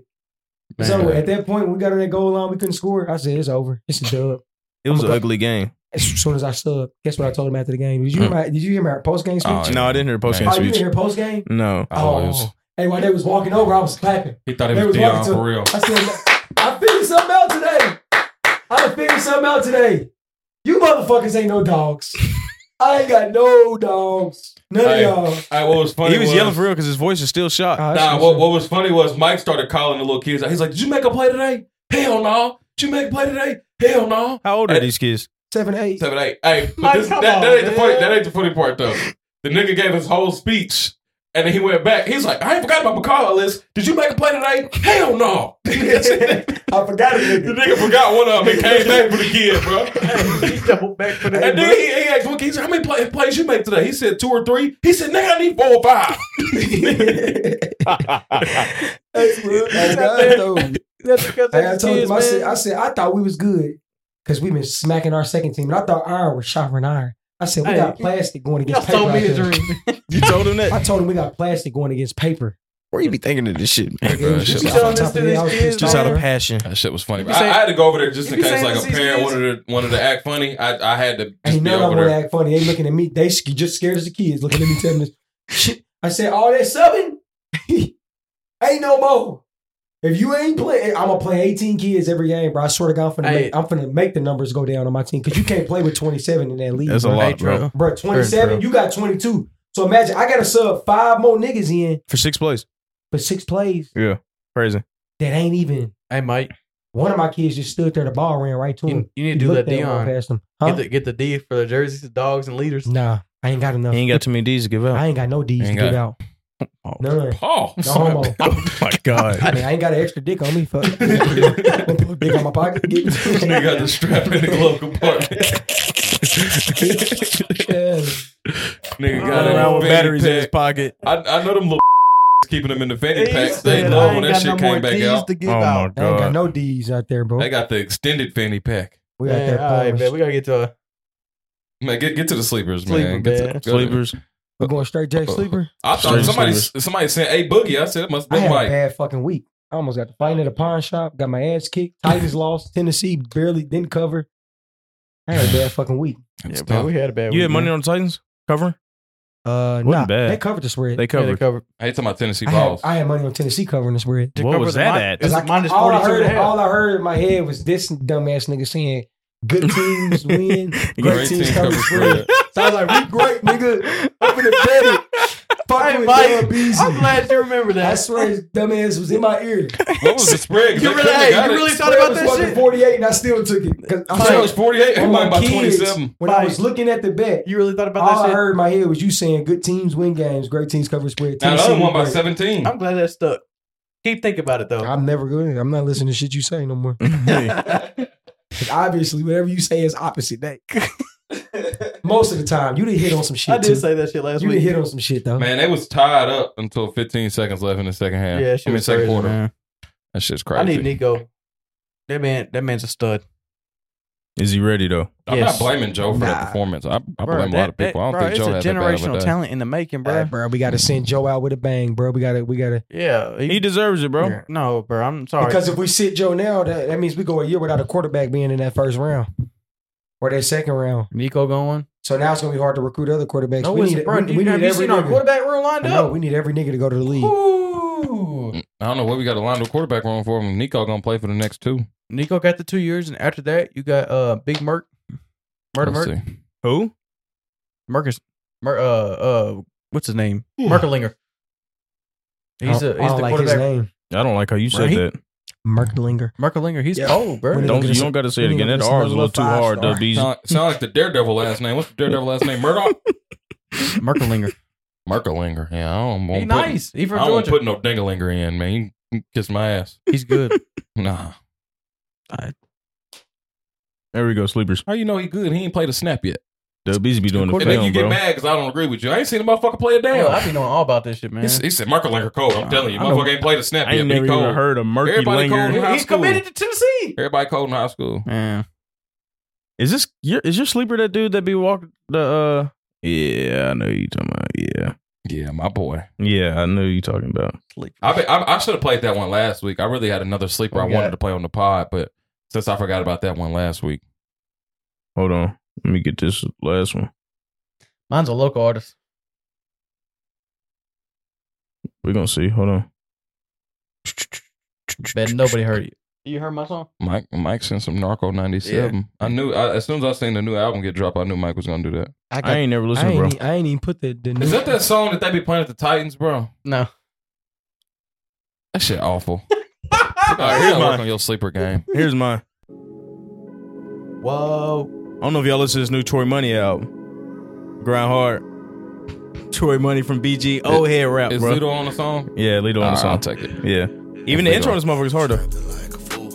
Speaker 7: It's over. with. At that point, when we got on that goal line, we couldn't score. I said, it's over. It's a dub.
Speaker 1: It was
Speaker 7: I'm
Speaker 1: an
Speaker 7: a-
Speaker 1: ugly game.
Speaker 7: As soon as I sub, guess what I told him after the game? Did you hear my, did you hear my post game speech?
Speaker 3: Oh,
Speaker 7: Oh,
Speaker 3: yeah.
Speaker 1: No, I didn't hear the post game
Speaker 7: you didn't
Speaker 1: speech.
Speaker 7: hear post game?
Speaker 1: No.
Speaker 3: Oh, it was-
Speaker 7: Hey, while they was walking over, I was clapping.
Speaker 3: he thought he
Speaker 7: They was
Speaker 3: was Dion
Speaker 7: walking to-
Speaker 3: for real.
Speaker 7: I said, I figured something out today. I done figured something out today. You motherfuckers ain't no dogs. I ain't got no dogs. None
Speaker 3: Hey,
Speaker 7: of y'all.
Speaker 3: All right, what was funny?
Speaker 1: He was yelling for real because his voice is still shot.
Speaker 7: Oh,
Speaker 3: Nah, what, what was funny was Mike started calling the little kids. out. He's like, "Did you make a play today? Hell no! Did you make a play today? Hell no!"
Speaker 1: How old are
Speaker 3: Hey.
Speaker 1: these kids?
Speaker 7: Seven, eight.
Speaker 3: Seven eight. Hey, but
Speaker 7: Mike,
Speaker 3: this, that,
Speaker 7: come
Speaker 3: that
Speaker 7: on,
Speaker 3: ain't the funny.
Speaker 7: man.
Speaker 3: That ain't the funny part though. The nigga gave his whole speech. And then he went back. He's like, I ain't forgot about McCall list. Did you make a play today? Hell no. the
Speaker 7: I forgot it. nigga.
Speaker 3: nigga forgot one of them and came back for the kid, bro.
Speaker 2: He doubled back for
Speaker 3: And then he, he asked, Wookie, he said, how many play, plays you make today? He said two or three. He said, nigga, I need four or five.
Speaker 7: That's real. That's
Speaker 2: That's
Speaker 7: though.
Speaker 2: That's because
Speaker 7: Hey, I told him, I said, I said, I thought we was good because we been smacking our second team, and I thought iron was sharper than iron. I said we
Speaker 2: Hey,
Speaker 7: got plastic going
Speaker 2: Y'all
Speaker 7: against paper.
Speaker 2: sold
Speaker 7: out
Speaker 2: me a
Speaker 7: there.
Speaker 2: dream.
Speaker 1: You told him that?
Speaker 7: I told him we got plastic going against paper.
Speaker 1: Where you be thinking of this shit, man?
Speaker 3: bro, shit
Speaker 7: Just
Speaker 3: was-
Speaker 7: off the top of the- I was pissed
Speaker 1: Just
Speaker 7: off,
Speaker 1: out of
Speaker 7: bro.
Speaker 1: passion.
Speaker 3: That shit was funny.
Speaker 2: You
Speaker 3: I,
Speaker 2: say-
Speaker 3: I had to go over there just in
Speaker 2: you say
Speaker 3: case, like
Speaker 2: this
Speaker 3: a
Speaker 2: is
Speaker 3: parent
Speaker 2: easy.
Speaker 3: wanted to, wanted to act funny. I, I had to just
Speaker 7: Ain't
Speaker 3: be
Speaker 7: none of
Speaker 3: over
Speaker 7: them want to
Speaker 3: there.
Speaker 7: act funny. They looking at me. They sk- just scared as the kids looking at me telling this. Shit. I said, all that subbing ain't no more. If you ain't play, I'm gonna play 18 kids every game, bro. I swear to God, I'm finna,
Speaker 2: Hey.
Speaker 7: make, I'm finna make the numbers go down on my team because you can't play with 27 in that league.
Speaker 1: That's a
Speaker 7: bro.
Speaker 1: lot, bro.
Speaker 7: Bro, 27,
Speaker 1: True.
Speaker 7: you got 22. So imagine I gotta sub five more niggas in
Speaker 1: For six plays.
Speaker 7: for six plays
Speaker 1: Yeah. Crazy.
Speaker 7: that ain't even.
Speaker 2: Hey, Mike,
Speaker 7: One of my kids just stood there, the ball ran right to him.
Speaker 2: you, you need to
Speaker 7: He
Speaker 2: do
Speaker 7: looked
Speaker 2: that,
Speaker 7: at him,
Speaker 2: Dion.
Speaker 7: walked Past him. Huh?
Speaker 2: Get the get the D for the jerseys, the dogs, and leaders.
Speaker 7: nah, I ain't got enough.
Speaker 1: He ain't got too many D's to give out.
Speaker 7: I ain't got no D's to
Speaker 3: Ain't
Speaker 7: give
Speaker 3: got-
Speaker 7: out. None.
Speaker 3: Paul.
Speaker 7: No homo.
Speaker 1: Oh my God.
Speaker 7: I mean, I ain't got an extra dick on me. Fuck. dick on my pocket.
Speaker 3: nigga got the strap in the glove compartment.
Speaker 7: Yeah.
Speaker 3: nigga got
Speaker 1: Running
Speaker 3: it
Speaker 1: around
Speaker 3: out
Speaker 1: with batteries in his pocket.
Speaker 3: I, I know them little keeping them in the fanny packs.
Speaker 2: I
Speaker 3: They
Speaker 2: ain't
Speaker 3: love when that
Speaker 2: got
Speaker 3: shit
Speaker 2: no
Speaker 3: came
Speaker 2: more
Speaker 3: back
Speaker 2: Ds
Speaker 3: out.
Speaker 2: to give
Speaker 1: Oh
Speaker 2: out.
Speaker 1: my
Speaker 7: I ain't got
Speaker 1: God.
Speaker 7: no D's out there, bro.
Speaker 3: They got the extended fanny pack.
Speaker 7: we out
Speaker 2: Man,
Speaker 7: there.
Speaker 2: all right,
Speaker 7: pulling.
Speaker 2: man, we gotta get to a
Speaker 3: Man, get get to the sleepers,
Speaker 2: Sleeper,
Speaker 3: man. Get to-
Speaker 2: man.
Speaker 3: go to- uh,
Speaker 1: Sleepers.
Speaker 7: We're going straight Jay
Speaker 3: Uh-oh.
Speaker 7: Sleeper.
Speaker 3: I thought
Speaker 1: Straight
Speaker 3: somebody
Speaker 1: sleepers.
Speaker 3: somebody sent a boogie. I said it must
Speaker 7: I
Speaker 3: have been
Speaker 7: had a
Speaker 3: Mike.
Speaker 7: bad fucking week. I almost got the fighting at a pawn shop. Got my ass kicked. Titans lost. Tennessee barely didn't cover. I had a bad fucking week.
Speaker 3: It's
Speaker 2: Yeah,
Speaker 3: tough.
Speaker 2: man, we had a bad
Speaker 1: You
Speaker 2: week,
Speaker 1: had money
Speaker 2: man.
Speaker 1: on the Titans covering?
Speaker 7: Uh,
Speaker 1: Wasn't
Speaker 7: nah,
Speaker 1: bad.
Speaker 7: they covered the spread.
Speaker 1: They
Speaker 2: Yeah, they
Speaker 1: covered.
Speaker 2: covered.
Speaker 3: I hate talking about Tennessee
Speaker 7: I had,
Speaker 3: balls.
Speaker 7: I had money on Tennessee covering the spread.
Speaker 2: To
Speaker 1: What
Speaker 2: cover
Speaker 1: was
Speaker 2: the
Speaker 1: that
Speaker 2: mon-
Speaker 1: at?
Speaker 2: It's
Speaker 7: Like,
Speaker 2: minus
Speaker 7: all I
Speaker 2: 42 and
Speaker 7: heard,
Speaker 2: a half.
Speaker 7: all I heard in my head was this dumbass nigga saying, "Good teams win, great,
Speaker 3: Great
Speaker 7: teams,
Speaker 3: teams
Speaker 7: cover
Speaker 3: cover
Speaker 7: spread."
Speaker 3: spread.
Speaker 7: So I was like, "We great, nigga. I'm gonna bet it. Fuck
Speaker 2: Hey,
Speaker 7: with
Speaker 2: Mike,
Speaker 7: Doug Beasley."
Speaker 2: I'm glad you remember
Speaker 7: I
Speaker 2: that.
Speaker 7: swear, his dumbass was in my ear.
Speaker 3: What was the spread? 'Cause
Speaker 2: You
Speaker 3: they
Speaker 2: really,
Speaker 3: could've
Speaker 2: hey,
Speaker 3: got
Speaker 2: you
Speaker 3: it.
Speaker 2: really thought
Speaker 7: Spread
Speaker 2: about
Speaker 7: was
Speaker 2: that
Speaker 7: fucking
Speaker 2: shit?
Speaker 7: 48, and I still took it. 'Cause I'm
Speaker 3: Spread
Speaker 7: telling
Speaker 3: was
Speaker 7: you,
Speaker 3: forty eight. He
Speaker 7: on
Speaker 3: won by
Speaker 7: kids,
Speaker 3: twenty seven.
Speaker 7: When I
Speaker 2: Mike.
Speaker 7: was looking at the bet,
Speaker 2: You really thought about
Speaker 7: all I
Speaker 2: that shit?
Speaker 7: heard in my head was you saying, "Good teams win games, great teams cover spread."
Speaker 3: Now the
Speaker 7: Tennessee
Speaker 3: other one by
Speaker 7: great."
Speaker 3: seventeen.
Speaker 2: I'm glad that stuck. Keep thinking about it though.
Speaker 7: I'm never going. I'm not listening to shit you say no more.
Speaker 2: yeah,
Speaker 7: 'Cause obviously, whatever you say is opposite that. Most of the time, you didn't hit on some shit.
Speaker 2: I
Speaker 7: too.
Speaker 2: did say that shit last
Speaker 7: you didn't
Speaker 2: week.
Speaker 7: hit on some shit though.
Speaker 3: Man, they was tied up until 15 seconds left in the second half.
Speaker 2: Yeah, she
Speaker 3: I mean,
Speaker 2: was
Speaker 3: second
Speaker 2: crazy,
Speaker 3: quarter.
Speaker 2: man.
Speaker 3: That shit's crazy.
Speaker 2: I need Nico. That man, that man's a stud.
Speaker 1: Is he ready though?
Speaker 3: I'm
Speaker 2: Yes.
Speaker 3: not blaming Joe for
Speaker 7: Nah.
Speaker 3: that performance. I, I
Speaker 2: Bro,
Speaker 3: blame a lot
Speaker 2: that-
Speaker 3: of people. I
Speaker 2: that-
Speaker 3: don't
Speaker 2: bro,
Speaker 3: think Joe
Speaker 2: it's
Speaker 3: had
Speaker 2: a
Speaker 3: that bad of
Speaker 2: generational
Speaker 3: a day.
Speaker 2: talent in the making,
Speaker 7: bro.
Speaker 2: bro.
Speaker 7: bro, we gotta send Joe out with a bang, bro. We gotta, we gotta.
Speaker 2: Yeah,
Speaker 1: He deserves it, bro.
Speaker 2: Yeah. No, bro. I'm sorry.
Speaker 7: Because if we sit Joe now, that, that means we go a year without a quarterback being in that first round or that second round.
Speaker 2: Nico going.
Speaker 7: So now it's gonna be hard to recruit other quarterbacks.
Speaker 2: No,
Speaker 7: we
Speaker 2: it's
Speaker 7: need,
Speaker 2: bro.
Speaker 7: we,
Speaker 2: do you-
Speaker 7: we
Speaker 2: have
Speaker 7: need
Speaker 2: you
Speaker 7: every
Speaker 2: seen our
Speaker 7: nigga.
Speaker 2: quarterback room lined
Speaker 7: I know,
Speaker 2: up?
Speaker 7: we need every nigga to go to the league.
Speaker 2: Ooh.
Speaker 3: I don't know what we got a line to quarterback room for him. Nico gonna play for the next two.
Speaker 2: Nico got the two years, and after that, you got uh Big Merc, Murder
Speaker 3: Let's
Speaker 2: Merc,
Speaker 3: see.
Speaker 1: Who?
Speaker 2: Mercus. Mer, uh, uh, what's his name?
Speaker 9: Yeah.
Speaker 2: Merkelinger. He's, a,
Speaker 7: I
Speaker 2: he's
Speaker 7: don't
Speaker 2: the
Speaker 7: like his
Speaker 2: quarterback.
Speaker 7: name.
Speaker 1: I don't like how you said
Speaker 2: Right.
Speaker 1: that.
Speaker 7: Merklinger.
Speaker 2: Merkelinger. He's
Speaker 7: Yeah.
Speaker 2: cold, bro.
Speaker 7: When
Speaker 1: Don't
Speaker 7: Nigga,
Speaker 1: you
Speaker 7: just-
Speaker 1: don't got to say it
Speaker 7: nigga,
Speaker 1: again. That
Speaker 7: just
Speaker 1: R is a
Speaker 7: another
Speaker 1: little too
Speaker 7: five
Speaker 1: hard.
Speaker 7: star.
Speaker 1: Dub Easy.
Speaker 3: Sound, sound like the Daredevil last name. What's the Daredevil last name? Murdoch?
Speaker 2: Merkelinger.
Speaker 3: Merkelinger. Yeah, I don't
Speaker 2: He's
Speaker 3: want put,
Speaker 2: nice. He
Speaker 3: I
Speaker 2: from
Speaker 3: don't
Speaker 2: Georgia.
Speaker 3: put no dingalinger in, man. You can kiss my ass.
Speaker 2: he's good.
Speaker 3: Nah.
Speaker 1: There we go, sleepers.
Speaker 3: How you know he good? He ain't played a snap yet.
Speaker 1: Dub Easy be doing the
Speaker 3: And then you
Speaker 1: film,
Speaker 3: get
Speaker 1: bro.
Speaker 3: mad because I don't agree with you. I ain't seen a motherfucker play a
Speaker 2: Damn, I
Speaker 3: damn.
Speaker 2: be knowing all about this shit, man.
Speaker 3: He s- he said Merkelinger cold. I'm telling you,
Speaker 1: I know-
Speaker 3: motherfucker ain't played a snap
Speaker 1: I
Speaker 3: yet.
Speaker 1: ain't
Speaker 3: but
Speaker 1: never
Speaker 3: He
Speaker 1: even
Speaker 3: cold.
Speaker 1: heard of Murky
Speaker 3: Everybody called him
Speaker 1: Linger.
Speaker 3: high
Speaker 2: he's
Speaker 3: school.
Speaker 2: committed to Tennessee.
Speaker 3: Everybody cold in high school.
Speaker 2: Man,
Speaker 1: Is this your is your sleeper that dude that be walking the uh Yeah, I know you talking about. Yeah.
Speaker 3: Yeah, my boy.
Speaker 1: Yeah, I know you talking about.
Speaker 3: I be, I, I should have played that one last week. I really had another sleeper I
Speaker 2: Okay.
Speaker 3: wanted to play on the pod, but since I forgot about that one last week,
Speaker 1: Hold on. Let me get this last one.
Speaker 2: mine's a local artist.
Speaker 1: We're gonna see. Hold on.
Speaker 2: Bet nobody heard you. You heard my song?
Speaker 3: Mike Mike sent some Narco ninety seven. I knew I, as soon as I seen the new album get dropped, I knew Mike was gonna do that.
Speaker 7: I, got,
Speaker 1: I ain't never
Speaker 7: I,
Speaker 1: listened,
Speaker 7: ain't,
Speaker 1: bro.
Speaker 7: e- I ain't even put the, the
Speaker 3: Is
Speaker 7: new-
Speaker 3: that that song that they be playing at the Titans, bro?
Speaker 2: No.
Speaker 3: That shit awful. All right, here's
Speaker 1: Here's
Speaker 3: work
Speaker 1: mine.
Speaker 3: on your sleeper game.
Speaker 1: Here's mine.
Speaker 2: Whoa.
Speaker 1: I don't know if y'all listen to this new Tory Money album. Grind hard. Tory Money from BG. Oh head rap,
Speaker 3: Is
Speaker 1: bro.
Speaker 3: Ludo on the song?
Speaker 1: Yeah, Lido on the
Speaker 3: Alright, I'll
Speaker 1: song.
Speaker 3: take it.
Speaker 1: Yeah. Even the intro
Speaker 3: Lido.
Speaker 1: on this motherfucker is hard though.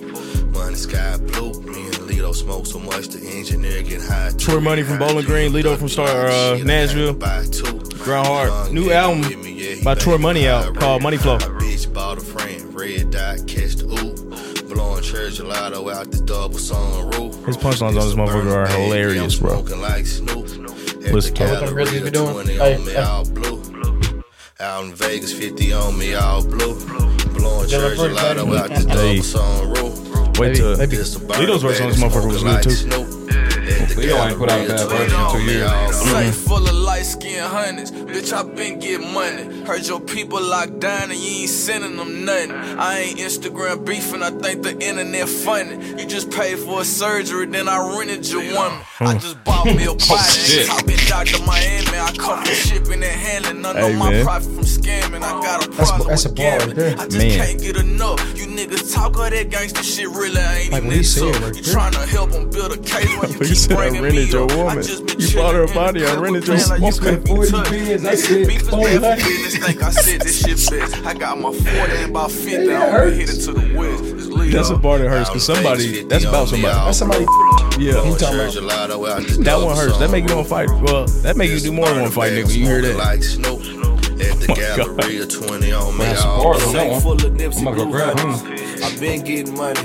Speaker 10: Money sky blue. Me and Lito smoke so much the engineer get high. too.
Speaker 1: Tory Money from Bowling Green, Lito from Star uh, Nashville.
Speaker 10: Buy two.
Speaker 1: Grind hard. New album by Troy Money out called Money Flow.
Speaker 10: Bitch bought a friend. Red dot catch the ooh. Blowing cherry gelato out the double sunroof.
Speaker 1: His punchlines on this motherfucker are hilarious, bro.
Speaker 10: Smoking like Snoop.
Speaker 1: Listen.
Speaker 10: At the
Speaker 2: What them Grizzlies be doing?
Speaker 10: 20
Speaker 2: Hey,
Speaker 10: on me,
Speaker 2: hey.
Speaker 10: all blue. Out in Vegas, 50 on me, all blue. Blowing
Speaker 2: Dylan
Speaker 10: cherry
Speaker 2: Brooks,
Speaker 10: gelato out the
Speaker 1: Hey.
Speaker 10: double sunroof.
Speaker 1: Wait
Speaker 2: Maybe-
Speaker 1: till
Speaker 2: maybe-
Speaker 10: Lito's version on this motherfucker was good too.
Speaker 3: Lito ain't put out a bad version in two years. Mm-hmm.
Speaker 10: Safe.
Speaker 11: full of light skinned honeys. Bitch, I been get money. Heard your people locked down and you ain't sending them nothing. I ain't Instagram beefing, I think the internet funny. You just paid for a surgery, then I rented your woman.
Speaker 7: Hmm.
Speaker 11: I just bought me a
Speaker 7: Oh,
Speaker 11: body.
Speaker 3: shit.
Speaker 11: Ain't talking Dr. Miami. I come from shipping and handling. I know
Speaker 1: Hey,
Speaker 11: my
Speaker 1: man.
Speaker 11: profit from scamming. I got a
Speaker 7: That's-
Speaker 11: problem
Speaker 7: that's a
Speaker 11: with
Speaker 7: bar right
Speaker 11: gambling.
Speaker 7: there.
Speaker 11: I just
Speaker 1: Man.
Speaker 11: can't get enough. You niggas talk all that gangster shit, really I ain't
Speaker 7: Like
Speaker 11: even
Speaker 7: what he
Speaker 11: it.
Speaker 7: said
Speaker 11: So
Speaker 7: right
Speaker 11: you
Speaker 7: there.
Speaker 11: tryna help him build a case while you
Speaker 1: You
Speaker 11: keep
Speaker 1: said I
Speaker 11: bringing
Speaker 1: rented
Speaker 11: me
Speaker 1: your
Speaker 11: up.
Speaker 1: woman.
Speaker 11: I just been
Speaker 1: You bought her a
Speaker 11: chilling in
Speaker 1: body,
Speaker 11: the
Speaker 1: I
Speaker 11: club
Speaker 1: rented
Speaker 11: with
Speaker 1: your
Speaker 11: friends like you
Speaker 1: woman.
Speaker 11: spent 40 pins.
Speaker 7: 40 pins, I
Speaker 11: Niggas
Speaker 7: said
Speaker 11: beef is
Speaker 7: four
Speaker 11: bad for
Speaker 7: hundred.
Speaker 11: business, think I said this shit best. I got my 40 and about 50. I'm gonna hit it to the west. Just leave
Speaker 1: That's a
Speaker 11: it.
Speaker 1: bar that hurts because somebody, that's about somebody.
Speaker 7: That's somebody.
Speaker 1: Yeah.
Speaker 10: Oh,
Speaker 7: He talking about.
Speaker 1: That
Speaker 10: That
Speaker 1: one hurts. That make you want to fight. Well, that make you do more than one fight, nigga. You hear that? Oh
Speaker 10: Like Snoop at the gallery of 20 on me.
Speaker 3: That's
Speaker 10: all
Speaker 3: bars
Speaker 10: blue.
Speaker 3: on that
Speaker 11: Tank
Speaker 3: one.
Speaker 11: full of Nipsey
Speaker 3: I'm gonna go
Speaker 11: Blue
Speaker 3: grab
Speaker 11: Hunters.
Speaker 3: him.
Speaker 11: I've been getting money.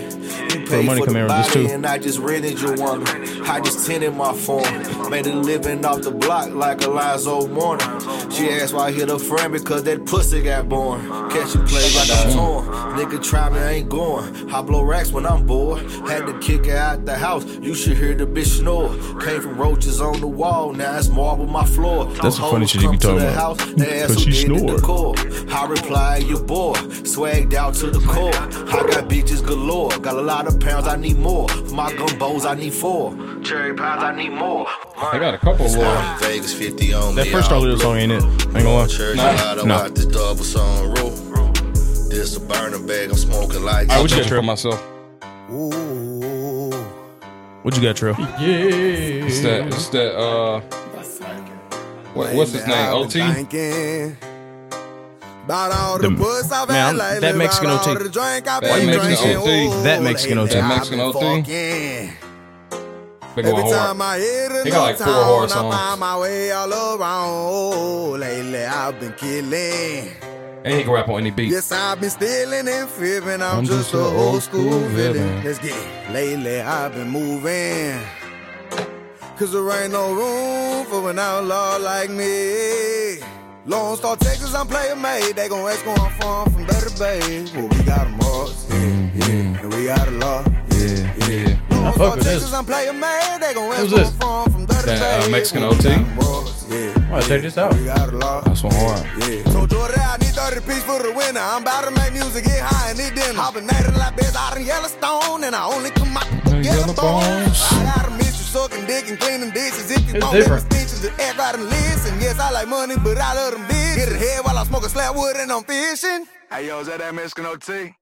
Speaker 11: You
Speaker 1: Put
Speaker 11: paid
Speaker 1: money
Speaker 11: for the
Speaker 1: come here with this
Speaker 11: body
Speaker 1: too.
Speaker 11: and I just rented your woman. I just tinted my phone. Made a living off the block like Alonzo Mourning. She asked why I hit her friend because that pussy got born. Catch you play like I'm torn. Nigga try me, I ain't going. I blow racks when I'm bored. Had to kick her out the house. You should hear the bitch snore. Came from roaches on the wall. Now it's marble my floor.
Speaker 1: That's the funny
Speaker 11: Hoes
Speaker 1: shit you be
Speaker 11: come to
Speaker 1: talking
Speaker 11: the
Speaker 1: about.
Speaker 11: house, they ask
Speaker 1: 'Cause
Speaker 11: who
Speaker 1: she
Speaker 11: did the
Speaker 1: snored.
Speaker 11: core. I reply, you boy, swagged out to the core. I got bitches galore, got a lot of pounds, I need more. For my gumbos, I need four. Cherry pies, I need more.
Speaker 3: I got a couple of
Speaker 10: Out in Vegas, 50 on
Speaker 1: That
Speaker 10: me,
Speaker 1: first
Speaker 10: all
Speaker 1: Star Little
Speaker 10: blue.
Speaker 1: song ain't it. I ain't gonna lie.
Speaker 10: Church
Speaker 3: Nah.
Speaker 10: gelato
Speaker 1: Nah.
Speaker 10: out the double sunroof. This a burner bag, I'm smoking like
Speaker 3: I was just for myself.
Speaker 1: What you got, Trill?
Speaker 3: It's that. It's that. Uh, what, what's his name? OT.
Speaker 1: The- man, I'm- that Mexican OT.
Speaker 3: That Mexican OT.
Speaker 1: That Mexican OT.
Speaker 3: That Mexican OT.
Speaker 10: Yeah.
Speaker 3: They going hard.
Speaker 10: I hit
Speaker 3: They got like four hard songs.
Speaker 10: my way all around. Lately I've been killing.
Speaker 3: And he can rap on any beat.
Speaker 10: Yes, I've been stealing and fibbing. I'm,
Speaker 3: I'm
Speaker 10: just,
Speaker 3: just
Speaker 10: a
Speaker 3: a
Speaker 10: old
Speaker 3: old
Speaker 10: school
Speaker 3: school
Speaker 10: villain.
Speaker 3: villain.
Speaker 10: Let's get it. Lately, I've been moving. Cause there ain't no room for an outlaw like me. Lone Star, Texas, I'm playing made. They gon' ask where I'm from, from Better Bay. Well, we got 'em all, yeah, yeah. And we got a law, yeah, yeah. Lone
Speaker 2: fuck
Speaker 10: Star,
Speaker 2: with this.
Speaker 10: Texas, I'm playing made. They gon' ask
Speaker 2: Who's
Speaker 10: where
Speaker 2: this?
Speaker 10: I'm from, from Better
Speaker 3: That, uh,
Speaker 10: Bay.
Speaker 3: Mexican
Speaker 10: Well, we
Speaker 3: OT?
Speaker 10: got 'em all, yeah,
Speaker 2: Oh, check this out.
Speaker 10: We got a law,
Speaker 3: That's one hard.
Speaker 10: yeah. So Jordan, I need 30 piece for the winner. I'm about to make music, get high and eat dinner. I've been native like best out in Yellowstone, and I only come out
Speaker 3: Yellow
Speaker 10: Yellowstone.
Speaker 3: bones.
Speaker 10: I got a miss you sucking dick and cleaning dishes. If you
Speaker 2: It's
Speaker 10: want them
Speaker 2: different.
Speaker 10: stitches, bitches to act right and listen. Yes, I like money, but I love them bitches. Get a head while I smoke a slab wood and I'm fishing.
Speaker 11: Hey, yo, is that that Mexican OT?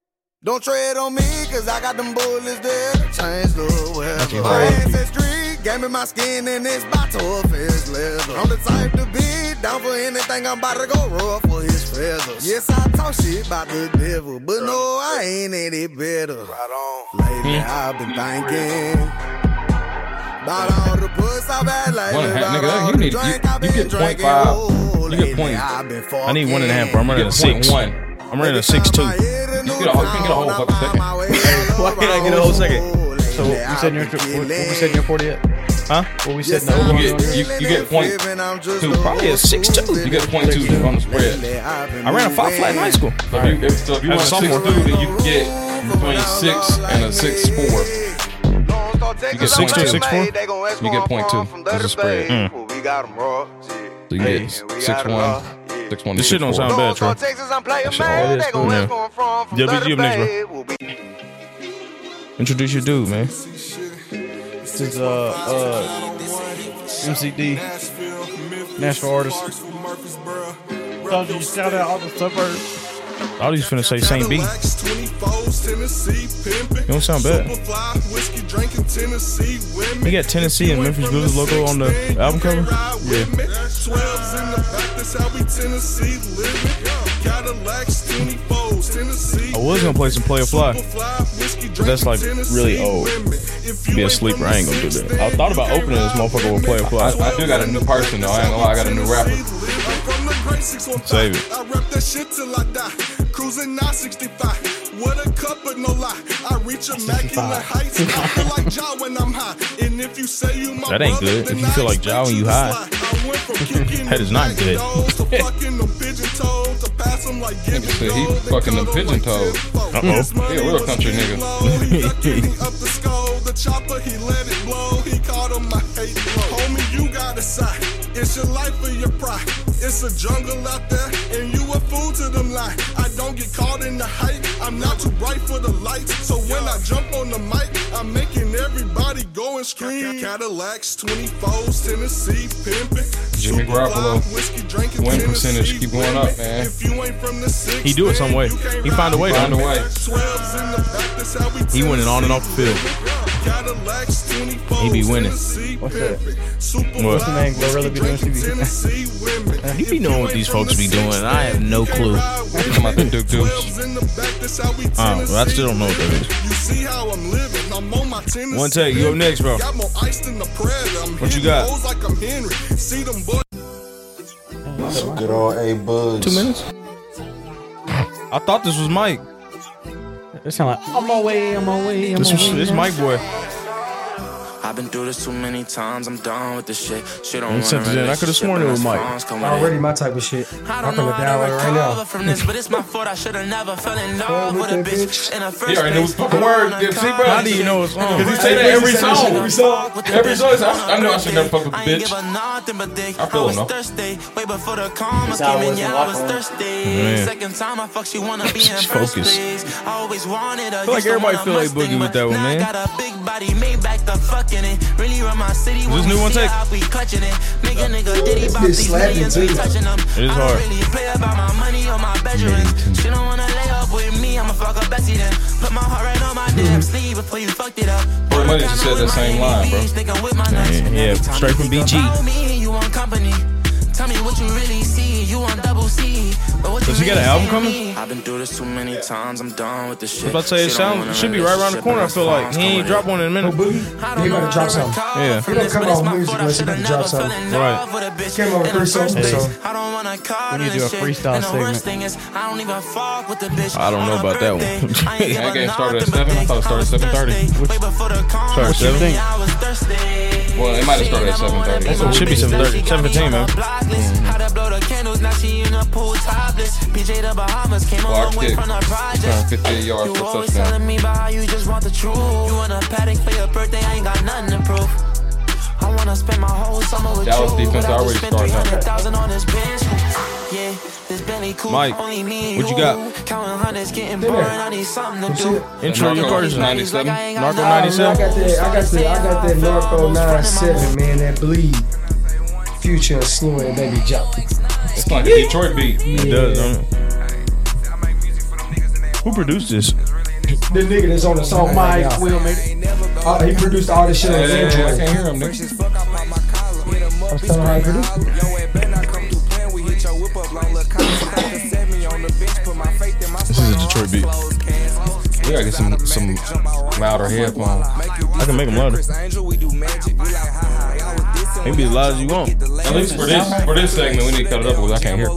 Speaker 10: Don't tread on me, cause I got them bullets there. Change the weather. My ancestry gave me my skin and it's about to up his leather. I'm the type to be down for anything, I'm about to go rough for his feathers. Yes, I talk shit about the devil, but no, I ain't any better. Right on. Lately,
Speaker 3: Mm.
Speaker 10: I've been thinking. About all the puss I've had
Speaker 3: One
Speaker 10: lately,
Speaker 3: and a half,
Speaker 10: about
Speaker 3: nigga,
Speaker 10: all
Speaker 3: you
Speaker 10: the
Speaker 3: need- you-
Speaker 10: drink I've
Speaker 3: you
Speaker 10: been
Speaker 3: get point
Speaker 10: drinking.
Speaker 3: five.
Speaker 10: Oh,
Speaker 3: You get
Speaker 10: lately,
Speaker 3: point-
Speaker 10: I've been
Speaker 8: I need one and a half, bro. I'm running
Speaker 3: You
Speaker 8: a
Speaker 3: get point
Speaker 8: six.
Speaker 3: one.
Speaker 8: I'm running a six two.
Speaker 3: You get a whole- you can get a whole fucking second.
Speaker 8: Why can't I get a whole second?
Speaker 2: So what we said in your what, what we said in your forty at?
Speaker 8: Huh?
Speaker 2: What we said in the
Speaker 10: You
Speaker 2: over
Speaker 3: You
Speaker 2: under?
Speaker 3: get, you, you get point two.
Speaker 1: Probably a six two.
Speaker 3: You get point two on the spread.
Speaker 10: I
Speaker 1: I ran a five flat in high school.
Speaker 3: So if you, if, so if you want a
Speaker 8: That's
Speaker 3: six two,
Speaker 8: somewhere.
Speaker 3: then you get between six and a six four.
Speaker 10: You
Speaker 3: get six two, six
Speaker 8: four?
Speaker 3: You get point two. That's a spread.
Speaker 1: Mm.
Speaker 3: So you get six one, six one.
Speaker 1: This
Speaker 3: six
Speaker 1: shit don't
Speaker 3: four.
Speaker 1: sound bad, Trey.
Speaker 8: Yeah, we do them next,
Speaker 1: Introduce your dude, man.
Speaker 2: This is uh uh MCD National Artist. Told you shout out all the suburbs.
Speaker 1: All these finna say St. B. You don't sound bad. He got Tennessee and Memphis Blues logo on the album cover. Yeah. I was gonna play some Player Fly, but that's like really old. Be a sleeper. I ain't gonna do that. I thought about opening this motherfucker with Player
Speaker 3: I,
Speaker 1: Fly.
Speaker 3: I do got a new person though. I ain't gonna lie, I got a new rapper.
Speaker 1: Save it.
Speaker 12: I rep that shit till I die. Cruising 965 with a cup, but no lie. I reach immaculate heights. I feel like Ja when I'm high. And if you say you my
Speaker 1: That ain't
Speaker 12: brother,
Speaker 1: good.
Speaker 12: then
Speaker 1: If you
Speaker 12: I
Speaker 1: feel like Ja
Speaker 12: expect
Speaker 1: when you
Speaker 12: to
Speaker 1: high.
Speaker 12: slide. I went from kicking
Speaker 1: That is not good.
Speaker 12: those to fucking them pigeon toes to pass 'em like
Speaker 3: Nigga said he fucking the pigeon toed.
Speaker 12: Uh
Speaker 3: He a real country nigga.
Speaker 12: up the skull, the chopper, he let it blow. He called him my hate blow. Homie, you got a side. It's your life or your pride. It's a jungle out there, and you a fool to them line. I don't get caught in the hype. I'm not too bright for the lights. So when I jump on the mic, I'm making everybody go and scream. Cadillacs, 24s, Tennessee pimping.
Speaker 3: Jimmy Garoppolo
Speaker 12: whiskey drinking.
Speaker 3: win percentage keep going up, man.
Speaker 12: If you ain't from the six,
Speaker 1: He do it some way. He find a way.
Speaker 3: Find a
Speaker 1: though.
Speaker 3: way.
Speaker 12: 12s in the back, that's how we
Speaker 1: He winning on and off the field.
Speaker 12: Cadillacs, 24s,
Speaker 1: He be winning.
Speaker 12: Tennessee
Speaker 2: What's that?
Speaker 12: pimpin', super
Speaker 1: What's
Speaker 12: fly,
Speaker 2: the name?
Speaker 12: whiskey
Speaker 2: Glorilla be doing
Speaker 12: drinking,
Speaker 2: TV.
Speaker 12: Tennessee women.
Speaker 1: He be
Speaker 12: If
Speaker 1: knowing
Speaker 12: you
Speaker 1: what
Speaker 12: ain't
Speaker 1: these
Speaker 12: from
Speaker 1: folks
Speaker 12: the
Speaker 1: be doing.
Speaker 12: six,
Speaker 1: I have
Speaker 12: then
Speaker 1: no
Speaker 12: you can't
Speaker 1: clue.
Speaker 12: ride with
Speaker 3: Talking about the
Speaker 12: me.
Speaker 3: Duke Dukes.
Speaker 12: 12s in the back, that's how we
Speaker 1: I don't- Uh, I
Speaker 12: Tennessee
Speaker 1: still don't know what that is.
Speaker 12: You see how I'm living. I'm on my Tennessee
Speaker 1: One take, you up
Speaker 12: pimpin'.
Speaker 1: next, bro.
Speaker 12: Got more ice than the predator. I'm
Speaker 1: What you
Speaker 12: hitting
Speaker 1: got?
Speaker 12: hoes like I'm Henry. See them boys.
Speaker 11: Good old A Bugs.
Speaker 1: Two minutes. I thought this was Mike.
Speaker 2: It sound like I'm on way, I'm on way, I'm
Speaker 1: This
Speaker 2: on
Speaker 1: was
Speaker 2: way.
Speaker 1: this Mike boy.
Speaker 13: I've been through this too many times. I'm done with this shit. Shit
Speaker 1: Mm,
Speaker 13: on
Speaker 1: something that I could've sworn it was Mike.
Speaker 7: Already my type of shit.
Speaker 13: I
Speaker 7: I'm
Speaker 13: don't know
Speaker 7: gonna
Speaker 13: how
Speaker 7: download
Speaker 13: to
Speaker 7: it right now.
Speaker 13: recover from this, but it's my fault. I should have never fell in love with a bitch in the first
Speaker 3: He already knew
Speaker 13: place.
Speaker 3: the fucking word, Dipsey, bro.
Speaker 1: How do you know it's on?
Speaker 3: Because you say that every
Speaker 7: Every
Speaker 3: song.
Speaker 7: song.
Speaker 3: Every song. I, I know I should never fuck with a
Speaker 13: I ain't
Speaker 3: bitch.
Speaker 13: give a nothing but dick.
Speaker 3: I feel
Speaker 13: was
Speaker 3: him, though.
Speaker 13: thirsty. Way before the karma
Speaker 2: how I
Speaker 13: came in,
Speaker 2: was
Speaker 13: yeah, I
Speaker 2: in
Speaker 13: was
Speaker 2: locker room.
Speaker 13: thirsty.
Speaker 1: Man.
Speaker 13: Second time I fucked, she wanna be in first
Speaker 1: Focus.
Speaker 13: place. I always wanted a
Speaker 1: feel like
Speaker 13: used to
Speaker 1: everybody
Speaker 13: want a
Speaker 1: feel like
Speaker 13: Mustang,
Speaker 1: Boogie with
Speaker 13: but
Speaker 1: that one,
Speaker 13: now I
Speaker 1: man.
Speaker 13: got a big body, made back the fucking it. Really run my city when
Speaker 1: new
Speaker 13: we
Speaker 1: one
Speaker 13: see
Speaker 1: take?
Speaker 13: her, I be clutching it. Make a nigga diddy
Speaker 7: This
Speaker 13: bop these
Speaker 7: bitch slapping
Speaker 13: millions, we
Speaker 7: too.
Speaker 13: touching them.
Speaker 1: It is
Speaker 13: I
Speaker 1: hard.
Speaker 13: don't really play about my money or my bedrooms. She don't wanna lay up with me, I'ma fuck up Bessie then. Put my heart right on my
Speaker 1: Mm-hmm.
Speaker 13: damn sleeve before you fucked it up.
Speaker 3: Pretty much just said that same line, bro.
Speaker 1: Yeah, yeah, straight from BG.
Speaker 13: Does
Speaker 1: he got an album coming?
Speaker 13: I've been through this too many times. I'm done with this shit.
Speaker 1: I was about to say it sound it should be right around the corner. I feel like he ain't drop one in a
Speaker 7: No
Speaker 1: minute.
Speaker 7: Oh, boogie. He about to drop something.
Speaker 1: Yeah.
Speaker 7: He don't come out with music unless he about to drop something. Came out with three songs, so
Speaker 13: I don't want to call
Speaker 2: We need to do a freestyle
Speaker 13: And the worst
Speaker 2: segment.
Speaker 13: thing is, I don't even fuck with the bitch.
Speaker 1: I don't know
Speaker 13: on her
Speaker 1: about that one.
Speaker 13: birthday. I ain't give
Speaker 3: That
Speaker 13: a
Speaker 3: game started at
Speaker 13: nothing but
Speaker 3: 7? I thought it
Speaker 13: dick.
Speaker 3: started
Speaker 13: was
Speaker 3: at 7:30.
Speaker 13: thirsty. Way before the call,
Speaker 1: Started
Speaker 13: she
Speaker 1: at 7?
Speaker 13: knew I was thirsty.
Speaker 3: Well, it might have started at
Speaker 13: She ain't
Speaker 3: 7:30.
Speaker 13: never wanna
Speaker 1: It should be
Speaker 13: my bitch,
Speaker 1: 7:30,
Speaker 13: she got me
Speaker 1: 7:15,
Speaker 13: on
Speaker 1: man.
Speaker 13: her block list. How to blow the candles, now she in the pool topless. PJ the Bahamas came a long
Speaker 3: Block
Speaker 13: way
Speaker 3: kick.
Speaker 13: from the project.
Speaker 3: Trying 58 yards
Speaker 13: You
Speaker 3: for a
Speaker 13: always
Speaker 3: touchdown.
Speaker 13: telling me about how you just want the truth. You in a paddock for your birthday, I ain't got nothing to prove. I wanna spend my whole summer with
Speaker 3: Dallas
Speaker 13: you,
Speaker 3: defense
Speaker 13: but I
Speaker 3: already
Speaker 13: just spent
Speaker 3: starting out.
Speaker 13: 300,000 on this bench. Yeah, this Bentley cool,
Speaker 1: Mike,
Speaker 13: only me and
Speaker 1: what you got?
Speaker 13: Counting hundreds, getting boring, I need something to do.
Speaker 1: Intro your
Speaker 3: Narco
Speaker 1: person.
Speaker 3: 97.
Speaker 1: Narco
Speaker 7: I, mean, I
Speaker 1: 97.
Speaker 7: got that. I got that. I got that Narco 97, man. That bleed. Future and Snoop and Baby Jump.
Speaker 3: It's like a Detroit beat.
Speaker 8: It does, don't it? Who produced this?
Speaker 7: The nigga that's on the song My Will Make uh, He produced all this shit on Android.
Speaker 3: can't hear him, nigga.
Speaker 7: I was telling her I produced it.
Speaker 8: This is a Detroit beat.
Speaker 3: We gotta get some some louder headphones.
Speaker 8: I can make them louder. Maybe as loud as you want.
Speaker 3: At least for this for this segment, we need to cut it up because I can't hear.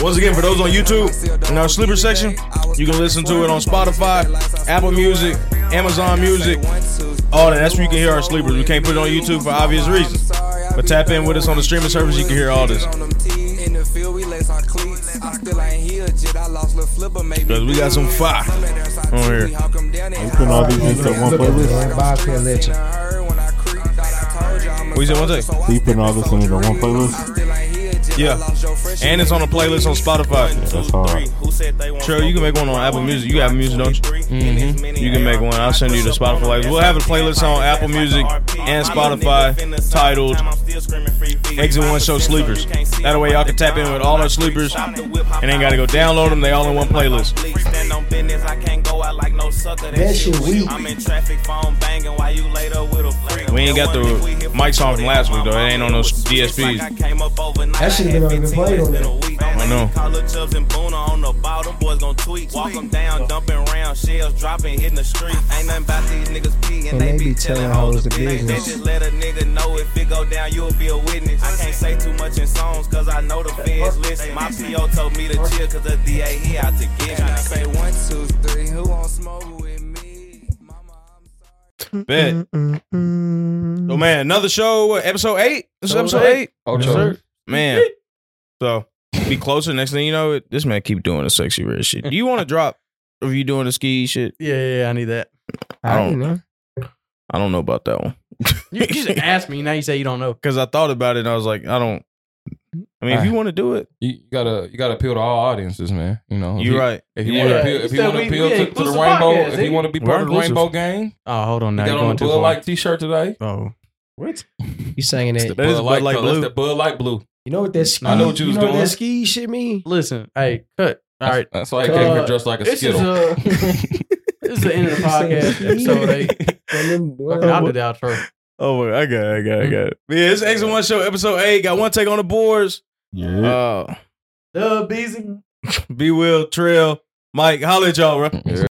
Speaker 1: Once again, for those on YouTube, in our slipper section, you can listen to it on Spotify, Apple Music, Amazon Music, all that. That's where you can hear our sleepers. We can't put it on YouTube for obvious reasons. But tap in with us on the streaming service, you can hear all this. Because we got some fire on here.
Speaker 9: You putting all these into one playlist?
Speaker 1: What you said, one thing?
Speaker 9: So you putting all this into one playlist?
Speaker 1: Yeah. And it's on a playlist on Spotify.
Speaker 9: That's hard.
Speaker 1: Trey, you can make one on Apple Music. You got Music, don't you?
Speaker 3: Mm-hmm.
Speaker 1: You can make one. I'll send you the Spotify. Like, We'll have a playlist on Apple Music and Spotify titled Exit One Show Sleepers. That way, y'all can tap in with all our sleepers and ain't got to go download them. They all in one playlist.
Speaker 7: That shit weak.
Speaker 1: We ain't got the mics on from last week, though. It ain't on those DSPs.
Speaker 7: That shit have been even played on there.
Speaker 1: I know.
Speaker 7: And they be telling hoes the business.
Speaker 1: Bet. So, man, another show, Oh, what, episode eight? This is episode eight?
Speaker 3: Ocho.
Speaker 1: Man. So, be closer. Next thing you know, it, this man keep doing the sexy red shit. Do you want to drop if you doing the ski shit?
Speaker 2: Yeah, yeah, yeah, I need that.
Speaker 1: I don't-
Speaker 7: know.
Speaker 1: I don't know about that one.
Speaker 2: You, you just asked me. Now you say you don't know.
Speaker 1: Because I thought about it and I was like, I don't. I mean, if you want to do it,
Speaker 3: You you gotta you gotta appeal to all audiences, man. You know, if
Speaker 1: you're
Speaker 3: you-
Speaker 1: right.
Speaker 3: If you
Speaker 2: Yeah.
Speaker 3: want to appeal,
Speaker 2: He
Speaker 3: if you
Speaker 2: said
Speaker 3: want to
Speaker 2: we-
Speaker 3: appeal
Speaker 2: we
Speaker 3: to, to the
Speaker 2: inclusive
Speaker 3: rainbow,
Speaker 2: podcast,
Speaker 3: if you
Speaker 2: eh?
Speaker 3: want to be
Speaker 1: We're
Speaker 3: part of the
Speaker 1: inclusive.
Speaker 3: rainbow gang,
Speaker 2: Oh, hold on. Now
Speaker 3: you
Speaker 2: you're
Speaker 3: got on a
Speaker 2: going too
Speaker 3: Bud
Speaker 2: far.
Speaker 3: Light T-shirt today.
Speaker 2: oh, what?
Speaker 7: You singing
Speaker 1: That is
Speaker 7: it.
Speaker 1: Bud Light,
Speaker 3: Light
Speaker 1: blue.
Speaker 3: That's the Bud Light blue.
Speaker 7: You know what that ski?
Speaker 3: I know what you was
Speaker 7: know what
Speaker 3: doing.
Speaker 7: that ski shit mean?
Speaker 2: Listen, hey, cut. All
Speaker 3: That's-
Speaker 2: right,
Speaker 3: That's why he came here
Speaker 2: Uh,
Speaker 3: dressed like a
Speaker 2: this is
Speaker 3: skittle.
Speaker 2: a this is the end of the podcast episode eight.
Speaker 7: One of them- one of
Speaker 2: Fucking, I'll
Speaker 7: them-
Speaker 2: do the outro. Mm-hmm.
Speaker 1: Oh my! I got, it, I got, it, I got. it. Yeah, it's Exit One Show, episode eight. Got one take on the boards.
Speaker 9: Yeah.
Speaker 1: Uh,
Speaker 2: The busy.
Speaker 1: Be Will, Trail, Mike, holla at y'all, bro.
Speaker 3: Yeah.